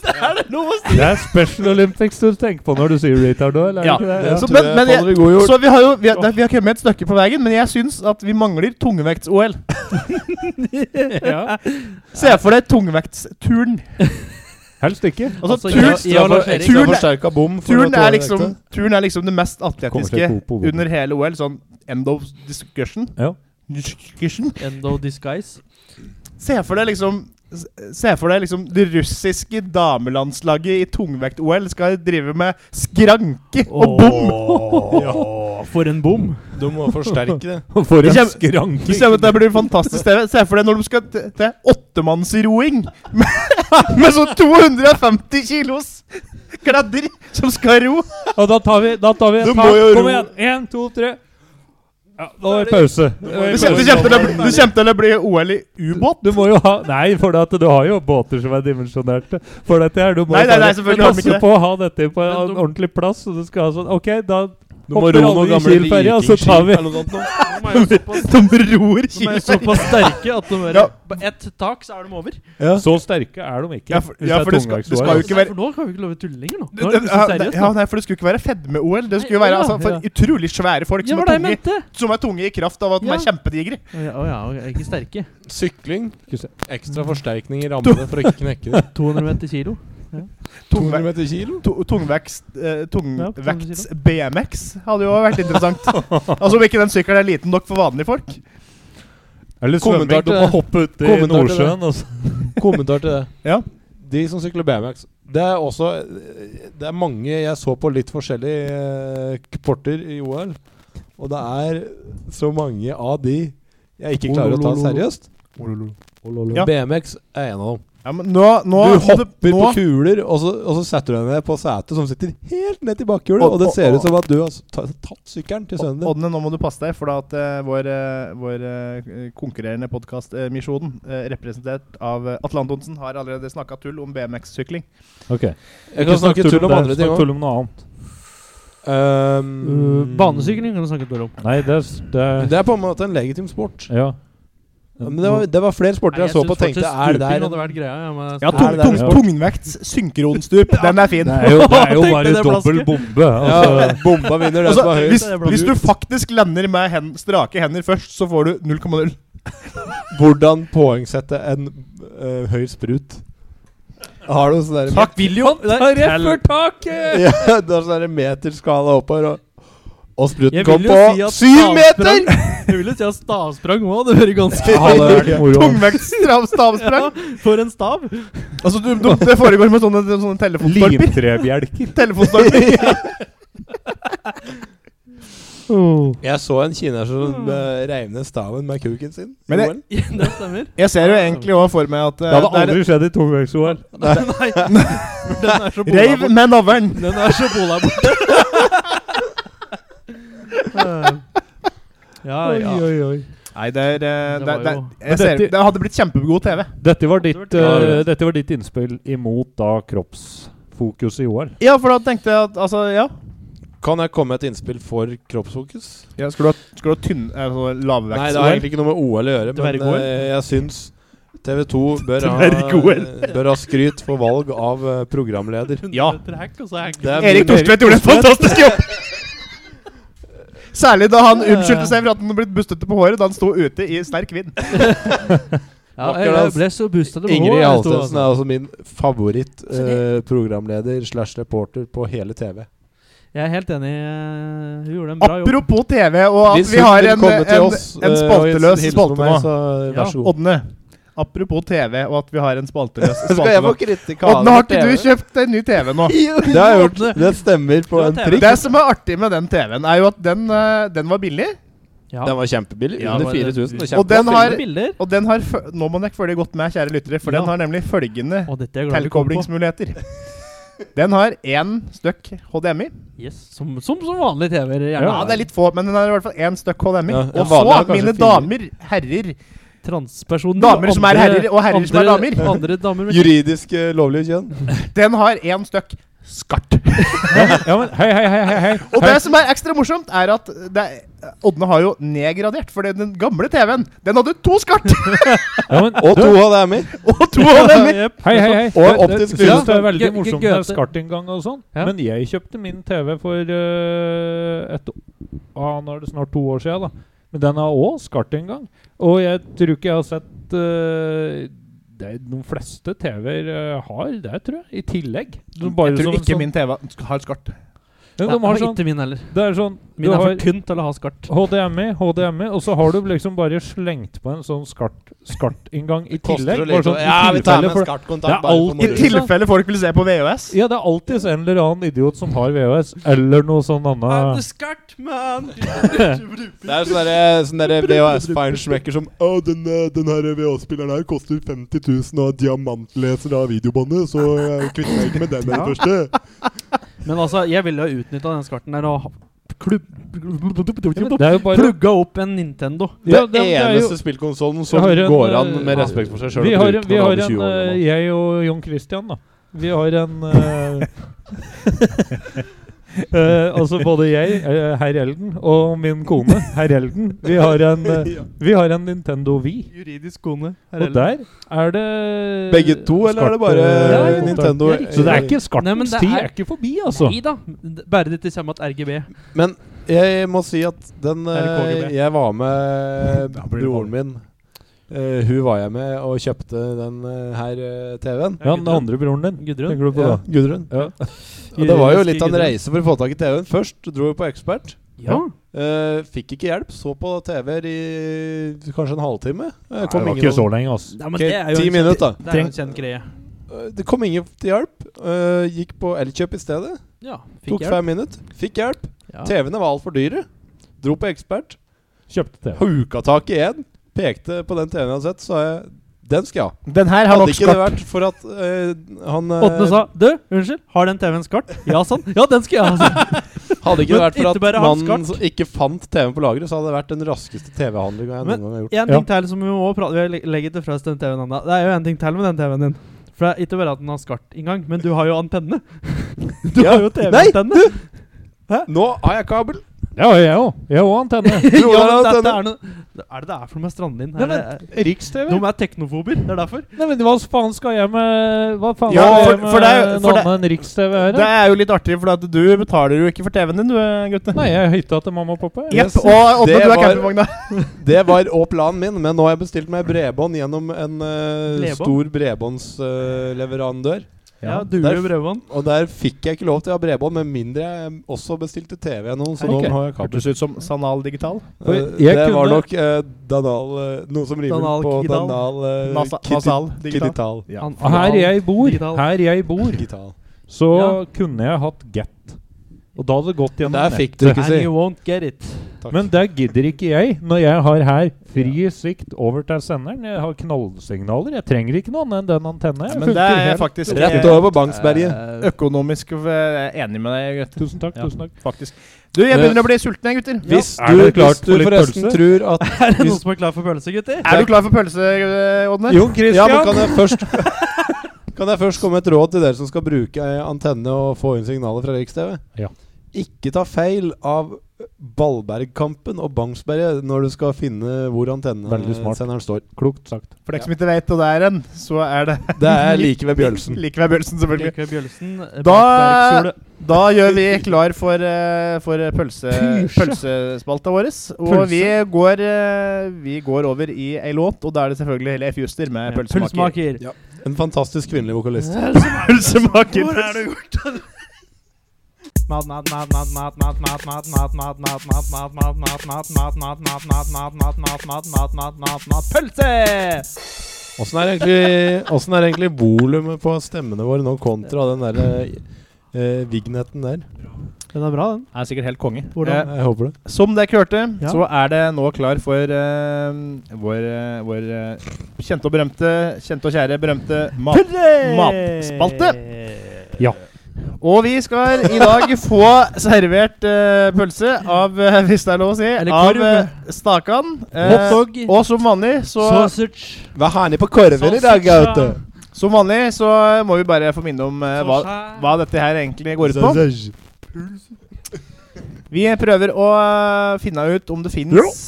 [SPEAKER 3] Det er Special Olympics du tenker på når du sier retard òg, eller? er
[SPEAKER 2] Ja.
[SPEAKER 3] det ikke det?
[SPEAKER 2] Så,
[SPEAKER 5] tror
[SPEAKER 2] men,
[SPEAKER 5] jeg
[SPEAKER 2] men,
[SPEAKER 5] faller i god jord.
[SPEAKER 2] jeg, så vi har jo vi, har- vi har kommet et stykke på veien, men jeg syns at vi mangler tungvekts-OL.
[SPEAKER 3] [LAUGHS] Ja.
[SPEAKER 2] Se for deg tungvektsturn.
[SPEAKER 3] Helst ikke.
[SPEAKER 2] Altså,
[SPEAKER 4] Altså,
[SPEAKER 2] turn,
[SPEAKER 4] jeg- jeg og Lars Erik-
[SPEAKER 2] turn,
[SPEAKER 5] forsterka bom. for
[SPEAKER 2] turn,
[SPEAKER 5] å
[SPEAKER 2] er
[SPEAKER 5] tåle
[SPEAKER 2] liksom,
[SPEAKER 5] vekta.
[SPEAKER 2] turn er liksom det mest
[SPEAKER 3] Kommer seg
[SPEAKER 2] atletiske
[SPEAKER 3] god på hodet.
[SPEAKER 2] under hele OL. Sånn end of discussion.
[SPEAKER 3] Ja.
[SPEAKER 2] discussion.
[SPEAKER 4] End of disguise.
[SPEAKER 2] Se for deg liksom Se for deg liksom det russiske damelandslaget i tungvekt-OL skal drive med skranke og bom!
[SPEAKER 3] [LAUGHS]
[SPEAKER 5] [LAUGHS]
[SPEAKER 4] For en bom.
[SPEAKER 5] Du må forsterke det.
[SPEAKER 3] For en
[SPEAKER 2] Kjem- Du
[SPEAKER 3] skranking!
[SPEAKER 2] ser at det blir fantastisk TV. Se for deg når de skal til til åttemannsroing med, [LAUGHS] med sånn 250 kilos kladder som skal ro.
[SPEAKER 3] Og da tar vi, da tar vi
[SPEAKER 5] Du
[SPEAKER 3] et
[SPEAKER 5] må
[SPEAKER 3] tak.
[SPEAKER 5] jo
[SPEAKER 3] Kom
[SPEAKER 5] ro.
[SPEAKER 3] igjen. Én, to, tre. Ja, da var det pause.
[SPEAKER 2] Du kommer du kommer til å bli- du kommer til å bli OL i ubåt.
[SPEAKER 3] Du må jo ha Nei, for det at du har jo båter som er dimensjonerte for dette her. Du må
[SPEAKER 2] Nei,
[SPEAKER 3] jo
[SPEAKER 2] nei, nei,
[SPEAKER 3] bare
[SPEAKER 2] selvfølgelig har de ikke
[SPEAKER 3] passe
[SPEAKER 2] det.
[SPEAKER 3] på å ha dette på
[SPEAKER 4] Men
[SPEAKER 3] en
[SPEAKER 4] du-
[SPEAKER 3] ordentlig plass. Og du skal ha sånn OK, da
[SPEAKER 5] Du må
[SPEAKER 3] Hopper
[SPEAKER 5] ro
[SPEAKER 3] alle
[SPEAKER 5] noen
[SPEAKER 3] i
[SPEAKER 5] gamle
[SPEAKER 3] Kielferja, og så
[SPEAKER 5] vikingskip
[SPEAKER 3] tar vi-
[SPEAKER 5] eller noe
[SPEAKER 3] [LAUGHS]
[SPEAKER 5] sånt nå.
[SPEAKER 4] De er jo såpass,
[SPEAKER 2] De ror [LAUGHS]
[SPEAKER 4] de er jo
[SPEAKER 2] kilometer.
[SPEAKER 4] såpass sterke at de
[SPEAKER 2] Ja.
[SPEAKER 4] bare På ett tak, så er de over.
[SPEAKER 3] Så sterke er de ikke.
[SPEAKER 2] Ja, for-
[SPEAKER 3] hvis
[SPEAKER 2] ja,
[SPEAKER 3] det er
[SPEAKER 2] for det skal- det
[SPEAKER 3] tungvektsvar.
[SPEAKER 2] skal jo ikke
[SPEAKER 4] Nei,
[SPEAKER 2] være-
[SPEAKER 4] for nå kan vi ikke love å tulle lenger, nå.
[SPEAKER 2] Det, det,
[SPEAKER 4] Nå er det
[SPEAKER 2] ja,
[SPEAKER 4] liksom seriøst.
[SPEAKER 2] ja,
[SPEAKER 4] nå.
[SPEAKER 2] nei, for det skulle ikke være fedme-OL. Det skulle jo
[SPEAKER 4] Nei,
[SPEAKER 2] være
[SPEAKER 4] ja,
[SPEAKER 2] altså, for
[SPEAKER 4] ja.
[SPEAKER 2] utrolig svære folk
[SPEAKER 4] Ja,
[SPEAKER 2] som,
[SPEAKER 4] var
[SPEAKER 2] er
[SPEAKER 4] det jeg
[SPEAKER 2] tunge,
[SPEAKER 4] mente.
[SPEAKER 2] som er tunge i kraft av at de
[SPEAKER 4] Ja.
[SPEAKER 2] er kjempedigre.
[SPEAKER 4] Å ja, å ja, å ja, ikke sterke.
[SPEAKER 5] Sykling.
[SPEAKER 3] Skal vi se.
[SPEAKER 5] Ekstra forsterkning i rammene for å ikke
[SPEAKER 2] [LAUGHS]
[SPEAKER 5] knekke det.
[SPEAKER 4] 200 meter kilo.
[SPEAKER 2] Tungve-
[SPEAKER 5] 200 meter kilo?
[SPEAKER 2] to- Tungvekst eh,
[SPEAKER 4] Ja,
[SPEAKER 2] Tungvekts BMX hadde jo vært interessant. altså Om ikke den sykkelen er liten nok for vanlige folk.
[SPEAKER 3] Eller
[SPEAKER 5] Kommentar
[SPEAKER 3] svømming. Du
[SPEAKER 5] til-
[SPEAKER 3] må hoppe uti
[SPEAKER 5] kommentar til
[SPEAKER 3] Nordsjøen. altså. og så-
[SPEAKER 5] [LAUGHS] Kommentar til det.
[SPEAKER 2] Ja.
[SPEAKER 5] De som sykler BMX Det er også Det er mange jeg så på litt forskjellige eh, porter i OL. Og det er så mange av de jeg ikke klarer å ta seriøst.
[SPEAKER 2] Ja.
[SPEAKER 5] BMX er en av dem.
[SPEAKER 2] Ja, men nå, nå
[SPEAKER 5] du hopper
[SPEAKER 2] nå,
[SPEAKER 5] på kuler, og så, og så setter du deg ned på setet som sitter helt ned i bakhjulet. Og,
[SPEAKER 2] Og-
[SPEAKER 5] det
[SPEAKER 2] og-
[SPEAKER 5] ser
[SPEAKER 2] og-
[SPEAKER 5] ut som at du har s- ta- tatt sykkelen til sønnen din.
[SPEAKER 2] Ådne, nå må du passe deg, for da at eh, vår, eh, vår eh, konkurrerende podkast uh, Misjonen, eh, representert av eh, Atle Antonsen, har allerede snakka tull om BMX-sykling.
[SPEAKER 3] Ok.
[SPEAKER 5] Jeg kan snakke tull om
[SPEAKER 3] det,
[SPEAKER 5] andre ting
[SPEAKER 3] snakk
[SPEAKER 5] òg.
[SPEAKER 3] tull om noe annet.
[SPEAKER 5] Mm.
[SPEAKER 4] Uh, Banesykling kan du snakke litt om.
[SPEAKER 3] Nei, det, s- det
[SPEAKER 5] Det er på en måte en legitim sport.
[SPEAKER 3] Ja.
[SPEAKER 5] Men det var, det var flere sporter jeg, så på og tenkte Er det der
[SPEAKER 4] hadde vært greia. Ja, men
[SPEAKER 2] Ja,
[SPEAKER 5] tung-
[SPEAKER 2] tung,
[SPEAKER 5] tung-
[SPEAKER 2] tungvekts synkeronstup. Den er fin.
[SPEAKER 3] det er jo, det er jo
[SPEAKER 4] Tenk
[SPEAKER 3] bare
[SPEAKER 4] deg det
[SPEAKER 3] dobbel
[SPEAKER 4] flasket.
[SPEAKER 3] bombe.
[SPEAKER 5] [LAUGHS] ja,
[SPEAKER 3] Altså.
[SPEAKER 5] Bomba vinner den
[SPEAKER 2] Altså,
[SPEAKER 5] som er høyest.
[SPEAKER 2] hvis,
[SPEAKER 4] det er blant
[SPEAKER 2] hvis du faktisk lander med hen, strake hender først, så får du 0,0.
[SPEAKER 5] Hvordan poengsette en eh, høy sprut. Har du sånn der
[SPEAKER 2] Takk, William!
[SPEAKER 3] Ta rett for taket!
[SPEAKER 5] [LAUGHS] Ja, det er sånn der meterskala oppover, og, og spruten
[SPEAKER 4] Jeg
[SPEAKER 5] kom
[SPEAKER 4] vil jo
[SPEAKER 5] på
[SPEAKER 4] si at
[SPEAKER 5] syv meter!
[SPEAKER 4] stavsprang- [LAUGHS] Jeg vil jo si at stavsprang òg hadde vært ganske
[SPEAKER 3] Ja, det hadde vært moro.
[SPEAKER 2] Tungvekts strav- stavsprang.
[SPEAKER 4] For en stav!
[SPEAKER 2] Altså, du, du, det foregår med sånne, sånne telefonstolper.
[SPEAKER 3] Limtrebjelker. [LAUGHS]
[SPEAKER 2] Telefonstolper.
[SPEAKER 5] Jeg så en kineser
[SPEAKER 4] Mm.
[SPEAKER 5] som eh, reiv ned staven med kuken sin. i
[SPEAKER 2] Men jeg-
[SPEAKER 5] OL.
[SPEAKER 4] [LAUGHS] Ja, det stemmer.
[SPEAKER 2] Jeg ser jo egentlig òg for meg at eh,
[SPEAKER 3] Det hadde aldri skjedd i tungvekts-OL.
[SPEAKER 4] [LAUGHS] Nei, den er så bola
[SPEAKER 2] Reiv
[SPEAKER 4] bort.
[SPEAKER 2] med navlen!
[SPEAKER 4] Den er så bola borte. ja, ja.
[SPEAKER 2] Nei, det er eh, Det,
[SPEAKER 4] Det var
[SPEAKER 2] det,
[SPEAKER 4] jo-
[SPEAKER 2] jeg ser,
[SPEAKER 3] dette-
[SPEAKER 2] det hadde blitt kjempegod TV.
[SPEAKER 3] Dette var ditt,
[SPEAKER 4] Det
[SPEAKER 3] eh,
[SPEAKER 4] var det.
[SPEAKER 3] dette var ditt innspill imot da kroppsfokus i OL.
[SPEAKER 2] Ja, for da tenkte jeg at Altså, ja.
[SPEAKER 5] Kan jeg komme med et innspill for kroppsfokus?
[SPEAKER 2] skal, du ha, skal du ha tynn altså,
[SPEAKER 5] Nei, det har
[SPEAKER 2] lavvekts-OL?
[SPEAKER 5] egentlig ikke noe med OL å gjøre, men
[SPEAKER 4] Dverg-OL?
[SPEAKER 5] eh, jeg syns TV2 bør ha, eh,
[SPEAKER 2] Dverg-OL.
[SPEAKER 5] bør ha skryt for valg av eh, programleder.
[SPEAKER 2] [LAUGHS] Ja.
[SPEAKER 4] Hack, og så hack. liksom.
[SPEAKER 5] Det er
[SPEAKER 2] Erik
[SPEAKER 5] mye-
[SPEAKER 2] Tostvedt gjorde en fantastisk jobb! [LAUGHS] Særlig da han unnskyldte seg for at han hadde blitt bustete på håret da han sto ute i sterk vind.
[SPEAKER 4] Ja, jeg, jeg ble så boostet det
[SPEAKER 5] Ingrid
[SPEAKER 4] behovet jeg
[SPEAKER 5] Halstensen
[SPEAKER 4] sto, sånn.
[SPEAKER 5] er altså min favoritt-programleder slash reporter på hele TV.
[SPEAKER 4] altså. Jeg er helt enig. eh, Hun gjorde en bra [LAUGHS] jobb.
[SPEAKER 2] Apropos TV, og at
[SPEAKER 5] Hvis
[SPEAKER 2] vi
[SPEAKER 5] hun
[SPEAKER 2] har
[SPEAKER 5] vil
[SPEAKER 2] en,
[SPEAKER 5] komme til
[SPEAKER 2] en,
[SPEAKER 5] oss, eh,
[SPEAKER 2] en
[SPEAKER 5] og
[SPEAKER 2] spalteløs
[SPEAKER 5] hilse på
[SPEAKER 2] spalte
[SPEAKER 5] meg,
[SPEAKER 2] nå.
[SPEAKER 5] Så eh,
[SPEAKER 4] Ja.
[SPEAKER 5] vær så god.
[SPEAKER 2] Ådne, apropos TV, og at vi har en
[SPEAKER 5] [LAUGHS]
[SPEAKER 2] spalteløs
[SPEAKER 5] Skal
[SPEAKER 2] spalte
[SPEAKER 5] jeg få
[SPEAKER 2] nå.
[SPEAKER 5] kritikk av
[SPEAKER 2] Ådne, har ikke
[SPEAKER 5] TV?
[SPEAKER 2] du kjøpt en ny TV nå?
[SPEAKER 5] Det har jeg gjort. Det stemmer på
[SPEAKER 4] Det var
[SPEAKER 5] en
[SPEAKER 4] TV.
[SPEAKER 5] prikk.
[SPEAKER 2] Det som er artig med den TV-en, er jo at den, eh, den var billig.
[SPEAKER 4] Ja.
[SPEAKER 5] Den var kjempebillig.
[SPEAKER 4] Ja,
[SPEAKER 5] under
[SPEAKER 4] det var-
[SPEAKER 5] 4000.
[SPEAKER 4] Og
[SPEAKER 5] kjempebra
[SPEAKER 2] den
[SPEAKER 5] film.
[SPEAKER 2] har-
[SPEAKER 4] Fine bilder.
[SPEAKER 2] Og den har fø- Nå må dere følge godt med, kjære lyttere, for
[SPEAKER 4] Ja.
[SPEAKER 2] den har nemlig følgende
[SPEAKER 4] Og dette er jeg glad vi kom på.
[SPEAKER 2] tilkoblingsmuligheter. Den har én støkk HDMI.
[SPEAKER 4] Yes, som, som, som vanlige TV-er
[SPEAKER 2] Ja,
[SPEAKER 4] gjerne
[SPEAKER 2] det er litt få, men den har i hvert fall én støkk HDMI.
[SPEAKER 5] Ja, en
[SPEAKER 2] og
[SPEAKER 5] vanlig
[SPEAKER 2] så,
[SPEAKER 5] har kanskje
[SPEAKER 2] mine
[SPEAKER 5] fire.
[SPEAKER 2] damer, herrer
[SPEAKER 4] Transpersoner.
[SPEAKER 2] Damer som er
[SPEAKER 4] andre-
[SPEAKER 2] herrer, og herrer som er
[SPEAKER 4] andre-
[SPEAKER 2] damer.
[SPEAKER 4] Andre damer med
[SPEAKER 5] Juridisk eh, lovlig kjønn.
[SPEAKER 2] Den har én støkk skart.
[SPEAKER 3] Ja, men- ja, men hei, hei, hei, hei, hei.
[SPEAKER 2] Og
[SPEAKER 3] hei.
[SPEAKER 2] det som er ekstra morsomt, er at det er, Ådne har jo nedgradert, for den gamle TV-en den hadde to skart
[SPEAKER 3] Ja, men,
[SPEAKER 5] Og
[SPEAKER 3] du,
[SPEAKER 5] to av dem i.
[SPEAKER 2] og to HDMI.
[SPEAKER 4] Jepp.
[SPEAKER 3] Hei, hei, hei.
[SPEAKER 5] Og
[SPEAKER 3] Det- det-
[SPEAKER 5] optisk
[SPEAKER 3] synes
[SPEAKER 5] lys.
[SPEAKER 3] det er veldig
[SPEAKER 4] Gø-
[SPEAKER 3] morsomt
[SPEAKER 4] gø-
[SPEAKER 3] med
[SPEAKER 4] gøte.
[SPEAKER 3] skartinngang og sånn,
[SPEAKER 4] Ja.
[SPEAKER 3] men jeg kjøpte min TV for eh, et ah, Nå er det snart to år siden, da. Men den har òg skartinngang. Og jeg tror ikke jeg har sett eh, det er de fleste TV-er eh, har det, tror jeg. I tillegg. De bare
[SPEAKER 2] Jeg tror
[SPEAKER 3] som-
[SPEAKER 2] ikke
[SPEAKER 3] sånn,
[SPEAKER 2] min TV har skart.
[SPEAKER 3] Ja,
[SPEAKER 4] Nei,
[SPEAKER 3] de har sånn,
[SPEAKER 4] Ikke min heller.
[SPEAKER 3] det er sånn du
[SPEAKER 4] Min er
[SPEAKER 3] har
[SPEAKER 4] for tynt til å ha skart.
[SPEAKER 3] HDMI, HDMI, og så har du liksom bare slengt på en sånn skart skartinngang i tillegg. Bare sånn, i tilfelle, for- Det er
[SPEAKER 5] skartkontakt.
[SPEAKER 3] alt-
[SPEAKER 2] I tilfelle folk vil se på VHS.
[SPEAKER 3] Ja, det er alltid en eller annen idiot som har VHS, eller noe sånn
[SPEAKER 2] Ah.
[SPEAKER 3] annet.
[SPEAKER 4] skart, man!
[SPEAKER 5] Det er sånn derre- sånn derre VHS-feinschmecker som Å, den, eh, den her VHS-spilleren her koster 50 000 og diamantleser av videobåndet, så jeg kvitter meg ikke med den med det første.
[SPEAKER 4] Men altså, jeg ville ha utnytta den skarten der og ha- klubb...
[SPEAKER 3] Det er jo bare
[SPEAKER 4] Plugga opp en Nintendo.
[SPEAKER 3] Ja, det- det er jo-
[SPEAKER 5] spillkonsollen
[SPEAKER 3] Jeg har en, eh,
[SPEAKER 5] for seg
[SPEAKER 3] Vi
[SPEAKER 5] å
[SPEAKER 3] har,
[SPEAKER 5] bruke
[SPEAKER 3] vi
[SPEAKER 5] når
[SPEAKER 3] har
[SPEAKER 5] du er
[SPEAKER 3] en
[SPEAKER 5] 20 år
[SPEAKER 3] eh,
[SPEAKER 5] gammel.
[SPEAKER 3] Jeg og Jon Christian, da. Vi har en eh, [LAUGHS] eh, altså både jeg, eh, herr Elden, og min kone, herr Elden, vi har en, eh, vi har en Nintendo Wii.
[SPEAKER 4] Juridisk kone.
[SPEAKER 3] Og der er det
[SPEAKER 5] Begge to, eller er det bare
[SPEAKER 3] skart, eh,
[SPEAKER 5] Nintendo?
[SPEAKER 4] det er riktig.
[SPEAKER 3] Så det er ikke
[SPEAKER 4] Nei, men
[SPEAKER 3] skartens
[SPEAKER 4] det
[SPEAKER 3] tid
[SPEAKER 4] er-
[SPEAKER 3] er ikke forbi, altså.
[SPEAKER 4] Nei da. Bare det til kommer at RGB.
[SPEAKER 5] Men jeg må si at den eh,
[SPEAKER 4] RKGB.
[SPEAKER 5] Jeg var med
[SPEAKER 2] Da blir det
[SPEAKER 5] broren min. Eh, hun var jeg med og kjøpte den eh, her eh, TV-en.
[SPEAKER 3] Ja, den andre broren din.
[SPEAKER 4] Gudrun.
[SPEAKER 3] Tenker du på
[SPEAKER 5] Ja,
[SPEAKER 3] det?
[SPEAKER 5] Gudrun.
[SPEAKER 3] Ja.
[SPEAKER 5] Og det var jo litt av en
[SPEAKER 4] Gudrun.
[SPEAKER 5] reise for å få tak i TV-en. Først dro vi på Ekspert.
[SPEAKER 4] Ja.
[SPEAKER 5] Eh, fikk ikke hjelp. Så på TV-er i kanskje en halvtime. Eh,
[SPEAKER 3] Nei, det var
[SPEAKER 5] ingen
[SPEAKER 3] ikke
[SPEAKER 5] noen-
[SPEAKER 3] så lenge, altså.
[SPEAKER 4] Nei, men
[SPEAKER 5] Ok,
[SPEAKER 4] det er jo
[SPEAKER 5] ti
[SPEAKER 4] en kjent-
[SPEAKER 5] minutter, da.
[SPEAKER 4] Det er jo en kjent greie.
[SPEAKER 5] Eh, det kom ingen til hjelp. Eh, gikk på Elkjøp i stedet.
[SPEAKER 4] Ja,
[SPEAKER 5] Tok
[SPEAKER 4] fikk hjelp.
[SPEAKER 5] fem minutter. Fikk hjelp.
[SPEAKER 4] Ja.
[SPEAKER 5] TV-ene var altfor dyre. Dro på Ekspert.
[SPEAKER 3] Kjøpte TV.
[SPEAKER 5] Huka tak i en, pekte på den TV-en jeg hadde sett, sa jeg Den skal jeg ha.
[SPEAKER 2] Den her har nok
[SPEAKER 5] Hadde ikke det
[SPEAKER 2] skatt.
[SPEAKER 5] vært for at eh, han eh,
[SPEAKER 4] Åtne sa Du, unnskyld, har den TV-en skart? Ja sann. Ja, den skal jeg ha. [LAUGHS] sa han.
[SPEAKER 5] Hadde ikke det vært for
[SPEAKER 4] Ikke bare
[SPEAKER 5] at
[SPEAKER 4] han
[SPEAKER 5] mannen
[SPEAKER 4] skart.
[SPEAKER 5] som ikke fant TV-en på lageret, så hadde det vært den raskeste TV-handlinga jeg noen
[SPEAKER 4] Men-
[SPEAKER 5] gang har gjort.
[SPEAKER 4] En
[SPEAKER 3] Ja.
[SPEAKER 4] ting til som vi må prate Vi legger til fra oss den TV-en Anna. Det er jo en ting til med den TV-en din. For det er ikke bare at den har skart engang, men du har jo antenne. [LAUGHS] Du har jo TV-antenne.
[SPEAKER 5] [LAUGHS] Nå har jeg kabel!
[SPEAKER 3] Ja, jeg òg. Jeg har òg antenne.
[SPEAKER 5] Tror
[SPEAKER 4] Ja,
[SPEAKER 5] dere
[SPEAKER 4] men
[SPEAKER 5] at
[SPEAKER 4] dette
[SPEAKER 5] denne-
[SPEAKER 4] er noe Hva er det det er for noe med Strandlien?
[SPEAKER 3] Nei,
[SPEAKER 4] Her
[SPEAKER 3] men-
[SPEAKER 4] er-
[SPEAKER 3] Riks-TV?
[SPEAKER 4] De er teknofober, det er derfor.
[SPEAKER 3] Nei, men hva faen skal jeg med Hva faen
[SPEAKER 2] Ja,
[SPEAKER 3] skal
[SPEAKER 2] for-
[SPEAKER 3] jeg med
[SPEAKER 2] for det er jo- for
[SPEAKER 3] noe
[SPEAKER 2] det-
[SPEAKER 3] annet enn Riks-TV her?
[SPEAKER 2] Det
[SPEAKER 3] da?
[SPEAKER 2] er jo litt artig, for at du betaler jo ikke for TV-en din, du, gutte.
[SPEAKER 3] Nei, jeg er hytta til mamma og pappa. jeg.
[SPEAKER 2] Jepp. Og Odd,
[SPEAKER 5] Det
[SPEAKER 2] du er
[SPEAKER 5] var-
[SPEAKER 2] campingvogna.
[SPEAKER 5] Det var òg planen min, men nå har jeg bestilt meg bredbånd gjennom en eh,
[SPEAKER 4] Bredbånd?
[SPEAKER 5] stor bredbåndsleverandør.
[SPEAKER 4] Ja,
[SPEAKER 5] der-
[SPEAKER 4] Due Brødvann.
[SPEAKER 5] og der fikk jeg ikke lov til å ha bredbånd, med mindre jeg også bestilte TV noen, så
[SPEAKER 2] Ok.
[SPEAKER 5] nå har jeg kabel.
[SPEAKER 2] Hørtes ut som Sanal Digital.
[SPEAKER 5] Eh,
[SPEAKER 3] Jeg
[SPEAKER 5] det var
[SPEAKER 3] kunne-
[SPEAKER 5] nok eh, Danal eh, Noe som rimer
[SPEAKER 4] Danal
[SPEAKER 5] på
[SPEAKER 4] Kidal.
[SPEAKER 5] Danal eh,
[SPEAKER 2] Nasa-
[SPEAKER 5] Kiti-
[SPEAKER 2] Nasal Digital.
[SPEAKER 5] Kidital.
[SPEAKER 2] Ja.
[SPEAKER 4] Han-
[SPEAKER 3] Og Her jeg bor,
[SPEAKER 4] Digital.
[SPEAKER 3] her jeg bor,
[SPEAKER 5] Kidital.
[SPEAKER 3] så
[SPEAKER 4] Ja.
[SPEAKER 3] kunne jeg hatt get. Og da hadde det gått gjennom
[SPEAKER 5] Der
[SPEAKER 3] nett.
[SPEAKER 5] fikk du ikke
[SPEAKER 4] And
[SPEAKER 5] si.
[SPEAKER 4] you won't get it.
[SPEAKER 5] Takk.
[SPEAKER 3] Men det gidder ikke jeg, når jeg har her fri sikt over til senderen. Jeg har knallsignaler. Jeg trenger ikke noe annet enn den antenna. Jeg
[SPEAKER 2] Men det
[SPEAKER 3] funker
[SPEAKER 2] er
[SPEAKER 3] helt-
[SPEAKER 2] faktisk
[SPEAKER 5] Rett over Bangsberget.
[SPEAKER 2] eh, Økonomisk eh, jeg er enig med deg, gutter.
[SPEAKER 3] Tusen takk,
[SPEAKER 2] Ja.
[SPEAKER 3] tusen takk.
[SPEAKER 2] Faktisk. Du, jeg begynner å bli sulten, jeg, gutter.
[SPEAKER 5] Eh, Hvis
[SPEAKER 3] Er
[SPEAKER 5] du,
[SPEAKER 3] det klart
[SPEAKER 5] hvis du
[SPEAKER 3] for litt
[SPEAKER 5] forresten
[SPEAKER 3] pølse?
[SPEAKER 5] tror at
[SPEAKER 4] Er det noen som er klar for pølse, gutter?
[SPEAKER 2] Er du klar for pølse, eh, Odne?
[SPEAKER 3] Jon
[SPEAKER 5] Ja,
[SPEAKER 3] Christian!
[SPEAKER 5] men kan jeg først [LAUGHS] Kan jeg først komme med et råd til dere som skal bruke eh, antenne og få inn signaler fra Riks-TV?
[SPEAKER 3] Ja.
[SPEAKER 5] Ikke ta feil av Ballbergkampen og Bangsberget når du skal finne hvor
[SPEAKER 3] Veldig smart.
[SPEAKER 5] antennesenderen står.
[SPEAKER 3] Klokt sagt.
[SPEAKER 2] For dere som ikke vet hva det er en, så er det
[SPEAKER 3] [LAUGHS]
[SPEAKER 5] Det er like ved
[SPEAKER 2] [LAUGHS]
[SPEAKER 5] Bjølsen.
[SPEAKER 2] like ved Bjølsen, selvfølgelig.
[SPEAKER 4] Like Bjølsen, eh,
[SPEAKER 2] Da-
[SPEAKER 4] Bergkjole.
[SPEAKER 2] Da gjør vi klar for, eh, for pølse,
[SPEAKER 3] Pølse.
[SPEAKER 2] pølsespalta vår. Og
[SPEAKER 3] Pølse.
[SPEAKER 2] vi går, eh, vi går over i ei låt, og da er det selvfølgelig Leif Juster med pølsemaker.
[SPEAKER 4] Pølsemaker.
[SPEAKER 5] En fantastisk kvinnelig vokalist.
[SPEAKER 2] Pølsemaker.
[SPEAKER 4] Mat, mat, mat, mat, mat, mat, mat, mat, mat, mat, mat, mat, mat, mat, mat, mat, mat, mat, mat, mat, mat, mat, mat, mat, mat, mat, mat, mat, pølse!
[SPEAKER 5] Åssen er egentlig, hvordan er egentlig volumet på stemmene våre nå kontra den derre eh, vignetten der?
[SPEAKER 4] Den er bra, den.
[SPEAKER 2] Er sikkert helt konge. Eh,
[SPEAKER 4] Hvordan?
[SPEAKER 5] Jeg håper det.
[SPEAKER 2] Som dere hørte,
[SPEAKER 4] Ja.
[SPEAKER 2] så er det nå klar for eh, vår, eh, vår eh, kjente og berømte, kjente og kjære berømte mat. matspalte.
[SPEAKER 3] Ja.
[SPEAKER 2] Og vi skal i dag [LAUGHS] få servert eh, pølse av, eh, hvis det er lov å si,
[SPEAKER 4] Eller
[SPEAKER 2] av
[SPEAKER 4] korv.
[SPEAKER 2] eh, Stakan. Eh,
[SPEAKER 4] Hotdog.
[SPEAKER 2] og som vanlig, så,
[SPEAKER 4] Sausage.
[SPEAKER 5] Hva har ni på korven i dag, Gaute?
[SPEAKER 2] som vanlig så må vi bare få minne om eh, hva, hva dette her egentlig går ut på. Vi prøver å øh, finne ut om det fins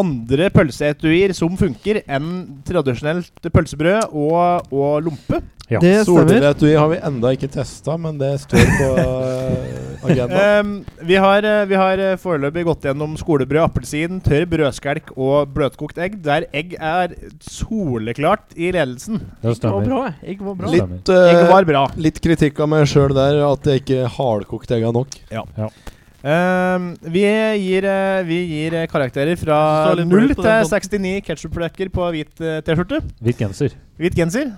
[SPEAKER 2] andre pølseetuier som funker enn tradisjonelt pølsebrød og, og lompe.
[SPEAKER 3] Ja.
[SPEAKER 4] Det stemmer.
[SPEAKER 5] Solbrillettui har vi enda ikke testa, men det står på
[SPEAKER 2] [LAUGHS]
[SPEAKER 5] eh, agendaen.
[SPEAKER 2] Ehm, vi, har, øh, vi har øh, foreløpig gått gjennom skolebrød, appelsin, tørr brødskjelk og bløtkokt egg, der egg er soleklart i ledelsen.
[SPEAKER 3] Det
[SPEAKER 4] Var
[SPEAKER 3] stemmer.
[SPEAKER 4] bra, jeg. Ikke var bra.
[SPEAKER 3] Litt-
[SPEAKER 5] Litt,
[SPEAKER 2] Egg
[SPEAKER 5] eh,
[SPEAKER 2] var bra.
[SPEAKER 5] litt kritikk av meg sjøl der, at jeg ikke hardkokte egga nok.
[SPEAKER 2] Ehm, vi, gir, øh, vi gir øh, karakterer fra
[SPEAKER 4] Så litt
[SPEAKER 2] 0
[SPEAKER 4] bløt på
[SPEAKER 2] til
[SPEAKER 4] den
[SPEAKER 2] 69 ketsjupplekker på hvit øh, T-skjorte.
[SPEAKER 3] Hvit genser.
[SPEAKER 2] Hvit genser,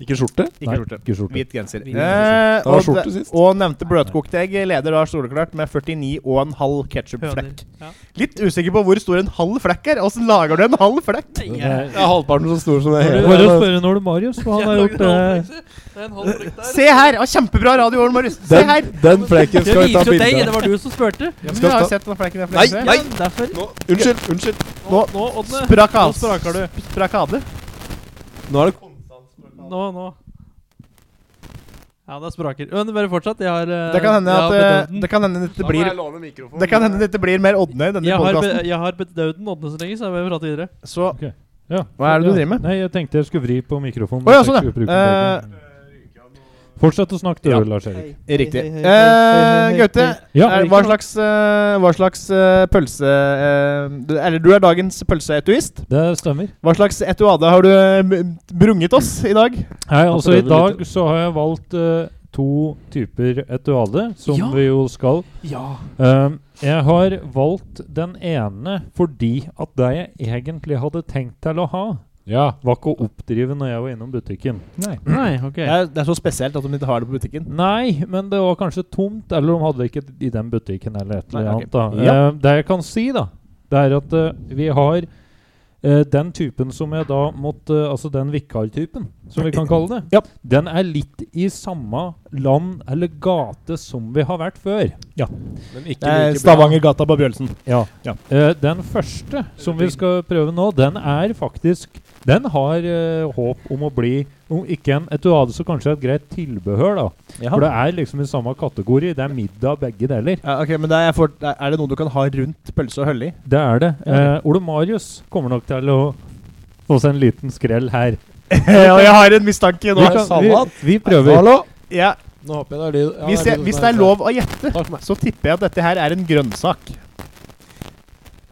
[SPEAKER 5] Ikke skjorte?
[SPEAKER 2] ikke
[SPEAKER 3] Nei,
[SPEAKER 2] skjorte.
[SPEAKER 3] Ikke skjorte.
[SPEAKER 2] Hvit genser.
[SPEAKER 4] Hvit
[SPEAKER 2] Eh,
[SPEAKER 5] Det var
[SPEAKER 2] og,
[SPEAKER 5] skjorte
[SPEAKER 2] de-
[SPEAKER 5] sist.
[SPEAKER 2] og nevnte bløtkokte egg leder da soleklart med 49,5
[SPEAKER 4] Høner.
[SPEAKER 2] ketsjupflekk.
[SPEAKER 4] Ja.
[SPEAKER 2] Litt usikker på hvor stor en halv flekk er. Åssen lager du en halv flekk?
[SPEAKER 5] Det er halvparten så stor som det
[SPEAKER 3] Det er
[SPEAKER 5] hele.
[SPEAKER 3] Bare å spørre når du Marius, for han har gjort det.
[SPEAKER 2] Se her! Ah, kjempebra radio, Ole Marius. Se her!
[SPEAKER 5] Den, den flekken skal vi ta bilde
[SPEAKER 4] Det
[SPEAKER 5] av.
[SPEAKER 4] var du som spurte.
[SPEAKER 2] Ja, men
[SPEAKER 5] skal
[SPEAKER 2] du har jo
[SPEAKER 5] vi ta-
[SPEAKER 2] sett hva flekken er for
[SPEAKER 5] Nei,
[SPEAKER 2] lenge siden.
[SPEAKER 5] nei.
[SPEAKER 4] Derfor.
[SPEAKER 5] Nå- Unnskyld, unnskyld.
[SPEAKER 2] Nå
[SPEAKER 4] Nå, Ådne.
[SPEAKER 2] sprakk
[SPEAKER 4] Nå
[SPEAKER 2] av.
[SPEAKER 4] spraker du.
[SPEAKER 2] Sprakade.
[SPEAKER 5] Nå er det
[SPEAKER 4] Nå, nå. Ja, det spraker. Men bare fortsatt. Jeg har eh,
[SPEAKER 2] Det kan hende
[SPEAKER 4] jeg har
[SPEAKER 2] at
[SPEAKER 4] bedøvd
[SPEAKER 2] eh,
[SPEAKER 4] den.
[SPEAKER 2] det kan hende dette blir det kan hende dette blir mer Odne i denne
[SPEAKER 4] jeg har, be,
[SPEAKER 2] podkasten.
[SPEAKER 4] jeg har bedøvd den Ådne så lenge, så jeg vil prate videre.
[SPEAKER 2] Så
[SPEAKER 3] Ja.
[SPEAKER 2] Hva er det du
[SPEAKER 3] Ja.
[SPEAKER 2] driver med?
[SPEAKER 3] Nei, Jeg tenkte jeg skulle vri på mikrofonen.
[SPEAKER 2] Å, ja,
[SPEAKER 3] hvis jeg
[SPEAKER 2] sånn,
[SPEAKER 3] skulle
[SPEAKER 2] ja.
[SPEAKER 3] bruke den. Fortsett å snakke, du,
[SPEAKER 2] Ja.
[SPEAKER 3] Lars Erik.
[SPEAKER 2] riktig.
[SPEAKER 4] Hei, hei, hei, hei,
[SPEAKER 2] Eh,
[SPEAKER 4] hei,
[SPEAKER 2] Gaute,
[SPEAKER 3] Ja.
[SPEAKER 2] er- hva slags, eh, hva slags eh, pølse... eh, du- Eller du er dagens pølseetuist.
[SPEAKER 3] Det stemmer.
[SPEAKER 2] Hva slags etuade har du eh, m- brunget oss i dag?
[SPEAKER 3] Nei, altså I
[SPEAKER 5] prøver
[SPEAKER 3] dag
[SPEAKER 5] litt.
[SPEAKER 3] så har jeg valgt eh, to typer etuale, som
[SPEAKER 4] Ja.
[SPEAKER 3] vi jo skal.
[SPEAKER 4] Ja.
[SPEAKER 3] Um, jeg har valgt den ene fordi at det jeg egentlig hadde tenkt til å ha, var ikke å oppdrive når jeg var innom butikken. Nei.
[SPEAKER 4] Nei, ok.
[SPEAKER 2] Det er, det er så spesielt at de ikke har det på butikken.
[SPEAKER 3] Mm. Nei, men det var kanskje tomt, eller de hadde det ikke i den butikken eller Eh, et eller
[SPEAKER 2] Nei,
[SPEAKER 3] annet.
[SPEAKER 2] ok.
[SPEAKER 3] da.
[SPEAKER 2] Ja.
[SPEAKER 3] Eh, det jeg kan si, da, det er at eh, vi har eh, den typen som jeg da måtte Altså den vikartypen, som vi kan kalle det,
[SPEAKER 8] Ja.
[SPEAKER 3] den er litt i samme land eller gate som vi har vært før.
[SPEAKER 5] Men ikke
[SPEAKER 8] Det er
[SPEAKER 5] like bra.
[SPEAKER 8] Stavangergata på Bjølsen.
[SPEAKER 3] Eh, den første som vi skal prøve nå, den er faktisk Den har eh, håp om å bli Om ikke en etuade, så kanskje et greit tilbehør, da. For det er liksom i samme kategori. Det er middag begge deler.
[SPEAKER 2] Ja, ok, men det er, for, er det noe du kan ha rundt pølse og hølle i?
[SPEAKER 3] Det er det. Eh, Ole Marius kommer nok til å få seg en liten skrell her.
[SPEAKER 2] [LAUGHS] ja, jeg har en mistanke
[SPEAKER 3] Vi,
[SPEAKER 2] nå.
[SPEAKER 3] kan, vi,
[SPEAKER 5] salat.
[SPEAKER 3] vi prøver.
[SPEAKER 5] Hallo?
[SPEAKER 2] Ja,
[SPEAKER 5] Nå håper jeg det er lyd. Ja,
[SPEAKER 2] hvis,
[SPEAKER 5] det er
[SPEAKER 2] jeg,
[SPEAKER 5] lyden
[SPEAKER 2] hvis
[SPEAKER 5] her.
[SPEAKER 2] det er lov å gjette,
[SPEAKER 5] Takk for meg.
[SPEAKER 2] så tipper jeg at dette her er en grønnsak.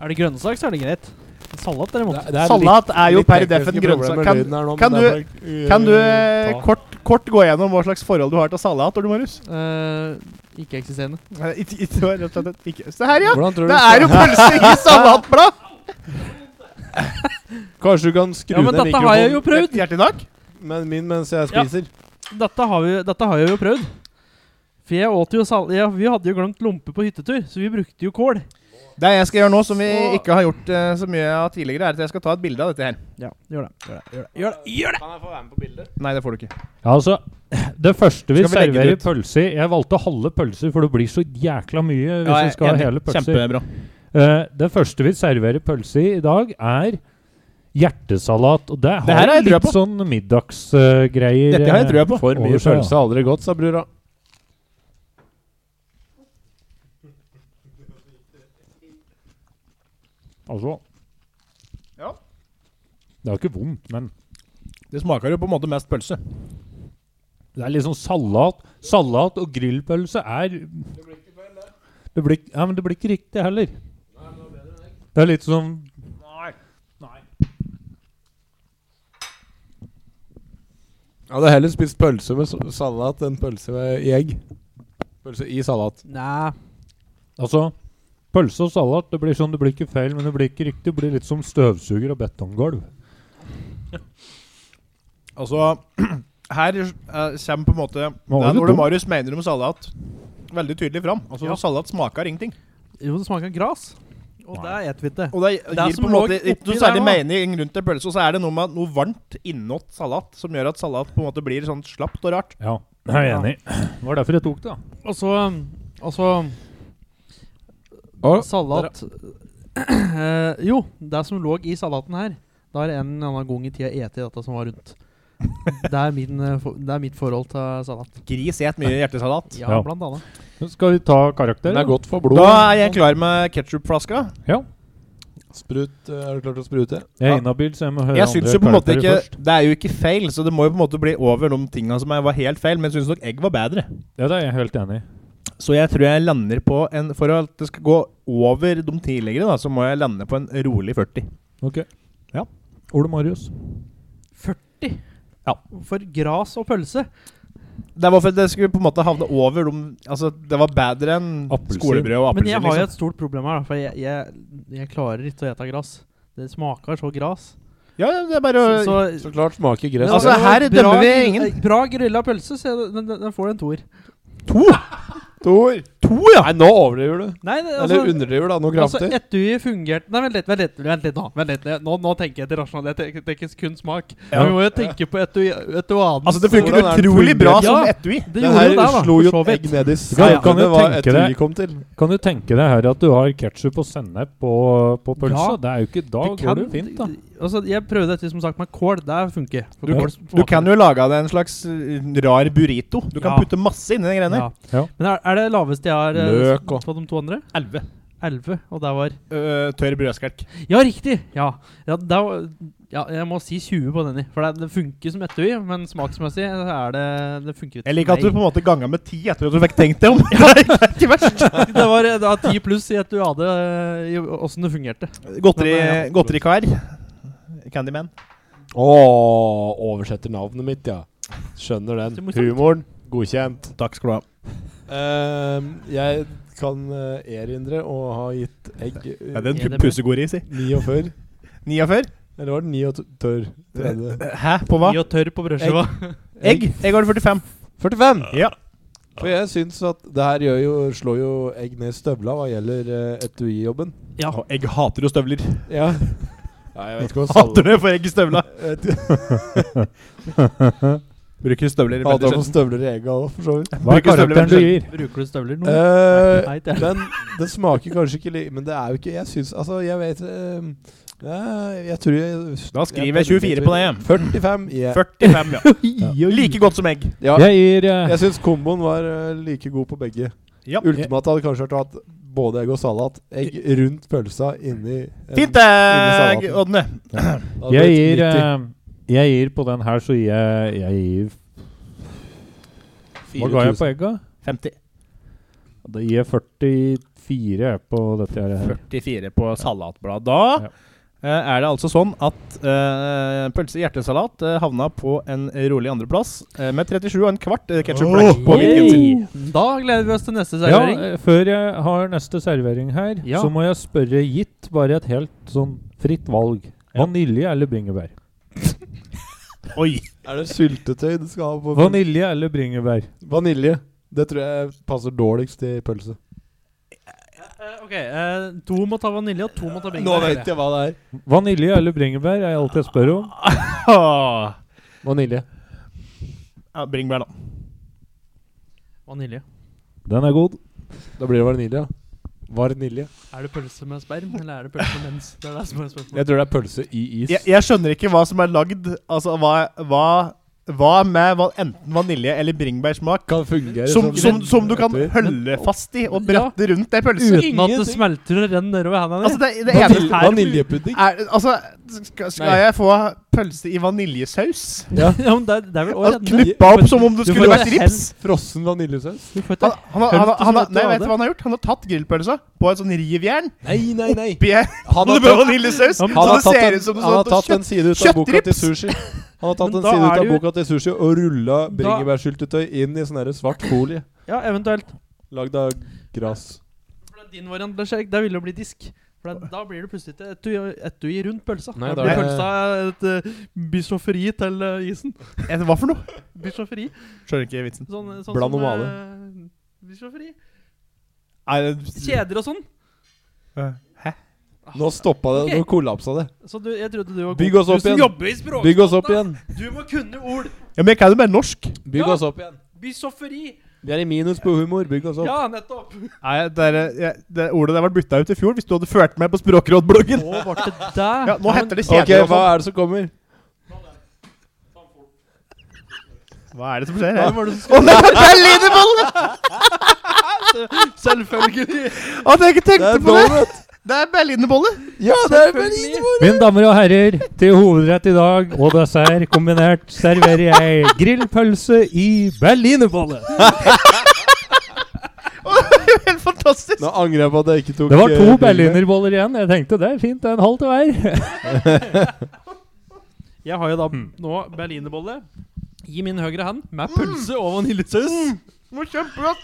[SPEAKER 4] Er det grønnsak, så er det greit. Salat,
[SPEAKER 5] Det
[SPEAKER 4] derimot.
[SPEAKER 5] er- det er litt-
[SPEAKER 2] Salat er jo
[SPEAKER 5] litt
[SPEAKER 2] per
[SPEAKER 5] tekniske
[SPEAKER 2] deff en
[SPEAKER 5] problemer
[SPEAKER 2] grønnsak.
[SPEAKER 5] med
[SPEAKER 2] Kan,
[SPEAKER 5] lyden her nå,
[SPEAKER 2] kan
[SPEAKER 5] men
[SPEAKER 2] du,
[SPEAKER 5] det er for-
[SPEAKER 2] kan du
[SPEAKER 5] eh, ta.
[SPEAKER 2] kort, kort gå gjennom hva slags forhold du har til salat, Ole Marius?
[SPEAKER 4] Eh, ikke eksisterende.
[SPEAKER 2] Nei, ikke- ikke- det var rett og slett ikke- Se her, ja!
[SPEAKER 5] Hvordan tror du
[SPEAKER 2] Det er jo pølse i [LAUGHS] salatblad!
[SPEAKER 5] Kanskje du kan skru
[SPEAKER 4] Ja, men
[SPEAKER 5] ned
[SPEAKER 4] dette har jeg
[SPEAKER 5] mikrofonen
[SPEAKER 4] jo prøvd!
[SPEAKER 2] Hjertelig takk.
[SPEAKER 5] men min mens jeg
[SPEAKER 4] Ja.
[SPEAKER 5] spiser?
[SPEAKER 4] Dette har, vi, dette har jeg jo prøvd. For jeg åt jo sal ja, Vi hadde jo glemt lompe på hyttetur, så vi brukte jo kål.
[SPEAKER 2] Det jeg skal gjøre nå, som vi
[SPEAKER 4] Så-
[SPEAKER 2] ikke har gjort eh, så mye av tidligere, er at jeg skal ta et bilde av dette her.
[SPEAKER 4] Ja, gjør det.
[SPEAKER 5] Kan jeg få være med på bildet?
[SPEAKER 2] Nei, det får du ikke.
[SPEAKER 3] Ja, altså, det første vi
[SPEAKER 2] Skal vi legge det
[SPEAKER 3] serverer
[SPEAKER 2] ut?
[SPEAKER 3] pølse i Jeg valgte halve pølser, for det blir så jækla mye hvis
[SPEAKER 2] Ja, jeg
[SPEAKER 3] vi skal
[SPEAKER 2] er
[SPEAKER 3] ha
[SPEAKER 2] enig.
[SPEAKER 3] hele pølser.
[SPEAKER 2] Kjempebra.
[SPEAKER 3] Eh, det første vi serverer pølse i i dag, er hjertesalat. Og det har
[SPEAKER 2] Det her har jeg
[SPEAKER 3] litt
[SPEAKER 2] trua på.
[SPEAKER 3] sånn middagsgreier eh,
[SPEAKER 2] Dette har jeg trua på.
[SPEAKER 5] For mye
[SPEAKER 3] Over seg,
[SPEAKER 5] pølse har aldri gått, sa brura.
[SPEAKER 3] Altså
[SPEAKER 2] Ja.
[SPEAKER 3] Det er jo ikke vondt, men
[SPEAKER 2] Det smaker jo på en måte mest pølse.
[SPEAKER 3] det er liksom salat. Salat og grillpølse er Det blir ikke ja, men det blir ikke riktig heller. Det er litt sånn som
[SPEAKER 5] Jeg hadde heller spist pølse med s- salat enn pølse med i egg. Pølse i salat.
[SPEAKER 4] Nei.
[SPEAKER 3] Altså Pølse og salat det blir sånn, det blir ikke feil, men det blir ikke riktig. Det blir litt som støvsuger og betonggulv.
[SPEAKER 2] Altså, [CLEARS THROAT] her eh, kommer på en måte
[SPEAKER 3] Nå var
[SPEAKER 2] den
[SPEAKER 3] du
[SPEAKER 2] Ole
[SPEAKER 3] dum.
[SPEAKER 2] Marius mener om salat, veldig tydelig fram. Altså,
[SPEAKER 4] Ja.
[SPEAKER 2] Salat smaker ingenting.
[SPEAKER 4] Jo, det smaker gras. Og det er vi ikke.
[SPEAKER 2] Og det
[SPEAKER 4] Det
[SPEAKER 2] gir
[SPEAKER 4] som
[SPEAKER 2] på en
[SPEAKER 4] lå
[SPEAKER 2] måte
[SPEAKER 4] oppi
[SPEAKER 2] ikke noe særlig
[SPEAKER 4] der nå.
[SPEAKER 2] mening rundt en pølse. Og så er det noe med at noe varmt innåt salat som gjør at salat på en måte blir sånn slapt og rart.
[SPEAKER 3] Ja, jeg er
[SPEAKER 4] Ja.
[SPEAKER 3] enig. Det var derfor jeg tok det. da.
[SPEAKER 4] Og så Altså
[SPEAKER 5] Å,
[SPEAKER 4] Salat [CLEARS THROAT] eh, Jo, det som lå i salaten her Da har jeg en eller annen gang i tida ete dette som var
[SPEAKER 2] [LAUGHS]
[SPEAKER 4] rundt. Det er, min, eh, for, det er mitt forhold til salat.
[SPEAKER 2] Gris et mye hjertesalat.
[SPEAKER 4] Ja,
[SPEAKER 3] Ja.
[SPEAKER 4] blant annet.
[SPEAKER 3] Skal vi ta karakter?
[SPEAKER 5] Den er godt for
[SPEAKER 2] Da
[SPEAKER 5] blodet.
[SPEAKER 2] er jeg klar med ketsjupflaska.
[SPEAKER 3] Ja.
[SPEAKER 5] Sprut, eh, er du klar til å sprute?
[SPEAKER 3] Jeg er inhabil, så jeg må høre
[SPEAKER 2] Jeg syns jo på en måte
[SPEAKER 3] karakterer
[SPEAKER 2] ikke
[SPEAKER 3] først.
[SPEAKER 2] Det er jo ikke feil, så det må jo på en måte bli over de tinga som er- var helt feil, men jeg syns nok egg var bedre.
[SPEAKER 3] Ja, det er jeg helt enig i.
[SPEAKER 2] Så jeg tror jeg lander på en For at det skal gå over de tidligere, da, så må jeg lande på en rolig 40.
[SPEAKER 3] Ok.
[SPEAKER 2] Ja.
[SPEAKER 3] Ole Marius.
[SPEAKER 4] 40
[SPEAKER 2] Ja.
[SPEAKER 4] for gras og pølse.
[SPEAKER 2] Det var for at det skulle på en måte havne over de Altså, det var bedre enn
[SPEAKER 3] Appelsin.
[SPEAKER 2] skolebrød og
[SPEAKER 4] Men
[SPEAKER 2] appelsin.
[SPEAKER 4] jeg har jo
[SPEAKER 2] Liksom.
[SPEAKER 4] et stort problem her, da, for jeg, jeg, jeg klarer ikke å ete gras. Det smaker så gras.
[SPEAKER 2] Ja, ja, det er bare
[SPEAKER 4] Så,
[SPEAKER 2] å
[SPEAKER 4] så
[SPEAKER 5] Så klart smaker gress.
[SPEAKER 4] Men
[SPEAKER 2] Altså,
[SPEAKER 4] det var
[SPEAKER 2] her
[SPEAKER 4] bra-
[SPEAKER 2] dømmer vi ingen.
[SPEAKER 4] eh, Bra grilla pølse, så jeg- den, den, den får en toer.
[SPEAKER 2] To!
[SPEAKER 5] Tor! Nei, nå overdriver du.
[SPEAKER 4] Nei, det, altså,
[SPEAKER 5] Eller underdriver, da, noe
[SPEAKER 4] Altså,
[SPEAKER 5] kraftig.
[SPEAKER 4] etui fungerte Nei, vent litt, vent litt, vent litt nå. Vent litt. Nå, nå tenker jeg til rasjonalitet. Det er ikke- Det er ikke kun smak.
[SPEAKER 3] Ja.
[SPEAKER 4] Vi må jo tenke på etui, etuaden.
[SPEAKER 2] Altså, det funker
[SPEAKER 5] Hvordan er det
[SPEAKER 2] utrolig
[SPEAKER 5] fungerer?
[SPEAKER 2] bra
[SPEAKER 4] Ja.
[SPEAKER 2] som etui.
[SPEAKER 4] Det
[SPEAKER 5] Den
[SPEAKER 4] gjorde
[SPEAKER 5] her
[SPEAKER 4] jo det, da.
[SPEAKER 5] slo jo
[SPEAKER 4] for så
[SPEAKER 5] et egg
[SPEAKER 4] vidt.
[SPEAKER 5] ned i
[SPEAKER 3] Ja, kan
[SPEAKER 5] skallen.
[SPEAKER 3] du
[SPEAKER 5] Det var
[SPEAKER 3] tenke
[SPEAKER 5] etter
[SPEAKER 3] deg-
[SPEAKER 5] vi kom til.
[SPEAKER 3] Kan du tenke deg her at du har ketsjup og sennep på, på pølsa?
[SPEAKER 4] Ja.
[SPEAKER 3] Det er jo ikke Da
[SPEAKER 4] Det
[SPEAKER 3] går
[SPEAKER 4] kan-
[SPEAKER 3] det jo fint, da.
[SPEAKER 4] Altså, jeg prøvde dette som sagt med kål. Det funker. For
[SPEAKER 3] Du-
[SPEAKER 4] kål
[SPEAKER 2] Du
[SPEAKER 4] smaker-
[SPEAKER 2] kan jo lage av det en slags eh, rar burrito. Du kan
[SPEAKER 4] Ja.
[SPEAKER 2] putte masse inni den greia der.
[SPEAKER 4] ja.
[SPEAKER 3] Ja.
[SPEAKER 4] Men er, er det laveste jeg har eh,
[SPEAKER 5] Løk og
[SPEAKER 4] på de to andre?
[SPEAKER 2] Elleve.
[SPEAKER 4] 11. Og det var
[SPEAKER 2] Øh, tørr brødskalk.
[SPEAKER 4] Ja, riktig! Ja. Ja, det var, ja, jeg må si 20 på denne. For det, det funker som etui, men smaksmessig er det Det funker ikke.
[SPEAKER 2] Jeg liker at du
[SPEAKER 4] Nei. [LAUGHS]
[SPEAKER 2] på en måte ganga med ti etter at du fikk tenkt deg om.
[SPEAKER 4] Ikke verst. Det var, det var 10 pluss i at du hadde eh, i åssen det fungerte.
[SPEAKER 2] [LAUGHS] Godteri,
[SPEAKER 4] Ja, ja.
[SPEAKER 2] godterikar. Candyman.
[SPEAKER 5] Åh, oversetter navnet mitt, ja. Skjønner
[SPEAKER 4] Så
[SPEAKER 5] den.
[SPEAKER 4] morsomt.
[SPEAKER 5] Humoren, godkjent.
[SPEAKER 2] Takk skal du ha.
[SPEAKER 5] Ehm, jeg kan eh, erindre å ha gitt egg eh,
[SPEAKER 2] Er det
[SPEAKER 4] Ja, det
[SPEAKER 2] en
[SPEAKER 4] er bra.
[SPEAKER 2] pussegori, si?
[SPEAKER 5] 49.
[SPEAKER 2] 49?
[SPEAKER 5] Eller var det 39? 30.
[SPEAKER 2] Hæ? På hva?
[SPEAKER 4] Mye og tørr på brødskiva.
[SPEAKER 2] Egg? Egg har du 45.
[SPEAKER 5] 45!
[SPEAKER 2] Ja.
[SPEAKER 5] For jeg syns at det her gjør jo, slår jo egg ned i støvla hva gjelder uh, eh, etui-jobben.
[SPEAKER 4] Ja.
[SPEAKER 2] Og egg hater jo støvler.
[SPEAKER 5] Ja. Nei, jeg vet ikke
[SPEAKER 2] [LAUGHS]
[SPEAKER 5] hva
[SPEAKER 2] Hater det, får jeg ikke støvla. Bruker støvler i veldig
[SPEAKER 5] Hadde han noen
[SPEAKER 2] sjelden.
[SPEAKER 5] støvler i egga òg, for så vidt.
[SPEAKER 3] Hva er
[SPEAKER 2] Bruker
[SPEAKER 3] karakteren
[SPEAKER 2] støvler
[SPEAKER 3] du
[SPEAKER 2] veldig
[SPEAKER 3] gir?
[SPEAKER 4] Bruker du støvler nå?
[SPEAKER 5] Eh,
[SPEAKER 4] Nei, det er
[SPEAKER 5] men det smaker kanskje ikke like Men det er jo ikke Jeg syns Altså, jeg vet eh, eh, Jeg tror jeg
[SPEAKER 2] Da skriver jeg 24 på det.
[SPEAKER 5] 45. Yeah.
[SPEAKER 2] 45, [LAUGHS] ja. Like godt som egg.
[SPEAKER 5] Ja,
[SPEAKER 3] Jeg gir eh,
[SPEAKER 5] jeg syns komboen var eh, like god på begge.
[SPEAKER 2] Ja.
[SPEAKER 5] Ultimate hadde kanskje vært å hatt både egg og salat. Egg rundt pølsa inni en-
[SPEAKER 2] Fint
[SPEAKER 5] Inni
[SPEAKER 2] det,
[SPEAKER 5] salaten.
[SPEAKER 2] Ådne.
[SPEAKER 5] hadde
[SPEAKER 3] Jeg
[SPEAKER 5] blitt
[SPEAKER 3] gir,
[SPEAKER 5] 90.
[SPEAKER 3] eh, jeg gir på den her, så gir jeg, jeg gir Hva ga jeg på egga?
[SPEAKER 2] 50.
[SPEAKER 3] Da gir jeg 44 jeg, på dette her.
[SPEAKER 2] 44 på salatblad. Da
[SPEAKER 3] Ja.
[SPEAKER 2] eh, er det altså sånn at eh, pølse i hjertesalat eh, havna på en rolig andreplass eh, med 37 og en kvart uh, ketsjupblekk på hvit genser.
[SPEAKER 4] Yay! Da gleder vi oss til neste
[SPEAKER 3] Ja,
[SPEAKER 4] servering.
[SPEAKER 3] eh, før jeg har neste servering her,
[SPEAKER 4] Ja.
[SPEAKER 3] så må jeg spørre gitt bare et helt sånn fritt valg.
[SPEAKER 2] Ja.
[SPEAKER 3] Vanilje eller bringebær?
[SPEAKER 2] Oi!
[SPEAKER 5] Er det syltetøy du skal ha på
[SPEAKER 3] Vanilje eller bringebær?
[SPEAKER 5] Vanilje. Det tror jeg passer dårligst til pølse.
[SPEAKER 4] Eh, ok, eh, To må ta vanilje, og to må ta
[SPEAKER 5] Nå
[SPEAKER 4] bringebær.
[SPEAKER 5] vet jeg hva det er.
[SPEAKER 3] Vanilje eller bringebær er alt jeg spør om.
[SPEAKER 5] Vanilje.
[SPEAKER 2] Ja, Bringebær, da.
[SPEAKER 4] Vanilje.
[SPEAKER 3] Den er god.
[SPEAKER 5] Da blir det vanilje. Vanilje.
[SPEAKER 4] Er det pølse med sperm, eller er det pølse med mens? Det er det som er spørsmålet.
[SPEAKER 5] Jeg tror det er pølse i is.
[SPEAKER 2] Jeg, jeg skjønner ikke hva som er lagd. Altså, hva, hva, hva med va- enten vanilje- eller bringebærsmak
[SPEAKER 5] Kan fungere
[SPEAKER 2] som, som, som du kan
[SPEAKER 5] sånn Etter.
[SPEAKER 2] holde fast i og bratte rundt ei pølse?
[SPEAKER 4] Uten at det smelter og renner nedover hendene.
[SPEAKER 2] Altså, det, det
[SPEAKER 5] Vanil-
[SPEAKER 2] eneste her
[SPEAKER 5] Vaniljepudding.
[SPEAKER 2] er, Altså, skal, skal
[SPEAKER 5] Nei.
[SPEAKER 2] jeg få pølse i vaniljesaus?
[SPEAKER 4] [LAUGHS] ja. men det, er- det er vel å
[SPEAKER 2] Altså,
[SPEAKER 4] renne.
[SPEAKER 2] knuppa opp som om det
[SPEAKER 4] Du
[SPEAKER 2] skulle
[SPEAKER 4] får
[SPEAKER 2] vært
[SPEAKER 4] ikke
[SPEAKER 2] rips?
[SPEAKER 5] Frossen vaniljesaus.
[SPEAKER 4] Du får
[SPEAKER 2] Han,
[SPEAKER 4] ta-
[SPEAKER 2] han, har- han, har-
[SPEAKER 4] Hølte
[SPEAKER 2] han, har-
[SPEAKER 4] som
[SPEAKER 2] nei,
[SPEAKER 4] heter
[SPEAKER 2] vet du hva han har gjort? Han har tatt grillpølsa på et sånn rivjern
[SPEAKER 5] Nei, nei, nei.
[SPEAKER 2] oppi ei
[SPEAKER 5] Han
[SPEAKER 2] bolle med
[SPEAKER 5] har tatt,
[SPEAKER 2] vaniljesaus. Så
[SPEAKER 4] Han
[SPEAKER 5] han har
[SPEAKER 2] det ser
[SPEAKER 5] tatt, en,
[SPEAKER 2] ut som
[SPEAKER 5] han
[SPEAKER 2] noe
[SPEAKER 5] har
[SPEAKER 2] sånt
[SPEAKER 5] tatt en side ut av boka til
[SPEAKER 2] kjøttrips.
[SPEAKER 5] sushi. Han har tatt
[SPEAKER 4] Men
[SPEAKER 5] en
[SPEAKER 4] da
[SPEAKER 5] side
[SPEAKER 4] er
[SPEAKER 5] ut av
[SPEAKER 4] det jo-
[SPEAKER 5] boka til sushi og rulla
[SPEAKER 4] Da-
[SPEAKER 5] bringebærsyltetøy inn i sånn her svart folie.
[SPEAKER 4] Ja, eventuelt.
[SPEAKER 5] Lagd av gras.
[SPEAKER 4] For det er din variant, Lars Erik, det vil jo bli disk. For det, da blir det plutselig til etui- etui rundt pølsa.
[SPEAKER 5] Nei,
[SPEAKER 4] da
[SPEAKER 5] da
[SPEAKER 4] blir
[SPEAKER 5] er det-
[SPEAKER 4] pølsa et uh, bischoferi til eh, isen.
[SPEAKER 2] Eh, Hva for noe?
[SPEAKER 4] Bischoferi.
[SPEAKER 2] Skjønner ikke vitsen.
[SPEAKER 4] Sånn, sånn
[SPEAKER 5] Bland og
[SPEAKER 4] som,
[SPEAKER 5] male.
[SPEAKER 4] eh, bischoferi.
[SPEAKER 2] Nei, det-
[SPEAKER 4] Kjeder og sånn.
[SPEAKER 5] Nå stoppa det. Nå kollapsa det.
[SPEAKER 4] Så du, jeg trodde du var god.
[SPEAKER 5] Bygg oss
[SPEAKER 4] Du
[SPEAKER 5] opp
[SPEAKER 4] som
[SPEAKER 5] igjen.
[SPEAKER 4] jobber i språk.
[SPEAKER 5] Bygg oss opp igjen.
[SPEAKER 4] Du må kunne ord.
[SPEAKER 2] Ja, men jeg kan jo bare norsk.
[SPEAKER 5] Bygg
[SPEAKER 4] Ja.
[SPEAKER 5] oss opp igjen.
[SPEAKER 4] Bischoferi.
[SPEAKER 5] Vi er i minus på humor. Bygg oss opp.
[SPEAKER 4] Ja, [LAUGHS] nettopp.
[SPEAKER 2] Nei, det, er, eh, jeg, det ordet der ble bytta ut i fjor, hvis du hadde ført med på Språkrådbloggen.
[SPEAKER 4] Å, ble det deg?
[SPEAKER 2] Ja, nå heter det
[SPEAKER 5] Ok,
[SPEAKER 2] kjedelig. og
[SPEAKER 5] hva
[SPEAKER 2] sånn.
[SPEAKER 5] er det som kommer?
[SPEAKER 2] Hva er det som skjer her?
[SPEAKER 4] var det som
[SPEAKER 2] Å nei, det er Linevold!
[SPEAKER 4] Selvfølgelig.
[SPEAKER 2] At jeg ikke
[SPEAKER 5] Det
[SPEAKER 2] tenkte
[SPEAKER 5] er
[SPEAKER 2] på det!
[SPEAKER 5] donut!
[SPEAKER 2] Det er berlinerbolle.
[SPEAKER 5] Ja, det er berliner!
[SPEAKER 3] Mine damer og herrer, til hovedrett i dag og dessert kombinert serverer jeg grillpølse i berlinerbolle.
[SPEAKER 2] Helt fantastisk.
[SPEAKER 5] Nå angrer jeg på at jeg ikke tok
[SPEAKER 3] Det var
[SPEAKER 5] eh,
[SPEAKER 3] to
[SPEAKER 5] bildet.
[SPEAKER 3] berlinerboller igjen. Jeg tenkte det er fint, det er en halv til hver.
[SPEAKER 4] Jeg har jo da nå berlinerbolle i min høyre hand
[SPEAKER 5] Mm.
[SPEAKER 4] med pølse og vaniljesaus.
[SPEAKER 2] Nå kjempegodt.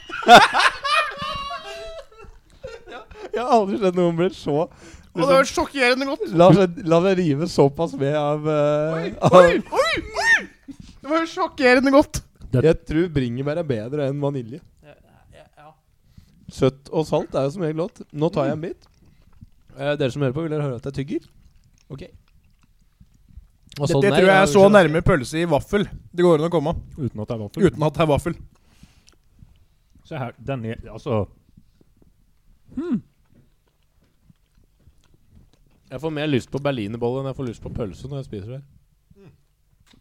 [SPEAKER 5] Jeg har aldri sett noen bli så
[SPEAKER 2] Og det var sjokkerende godt.
[SPEAKER 5] La seg, la seg rive såpass med av, eh,
[SPEAKER 2] Oi, oi, oi! Det var jo sjokkerende godt.
[SPEAKER 5] av Jeg tror bringebær er bedre enn vanilje. Søtt og salt er jo som regel godt. Nå tar jeg en bit. Eh, dere som hører på, vil dere høre at jeg tygger? Ok. Og sånn
[SPEAKER 2] Dette
[SPEAKER 5] er-
[SPEAKER 2] tror jeg er så
[SPEAKER 5] skjønner.
[SPEAKER 2] nærme pølse i vaffel det går an å komme.
[SPEAKER 3] Uten at det er vaffel.
[SPEAKER 2] Uten at det er vaffel.
[SPEAKER 3] Se her, denne Altså
[SPEAKER 5] Jeg får mer lyst på berlinerbolle enn jeg får lyst på pølse når jeg spiser det.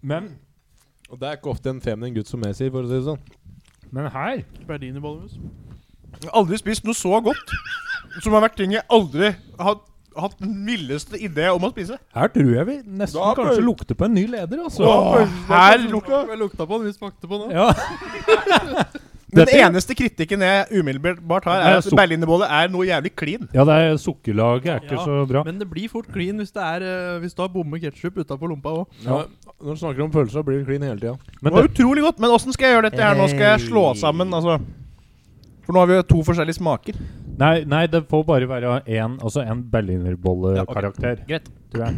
[SPEAKER 3] Men,
[SPEAKER 5] Og det er ikke ofte en feminin gutt som jeg sier, for å si det sånn.
[SPEAKER 3] men her
[SPEAKER 4] Berlinerbollemus.
[SPEAKER 2] Jeg har aldri spist noe så godt som har vært ting jeg aldri har hatt den villeste idé om å spise.
[SPEAKER 3] Her tror jeg vi nesten
[SPEAKER 5] Da er
[SPEAKER 3] kanskje
[SPEAKER 5] pøl-
[SPEAKER 3] lukter på en ny leder, altså.
[SPEAKER 2] Åh, her
[SPEAKER 4] Jeg lukta på den, vi smakte på den.
[SPEAKER 3] Ja.
[SPEAKER 2] Den
[SPEAKER 3] Dette-
[SPEAKER 2] eneste kritikken jeg umiddelbart har,
[SPEAKER 3] Det er
[SPEAKER 2] er at
[SPEAKER 3] sukker.
[SPEAKER 2] berlinerbolle er noe jævlig clean.
[SPEAKER 3] ja, det er sukkerlaget er ikke
[SPEAKER 4] Ja,
[SPEAKER 3] så bra.
[SPEAKER 4] Men det blir fort clean hvis, det er, eh, hvis du har bomme ketsjup utapå lompa òg.
[SPEAKER 5] Ja. Når du snakker om pølser, så blir det klin hele tida.
[SPEAKER 2] Det
[SPEAKER 3] Men
[SPEAKER 2] var
[SPEAKER 3] det,
[SPEAKER 2] utrolig godt, men åssen skal jeg gjøre dette her? Nå skal jeg slå sammen, altså. For nå har vi jo to forskjellige smaker.
[SPEAKER 3] nei, nei, det får bare være én altså en berlinerbollekarakter.
[SPEAKER 2] Greit.
[SPEAKER 3] tror jeg.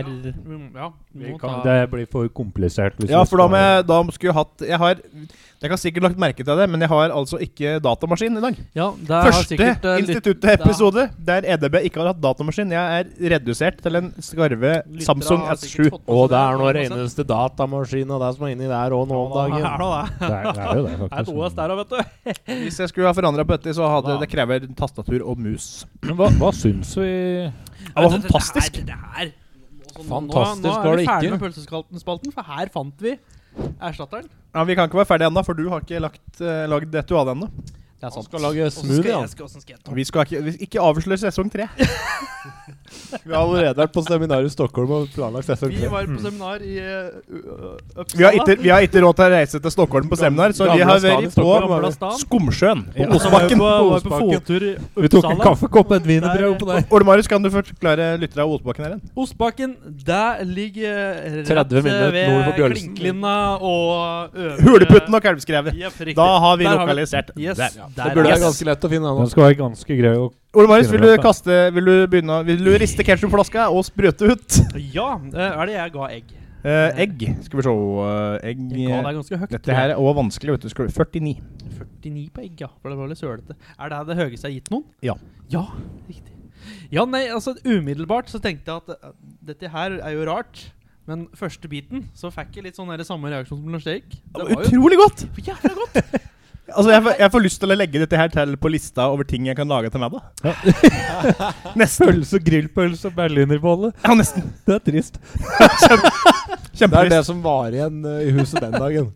[SPEAKER 4] Vi må- Ja, vi
[SPEAKER 3] Mm, Vi
[SPEAKER 4] må
[SPEAKER 3] kan,
[SPEAKER 4] ta
[SPEAKER 3] det blir for komplisert. Hvis
[SPEAKER 2] Ja,
[SPEAKER 3] vi
[SPEAKER 2] for da,
[SPEAKER 3] skal-
[SPEAKER 2] må jeg, da skulle jeg hatt Jeg har Jeg kan sikkert lagt merke til det, men jeg har altså ikke datamaskin i dag.
[SPEAKER 4] ja, det er
[SPEAKER 2] Første
[SPEAKER 4] sikkert, eh, litt-
[SPEAKER 2] Instituttet-episode der EDB ikke har hatt datamaskin. Jeg er redusert til en skarve
[SPEAKER 4] lyttere
[SPEAKER 2] Samsung
[SPEAKER 4] har sikkert
[SPEAKER 2] S7.
[SPEAKER 4] fått med
[SPEAKER 9] Og
[SPEAKER 4] seg
[SPEAKER 9] det er nå
[SPEAKER 4] har sett.
[SPEAKER 9] reneste datamaskin og det som er inni der òg nå om
[SPEAKER 4] Ja,
[SPEAKER 9] dagen.
[SPEAKER 4] er det det?
[SPEAKER 3] Det er, det er jo det,
[SPEAKER 4] Det er et
[SPEAKER 3] faktisk.
[SPEAKER 4] OS der òg, vet du.
[SPEAKER 2] Hvis jeg skulle ha forandra på dette, så hadde
[SPEAKER 4] Wow.
[SPEAKER 2] det krever tastatur og mus.
[SPEAKER 3] Men hva, hva syns vi
[SPEAKER 2] Det var fantastisk.
[SPEAKER 4] Det her, det her.
[SPEAKER 9] Fantastisk
[SPEAKER 4] nå, nå, nå
[SPEAKER 9] var
[SPEAKER 4] er vi
[SPEAKER 9] det
[SPEAKER 4] ferdig
[SPEAKER 9] ikke.
[SPEAKER 4] med pølsespalten, for her fant vi erstatteren.
[SPEAKER 2] Ja, Vi kan ikke være ferdig ennå, for du har ikke lagt, eh, lagd dette av ennå.
[SPEAKER 4] Det er
[SPEAKER 9] Han
[SPEAKER 4] sant.
[SPEAKER 9] skal lage
[SPEAKER 4] Åssen skal
[SPEAKER 9] smoothie,
[SPEAKER 4] jeg-
[SPEAKER 9] han.
[SPEAKER 4] skal- åssen skal jeg ta-
[SPEAKER 2] Vi skal ikke, vi skal ikke avsløre sesong tre.
[SPEAKER 5] Vi har allerede vært på seminar i Stockholm og planlagt sesong
[SPEAKER 4] Vi var på seminar i eh, Ø- Ø- Uppsala.
[SPEAKER 2] Vi har ikke, vi har ikke råd til å reise til Stockholm på seminar, så vi
[SPEAKER 5] Gamla
[SPEAKER 2] har
[SPEAKER 5] stan i
[SPEAKER 2] vært
[SPEAKER 5] Stockholm,
[SPEAKER 2] på
[SPEAKER 5] var
[SPEAKER 4] Gamla
[SPEAKER 5] det.
[SPEAKER 4] stan.
[SPEAKER 2] Skumsjøen. På
[SPEAKER 4] Ja,
[SPEAKER 2] Osbakken.
[SPEAKER 4] Vi var på- var på
[SPEAKER 3] Osbakken.
[SPEAKER 4] fottur i
[SPEAKER 3] [LAUGHS] Vi tok en
[SPEAKER 4] Uppsala.
[SPEAKER 3] kaffekopp og et
[SPEAKER 4] Der-
[SPEAKER 3] wienerbrød oppå der.
[SPEAKER 2] Ole Marius, kan du forklare lytterne av Osbakken her igjen?
[SPEAKER 4] Eh, Ostbakken, der ligger eh, rett
[SPEAKER 9] 30 minutter
[SPEAKER 4] ved
[SPEAKER 9] nord for Bjølsen.
[SPEAKER 4] Klinklinna og øvre
[SPEAKER 2] Huleputten og Kalvskrevet.
[SPEAKER 4] Jepp, riktig.
[SPEAKER 2] Da har vi
[SPEAKER 4] Der
[SPEAKER 2] lokalisert
[SPEAKER 4] Yes,
[SPEAKER 2] der.
[SPEAKER 9] Det burde
[SPEAKER 4] yes.
[SPEAKER 9] være ganske lett å finne
[SPEAKER 3] Den
[SPEAKER 9] den.
[SPEAKER 3] skal være ganske grei å
[SPEAKER 2] Ole Marius, vil du
[SPEAKER 3] Finnerløpet.
[SPEAKER 2] kaste Vil du begynne å- Vil du riste ketsjupflaska og sprøte ut?
[SPEAKER 4] Ja, eh, er det jeg ga egg?
[SPEAKER 2] Eh, egg. Skal vi se eh, Egg
[SPEAKER 4] Jeg ga deg ganske høyt.
[SPEAKER 2] Dette her er også vanskelig, vet du. Skal du 49.
[SPEAKER 4] 49 på egg, ja. For det var litt sølete. Er det det høyeste jeg har gitt noen?
[SPEAKER 2] Ja.
[SPEAKER 4] Ja, riktig. Ja, nei, altså umiddelbart så tenkte jeg at eh, dette her er jo rart. Men første biten så fikk jeg litt sånn der samme reaksjon som Lars Erik. Det var jo
[SPEAKER 2] Utrolig godt!
[SPEAKER 4] jævla godt!
[SPEAKER 2] Altså, jeg får, jeg får lyst til å legge dette her til på lista over ting jeg kan lage til meg,
[SPEAKER 5] [LAUGHS]
[SPEAKER 2] da. nesten.
[SPEAKER 3] Pølse, grillpølse og berlinerbolle.
[SPEAKER 2] Ja, nesten.
[SPEAKER 3] Det er
[SPEAKER 2] [LAUGHS]
[SPEAKER 3] trist.
[SPEAKER 5] Det er det
[SPEAKER 2] Kjempelyst.
[SPEAKER 5] som var igjen eh, i huset den dagen.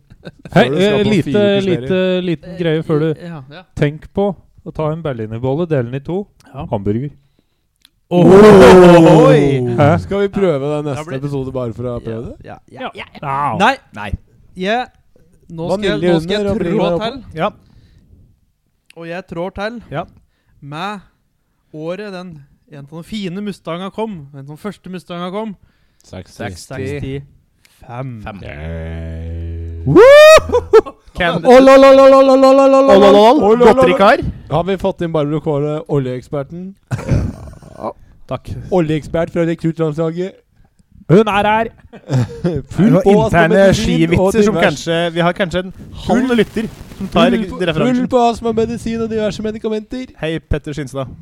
[SPEAKER 3] Hei,
[SPEAKER 5] Før du skal
[SPEAKER 3] eh,
[SPEAKER 5] på
[SPEAKER 3] lite,
[SPEAKER 5] fire ukers
[SPEAKER 3] lite, liten greie før du
[SPEAKER 4] Ja, ja.
[SPEAKER 3] Tenk på å ta en berlinerbolle, dele den i to.
[SPEAKER 4] Ja.
[SPEAKER 3] Hamburger.
[SPEAKER 2] Oi.
[SPEAKER 3] Hæ?
[SPEAKER 5] Skal vi prøve det
[SPEAKER 4] Da
[SPEAKER 5] neste
[SPEAKER 4] blir-
[SPEAKER 5] episode bare for å ha prøvd det?
[SPEAKER 4] Ja, ja, ja.
[SPEAKER 3] Au.
[SPEAKER 4] Nei.
[SPEAKER 2] Nei.
[SPEAKER 4] Jeg- nå skal jeg,
[SPEAKER 5] Vanilje
[SPEAKER 4] nå skal
[SPEAKER 5] under
[SPEAKER 4] jeg
[SPEAKER 5] og
[SPEAKER 4] trå
[SPEAKER 5] briller
[SPEAKER 4] til,
[SPEAKER 2] Ja.
[SPEAKER 4] og jeg trår til
[SPEAKER 2] Ja.
[SPEAKER 4] med året den en av de fine Mustanga kom. En av de første Mustanga kom. 65.
[SPEAKER 2] Fem.
[SPEAKER 5] Oh,
[SPEAKER 2] Ken-
[SPEAKER 5] la, la, la, la, la, la, la, la, la, la.
[SPEAKER 2] Ololol.
[SPEAKER 5] Oh, la, la, la, la.
[SPEAKER 2] Godterikar.
[SPEAKER 5] Har vi fått inn Barbro Kåre, oljeeksperten?
[SPEAKER 2] Takk.
[SPEAKER 5] Oljeekspert fra rekruttlandslaget.
[SPEAKER 3] Hun er
[SPEAKER 4] [LAUGHS]
[SPEAKER 3] her!
[SPEAKER 2] Det
[SPEAKER 5] Full
[SPEAKER 2] var interne
[SPEAKER 5] astmamedisin og
[SPEAKER 2] skivitser som
[SPEAKER 5] diverse-
[SPEAKER 2] kanskje Vi har kanskje en halv lytter som tar
[SPEAKER 5] Full på- Full
[SPEAKER 2] referansen.
[SPEAKER 5] på astmamedisin og diverse medikamenter.
[SPEAKER 2] Hei, Petter Skinstad.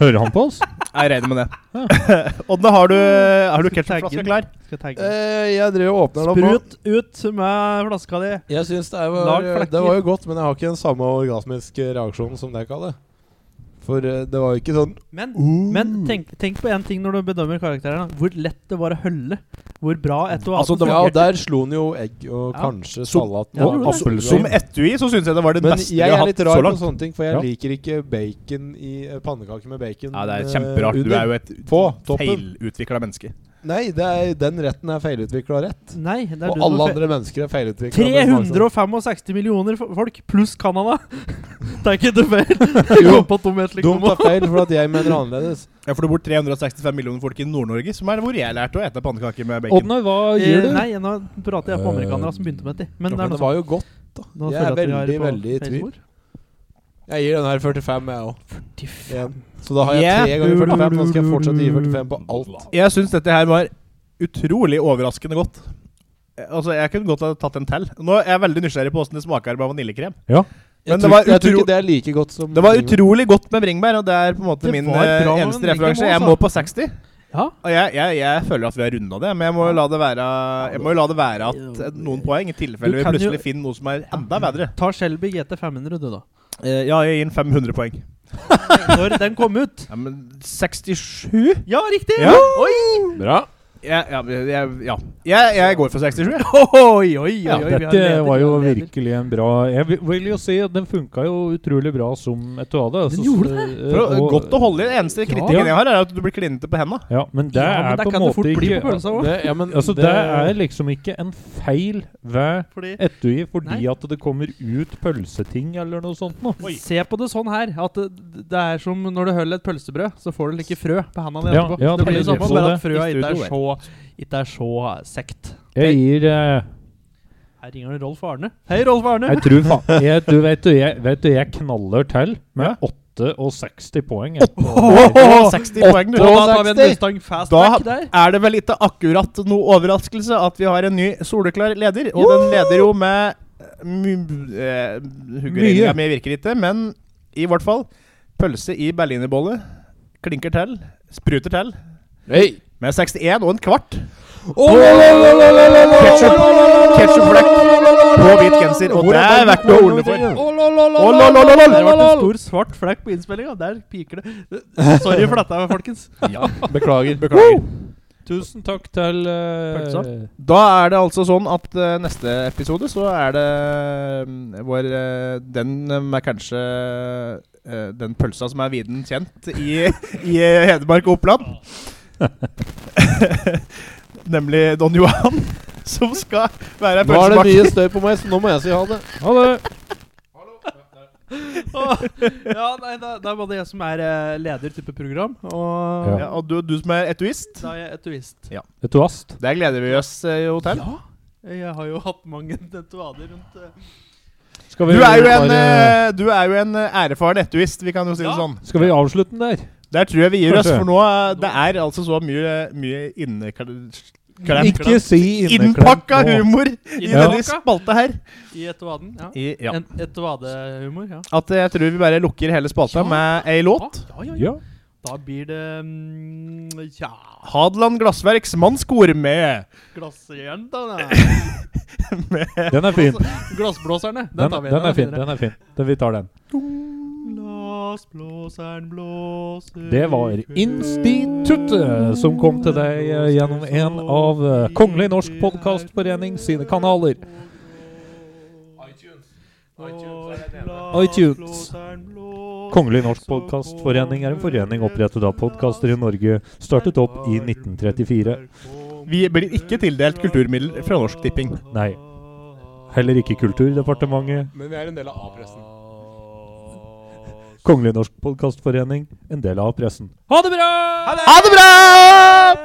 [SPEAKER 3] Hører han
[SPEAKER 4] [LAUGHS]
[SPEAKER 3] på oss?
[SPEAKER 2] Jeg regner med det. [LAUGHS] Odne, har du, har du ketsjupflaska klar?
[SPEAKER 4] Skal jeg tagge.
[SPEAKER 5] Eh, jeg drev og åpna den opp nå.
[SPEAKER 4] Sprut ut med flaska di.
[SPEAKER 5] Jeg syns det,
[SPEAKER 4] Lag
[SPEAKER 5] var-
[SPEAKER 4] flekker.
[SPEAKER 5] det var jo godt, men jeg har ikke den samme orgasmiske reaksjonen som dere hadde. For eh, det var jo ikke sånn
[SPEAKER 4] Men,
[SPEAKER 5] uh.
[SPEAKER 4] men tenk, tenk på én ting når du bedømmer karakteren. da. Hvor lett det var å hølle. Hvor bra et og annet
[SPEAKER 2] Altså, det
[SPEAKER 5] Ja,
[SPEAKER 2] var-
[SPEAKER 5] og der slo den jo egg og
[SPEAKER 4] Ja.
[SPEAKER 5] kanskje
[SPEAKER 2] Som-
[SPEAKER 5] salat
[SPEAKER 4] Ja,
[SPEAKER 5] og
[SPEAKER 4] det gjorde det.
[SPEAKER 5] appelsin.
[SPEAKER 2] Som etui så syns jeg det var det
[SPEAKER 5] Men
[SPEAKER 2] beste vi
[SPEAKER 5] jeg er
[SPEAKER 2] har
[SPEAKER 5] litt
[SPEAKER 2] hatt så
[SPEAKER 5] rar på sånn,
[SPEAKER 2] langt.
[SPEAKER 5] sånne ting, for jeg
[SPEAKER 3] Ja.
[SPEAKER 5] liker ikke bacon i eh, pannekaker med bacon.
[SPEAKER 2] Ja, det er
[SPEAKER 5] eh,
[SPEAKER 2] kjemperart. Du
[SPEAKER 5] under.
[SPEAKER 2] er jo et
[SPEAKER 5] På toppen.
[SPEAKER 2] feilutvikla menneske.
[SPEAKER 5] Nei, det er, den retten er feilutvikla rett.
[SPEAKER 4] Nei, det er
[SPEAKER 5] Og
[SPEAKER 4] du som
[SPEAKER 5] alle
[SPEAKER 4] er fe-
[SPEAKER 5] andre mennesker er feilutvikla.
[SPEAKER 4] 365 millioner fo- folk pluss Canada. [LAUGHS] Det er ikke det feil.
[SPEAKER 5] [LAUGHS] Jo.
[SPEAKER 4] Gå på tom helt liksom.
[SPEAKER 5] Dumt er feil, for at jeg mener annerledes.
[SPEAKER 2] Ja, for det bor 365 millioner folk i Nord-Norge, som er hvor jeg lærte å ete pannekaker med bacon.
[SPEAKER 3] Odne, hva gjør
[SPEAKER 4] Eh,
[SPEAKER 3] du?
[SPEAKER 4] Nei, nå prater jeg på
[SPEAKER 5] Eh,
[SPEAKER 4] amerikanere som begynte med dette. Men det er
[SPEAKER 5] Men
[SPEAKER 4] noe
[SPEAKER 5] det var jo godt.
[SPEAKER 4] sånt. Nå
[SPEAKER 5] jeg er
[SPEAKER 4] føler at vi har
[SPEAKER 5] veldig,
[SPEAKER 4] på
[SPEAKER 5] veldig i
[SPEAKER 4] feil
[SPEAKER 5] tvil.
[SPEAKER 4] spor.
[SPEAKER 5] Jeg gir den her 45, jeg òg.
[SPEAKER 4] Tiff.
[SPEAKER 5] Så da har jeg
[SPEAKER 2] Yeah.
[SPEAKER 5] tre ganger 45. Nå skal jeg fortsette å gi 45 på alt.
[SPEAKER 2] Jeg syns dette her var utrolig overraskende godt. Eh, Altså, Jeg kunne godt ha tatt en til. Nå er jeg veldig nysgjerrig på åssen det smaker med vaniljekrem.
[SPEAKER 3] Ja.
[SPEAKER 5] Jeg,
[SPEAKER 2] Men det
[SPEAKER 5] tror,
[SPEAKER 2] var
[SPEAKER 5] jeg tror
[SPEAKER 2] utro-
[SPEAKER 5] ikke det er like godt som
[SPEAKER 2] Det var utrolig godt med bringebær, og det er på en måte
[SPEAKER 4] Det
[SPEAKER 2] min
[SPEAKER 4] var bra
[SPEAKER 2] eh,
[SPEAKER 4] med
[SPEAKER 2] eneste
[SPEAKER 4] vaniljekrem
[SPEAKER 2] referanse. Jeg
[SPEAKER 4] også. altså.
[SPEAKER 2] må på 60.
[SPEAKER 4] Ja.
[SPEAKER 2] Og jeg, jeg, jeg føler at vi har runda det, men jeg må jo la det være Jeg må jo la det være at eh, noen poeng, i tilfelle
[SPEAKER 4] Du
[SPEAKER 2] vi
[SPEAKER 4] kan jo-
[SPEAKER 2] plutselig finner noe som er enda bedre.
[SPEAKER 4] Ta Shelby GT 500, du, da.
[SPEAKER 2] Eh, Ja, jeg gir den 500 poeng.
[SPEAKER 4] Når den kom ut.
[SPEAKER 2] Ja, men 67?
[SPEAKER 4] Ja, riktig!
[SPEAKER 2] Ja.
[SPEAKER 4] Oi,
[SPEAKER 9] Bra.
[SPEAKER 2] Ja, ja, men jeg, ja. Jeg, jeg går for 67. jeg.
[SPEAKER 4] [LAUGHS] oi, oi, oi,
[SPEAKER 2] Ja,
[SPEAKER 4] oi. vi har
[SPEAKER 3] Dette
[SPEAKER 4] leder,
[SPEAKER 3] var
[SPEAKER 4] vi
[SPEAKER 3] jo
[SPEAKER 4] har leder.
[SPEAKER 3] virkelig en bra Jeg vil- vil jo si at den funka jo utrolig bra som etuade.
[SPEAKER 4] Den gjorde
[SPEAKER 3] det!
[SPEAKER 2] For, å- godt å holde i. Den eneste kritikken
[SPEAKER 3] Ja.
[SPEAKER 2] jeg har, er at du blir klinete på henda.
[SPEAKER 3] Ja, men det
[SPEAKER 4] Ja, men
[SPEAKER 3] er
[SPEAKER 4] der
[SPEAKER 3] på
[SPEAKER 4] kan
[SPEAKER 3] en
[SPEAKER 4] det
[SPEAKER 3] måte
[SPEAKER 4] fort bli
[SPEAKER 3] ikke
[SPEAKER 4] på pølsa også.
[SPEAKER 5] det, ja, men
[SPEAKER 3] [LAUGHS] Altså, det er liksom ikke en feil ved
[SPEAKER 4] Fordi
[SPEAKER 5] Eh,
[SPEAKER 3] etui fordi
[SPEAKER 4] Nei.
[SPEAKER 3] at det kommer ut pølseting eller noe sånt noe.
[SPEAKER 4] Se på det sånn her, at det, det er som når du høller et pølsebrød, så får du like frø på hendene
[SPEAKER 3] Ja,
[SPEAKER 4] etterpå.
[SPEAKER 3] ja,
[SPEAKER 4] det
[SPEAKER 3] det
[SPEAKER 4] blir det samme,
[SPEAKER 3] blir
[SPEAKER 4] bare
[SPEAKER 3] så
[SPEAKER 4] at frøa
[SPEAKER 2] I
[SPEAKER 4] ikke er
[SPEAKER 2] studio,
[SPEAKER 4] så Ikke er så sekt.
[SPEAKER 3] Jeg gir eh,
[SPEAKER 4] Her ringer det Rolf Arne. Hei, Rolf Arne!
[SPEAKER 3] Jeg tror faen jeg, Du vet du, jeg, vet du, jeg knaller til med 68 poeng. jeg, på-
[SPEAKER 2] 60 poeng, du.
[SPEAKER 4] Og da tar vi en Mustang fastback
[SPEAKER 2] Da
[SPEAKER 4] der.
[SPEAKER 2] er det vel ikke akkurat noe overraskelse at vi har en ny soleklar leder. Og den leder jo med my- eh, Huggeregninga mi virker ikke, men i hvert fall pølse i berlinerbolle. Klinker til. Spruter til. Med 61 og en kvart. Ketsjupflekk på hvit genser. Og det er verdt å holde for.
[SPEAKER 4] Det ble en stor svart flekk på innspillinga. Der [LAUGHS] piker det. Sorry for dette, folkens.
[SPEAKER 5] Beklager. beklager.
[SPEAKER 3] Tusen takk til eh,
[SPEAKER 4] Pølsa.
[SPEAKER 2] Da er det altså sånn at eh, neste episode så er det mm, vår eh, Den eh, er kanskje eh, den pølsa som er viden kjent i, [LAUGHS] i Hedmark og Oppland. [LAUGHS] Nemlig Don Johan, [LAUGHS] som skal være
[SPEAKER 5] Nå er det
[SPEAKER 2] pølsemaker.
[SPEAKER 5] mye støy på meg, så nå må jeg si ha det.
[SPEAKER 3] Ha det.
[SPEAKER 4] [LAUGHS] Åh, ja, nei, da, da var det jeg som er eh, leder type program. Og
[SPEAKER 3] Ja.
[SPEAKER 2] Ja, og du, du som er etuist,
[SPEAKER 4] da er jeg etuist.
[SPEAKER 3] Vet du ast?
[SPEAKER 2] der gleder vi oss eh, jo til.
[SPEAKER 4] Ja, jeg har jo hatt mange tetuader rundt eh,
[SPEAKER 3] Skal
[SPEAKER 2] Du er jo en,
[SPEAKER 3] bare-
[SPEAKER 2] eh, du er jo en eh, ærefaren etuist, vi kan jo si det
[SPEAKER 4] Ja.
[SPEAKER 2] sånn.
[SPEAKER 3] Skal vi avslutte den der?
[SPEAKER 2] Der tror jeg vi gir oss,
[SPEAKER 3] Kanskje.
[SPEAKER 2] for nå eh, det er altså så mye, mye inneklemt
[SPEAKER 3] Ikke si inneklemt
[SPEAKER 2] Innpakka
[SPEAKER 3] nå.
[SPEAKER 2] humor i
[SPEAKER 4] Ja.
[SPEAKER 2] denne spalta her.
[SPEAKER 4] i etuaden. Ja.
[SPEAKER 2] I, ja.
[SPEAKER 4] En etuadehumor, ja.
[SPEAKER 2] At eh, jeg tror vi bare lukker hele spalta
[SPEAKER 4] Ja.
[SPEAKER 2] med ei låt.
[SPEAKER 4] Ah, Ja, ja, ja.
[SPEAKER 3] Ja.
[SPEAKER 4] Da blir det mm, Ja,
[SPEAKER 2] Hadeland Glassverks mannskor med
[SPEAKER 4] glassjentene. [LAUGHS]
[SPEAKER 3] Den er fin.
[SPEAKER 4] Glassblåserne. Den,
[SPEAKER 3] Den,
[SPEAKER 4] tar vi.
[SPEAKER 3] den er fin.
[SPEAKER 4] finere.
[SPEAKER 3] den er fin. Den, vi tar den.
[SPEAKER 4] Glassblåseren blåser
[SPEAKER 3] Det var
[SPEAKER 4] i kveld.
[SPEAKER 3] Instituttet som kom til deg eh, gjennom en av eh, Kongelig Norsk Podcastforening sine kanaler. iTunes. Kongelig Norsk Podcastforening er en forening opprettet av podkaster i Norge, startet opp i 1934.
[SPEAKER 2] Vi blir ikke tildelt kulturmidler fra Norsk Tipping.
[SPEAKER 3] Nei, heller ikke Kulturdepartementet.
[SPEAKER 5] Men vi er en del av A-pressen.
[SPEAKER 3] Kongelig Norsk Podcastforening, en del av pressen. Ha det bra!
[SPEAKER 2] Ha det bra!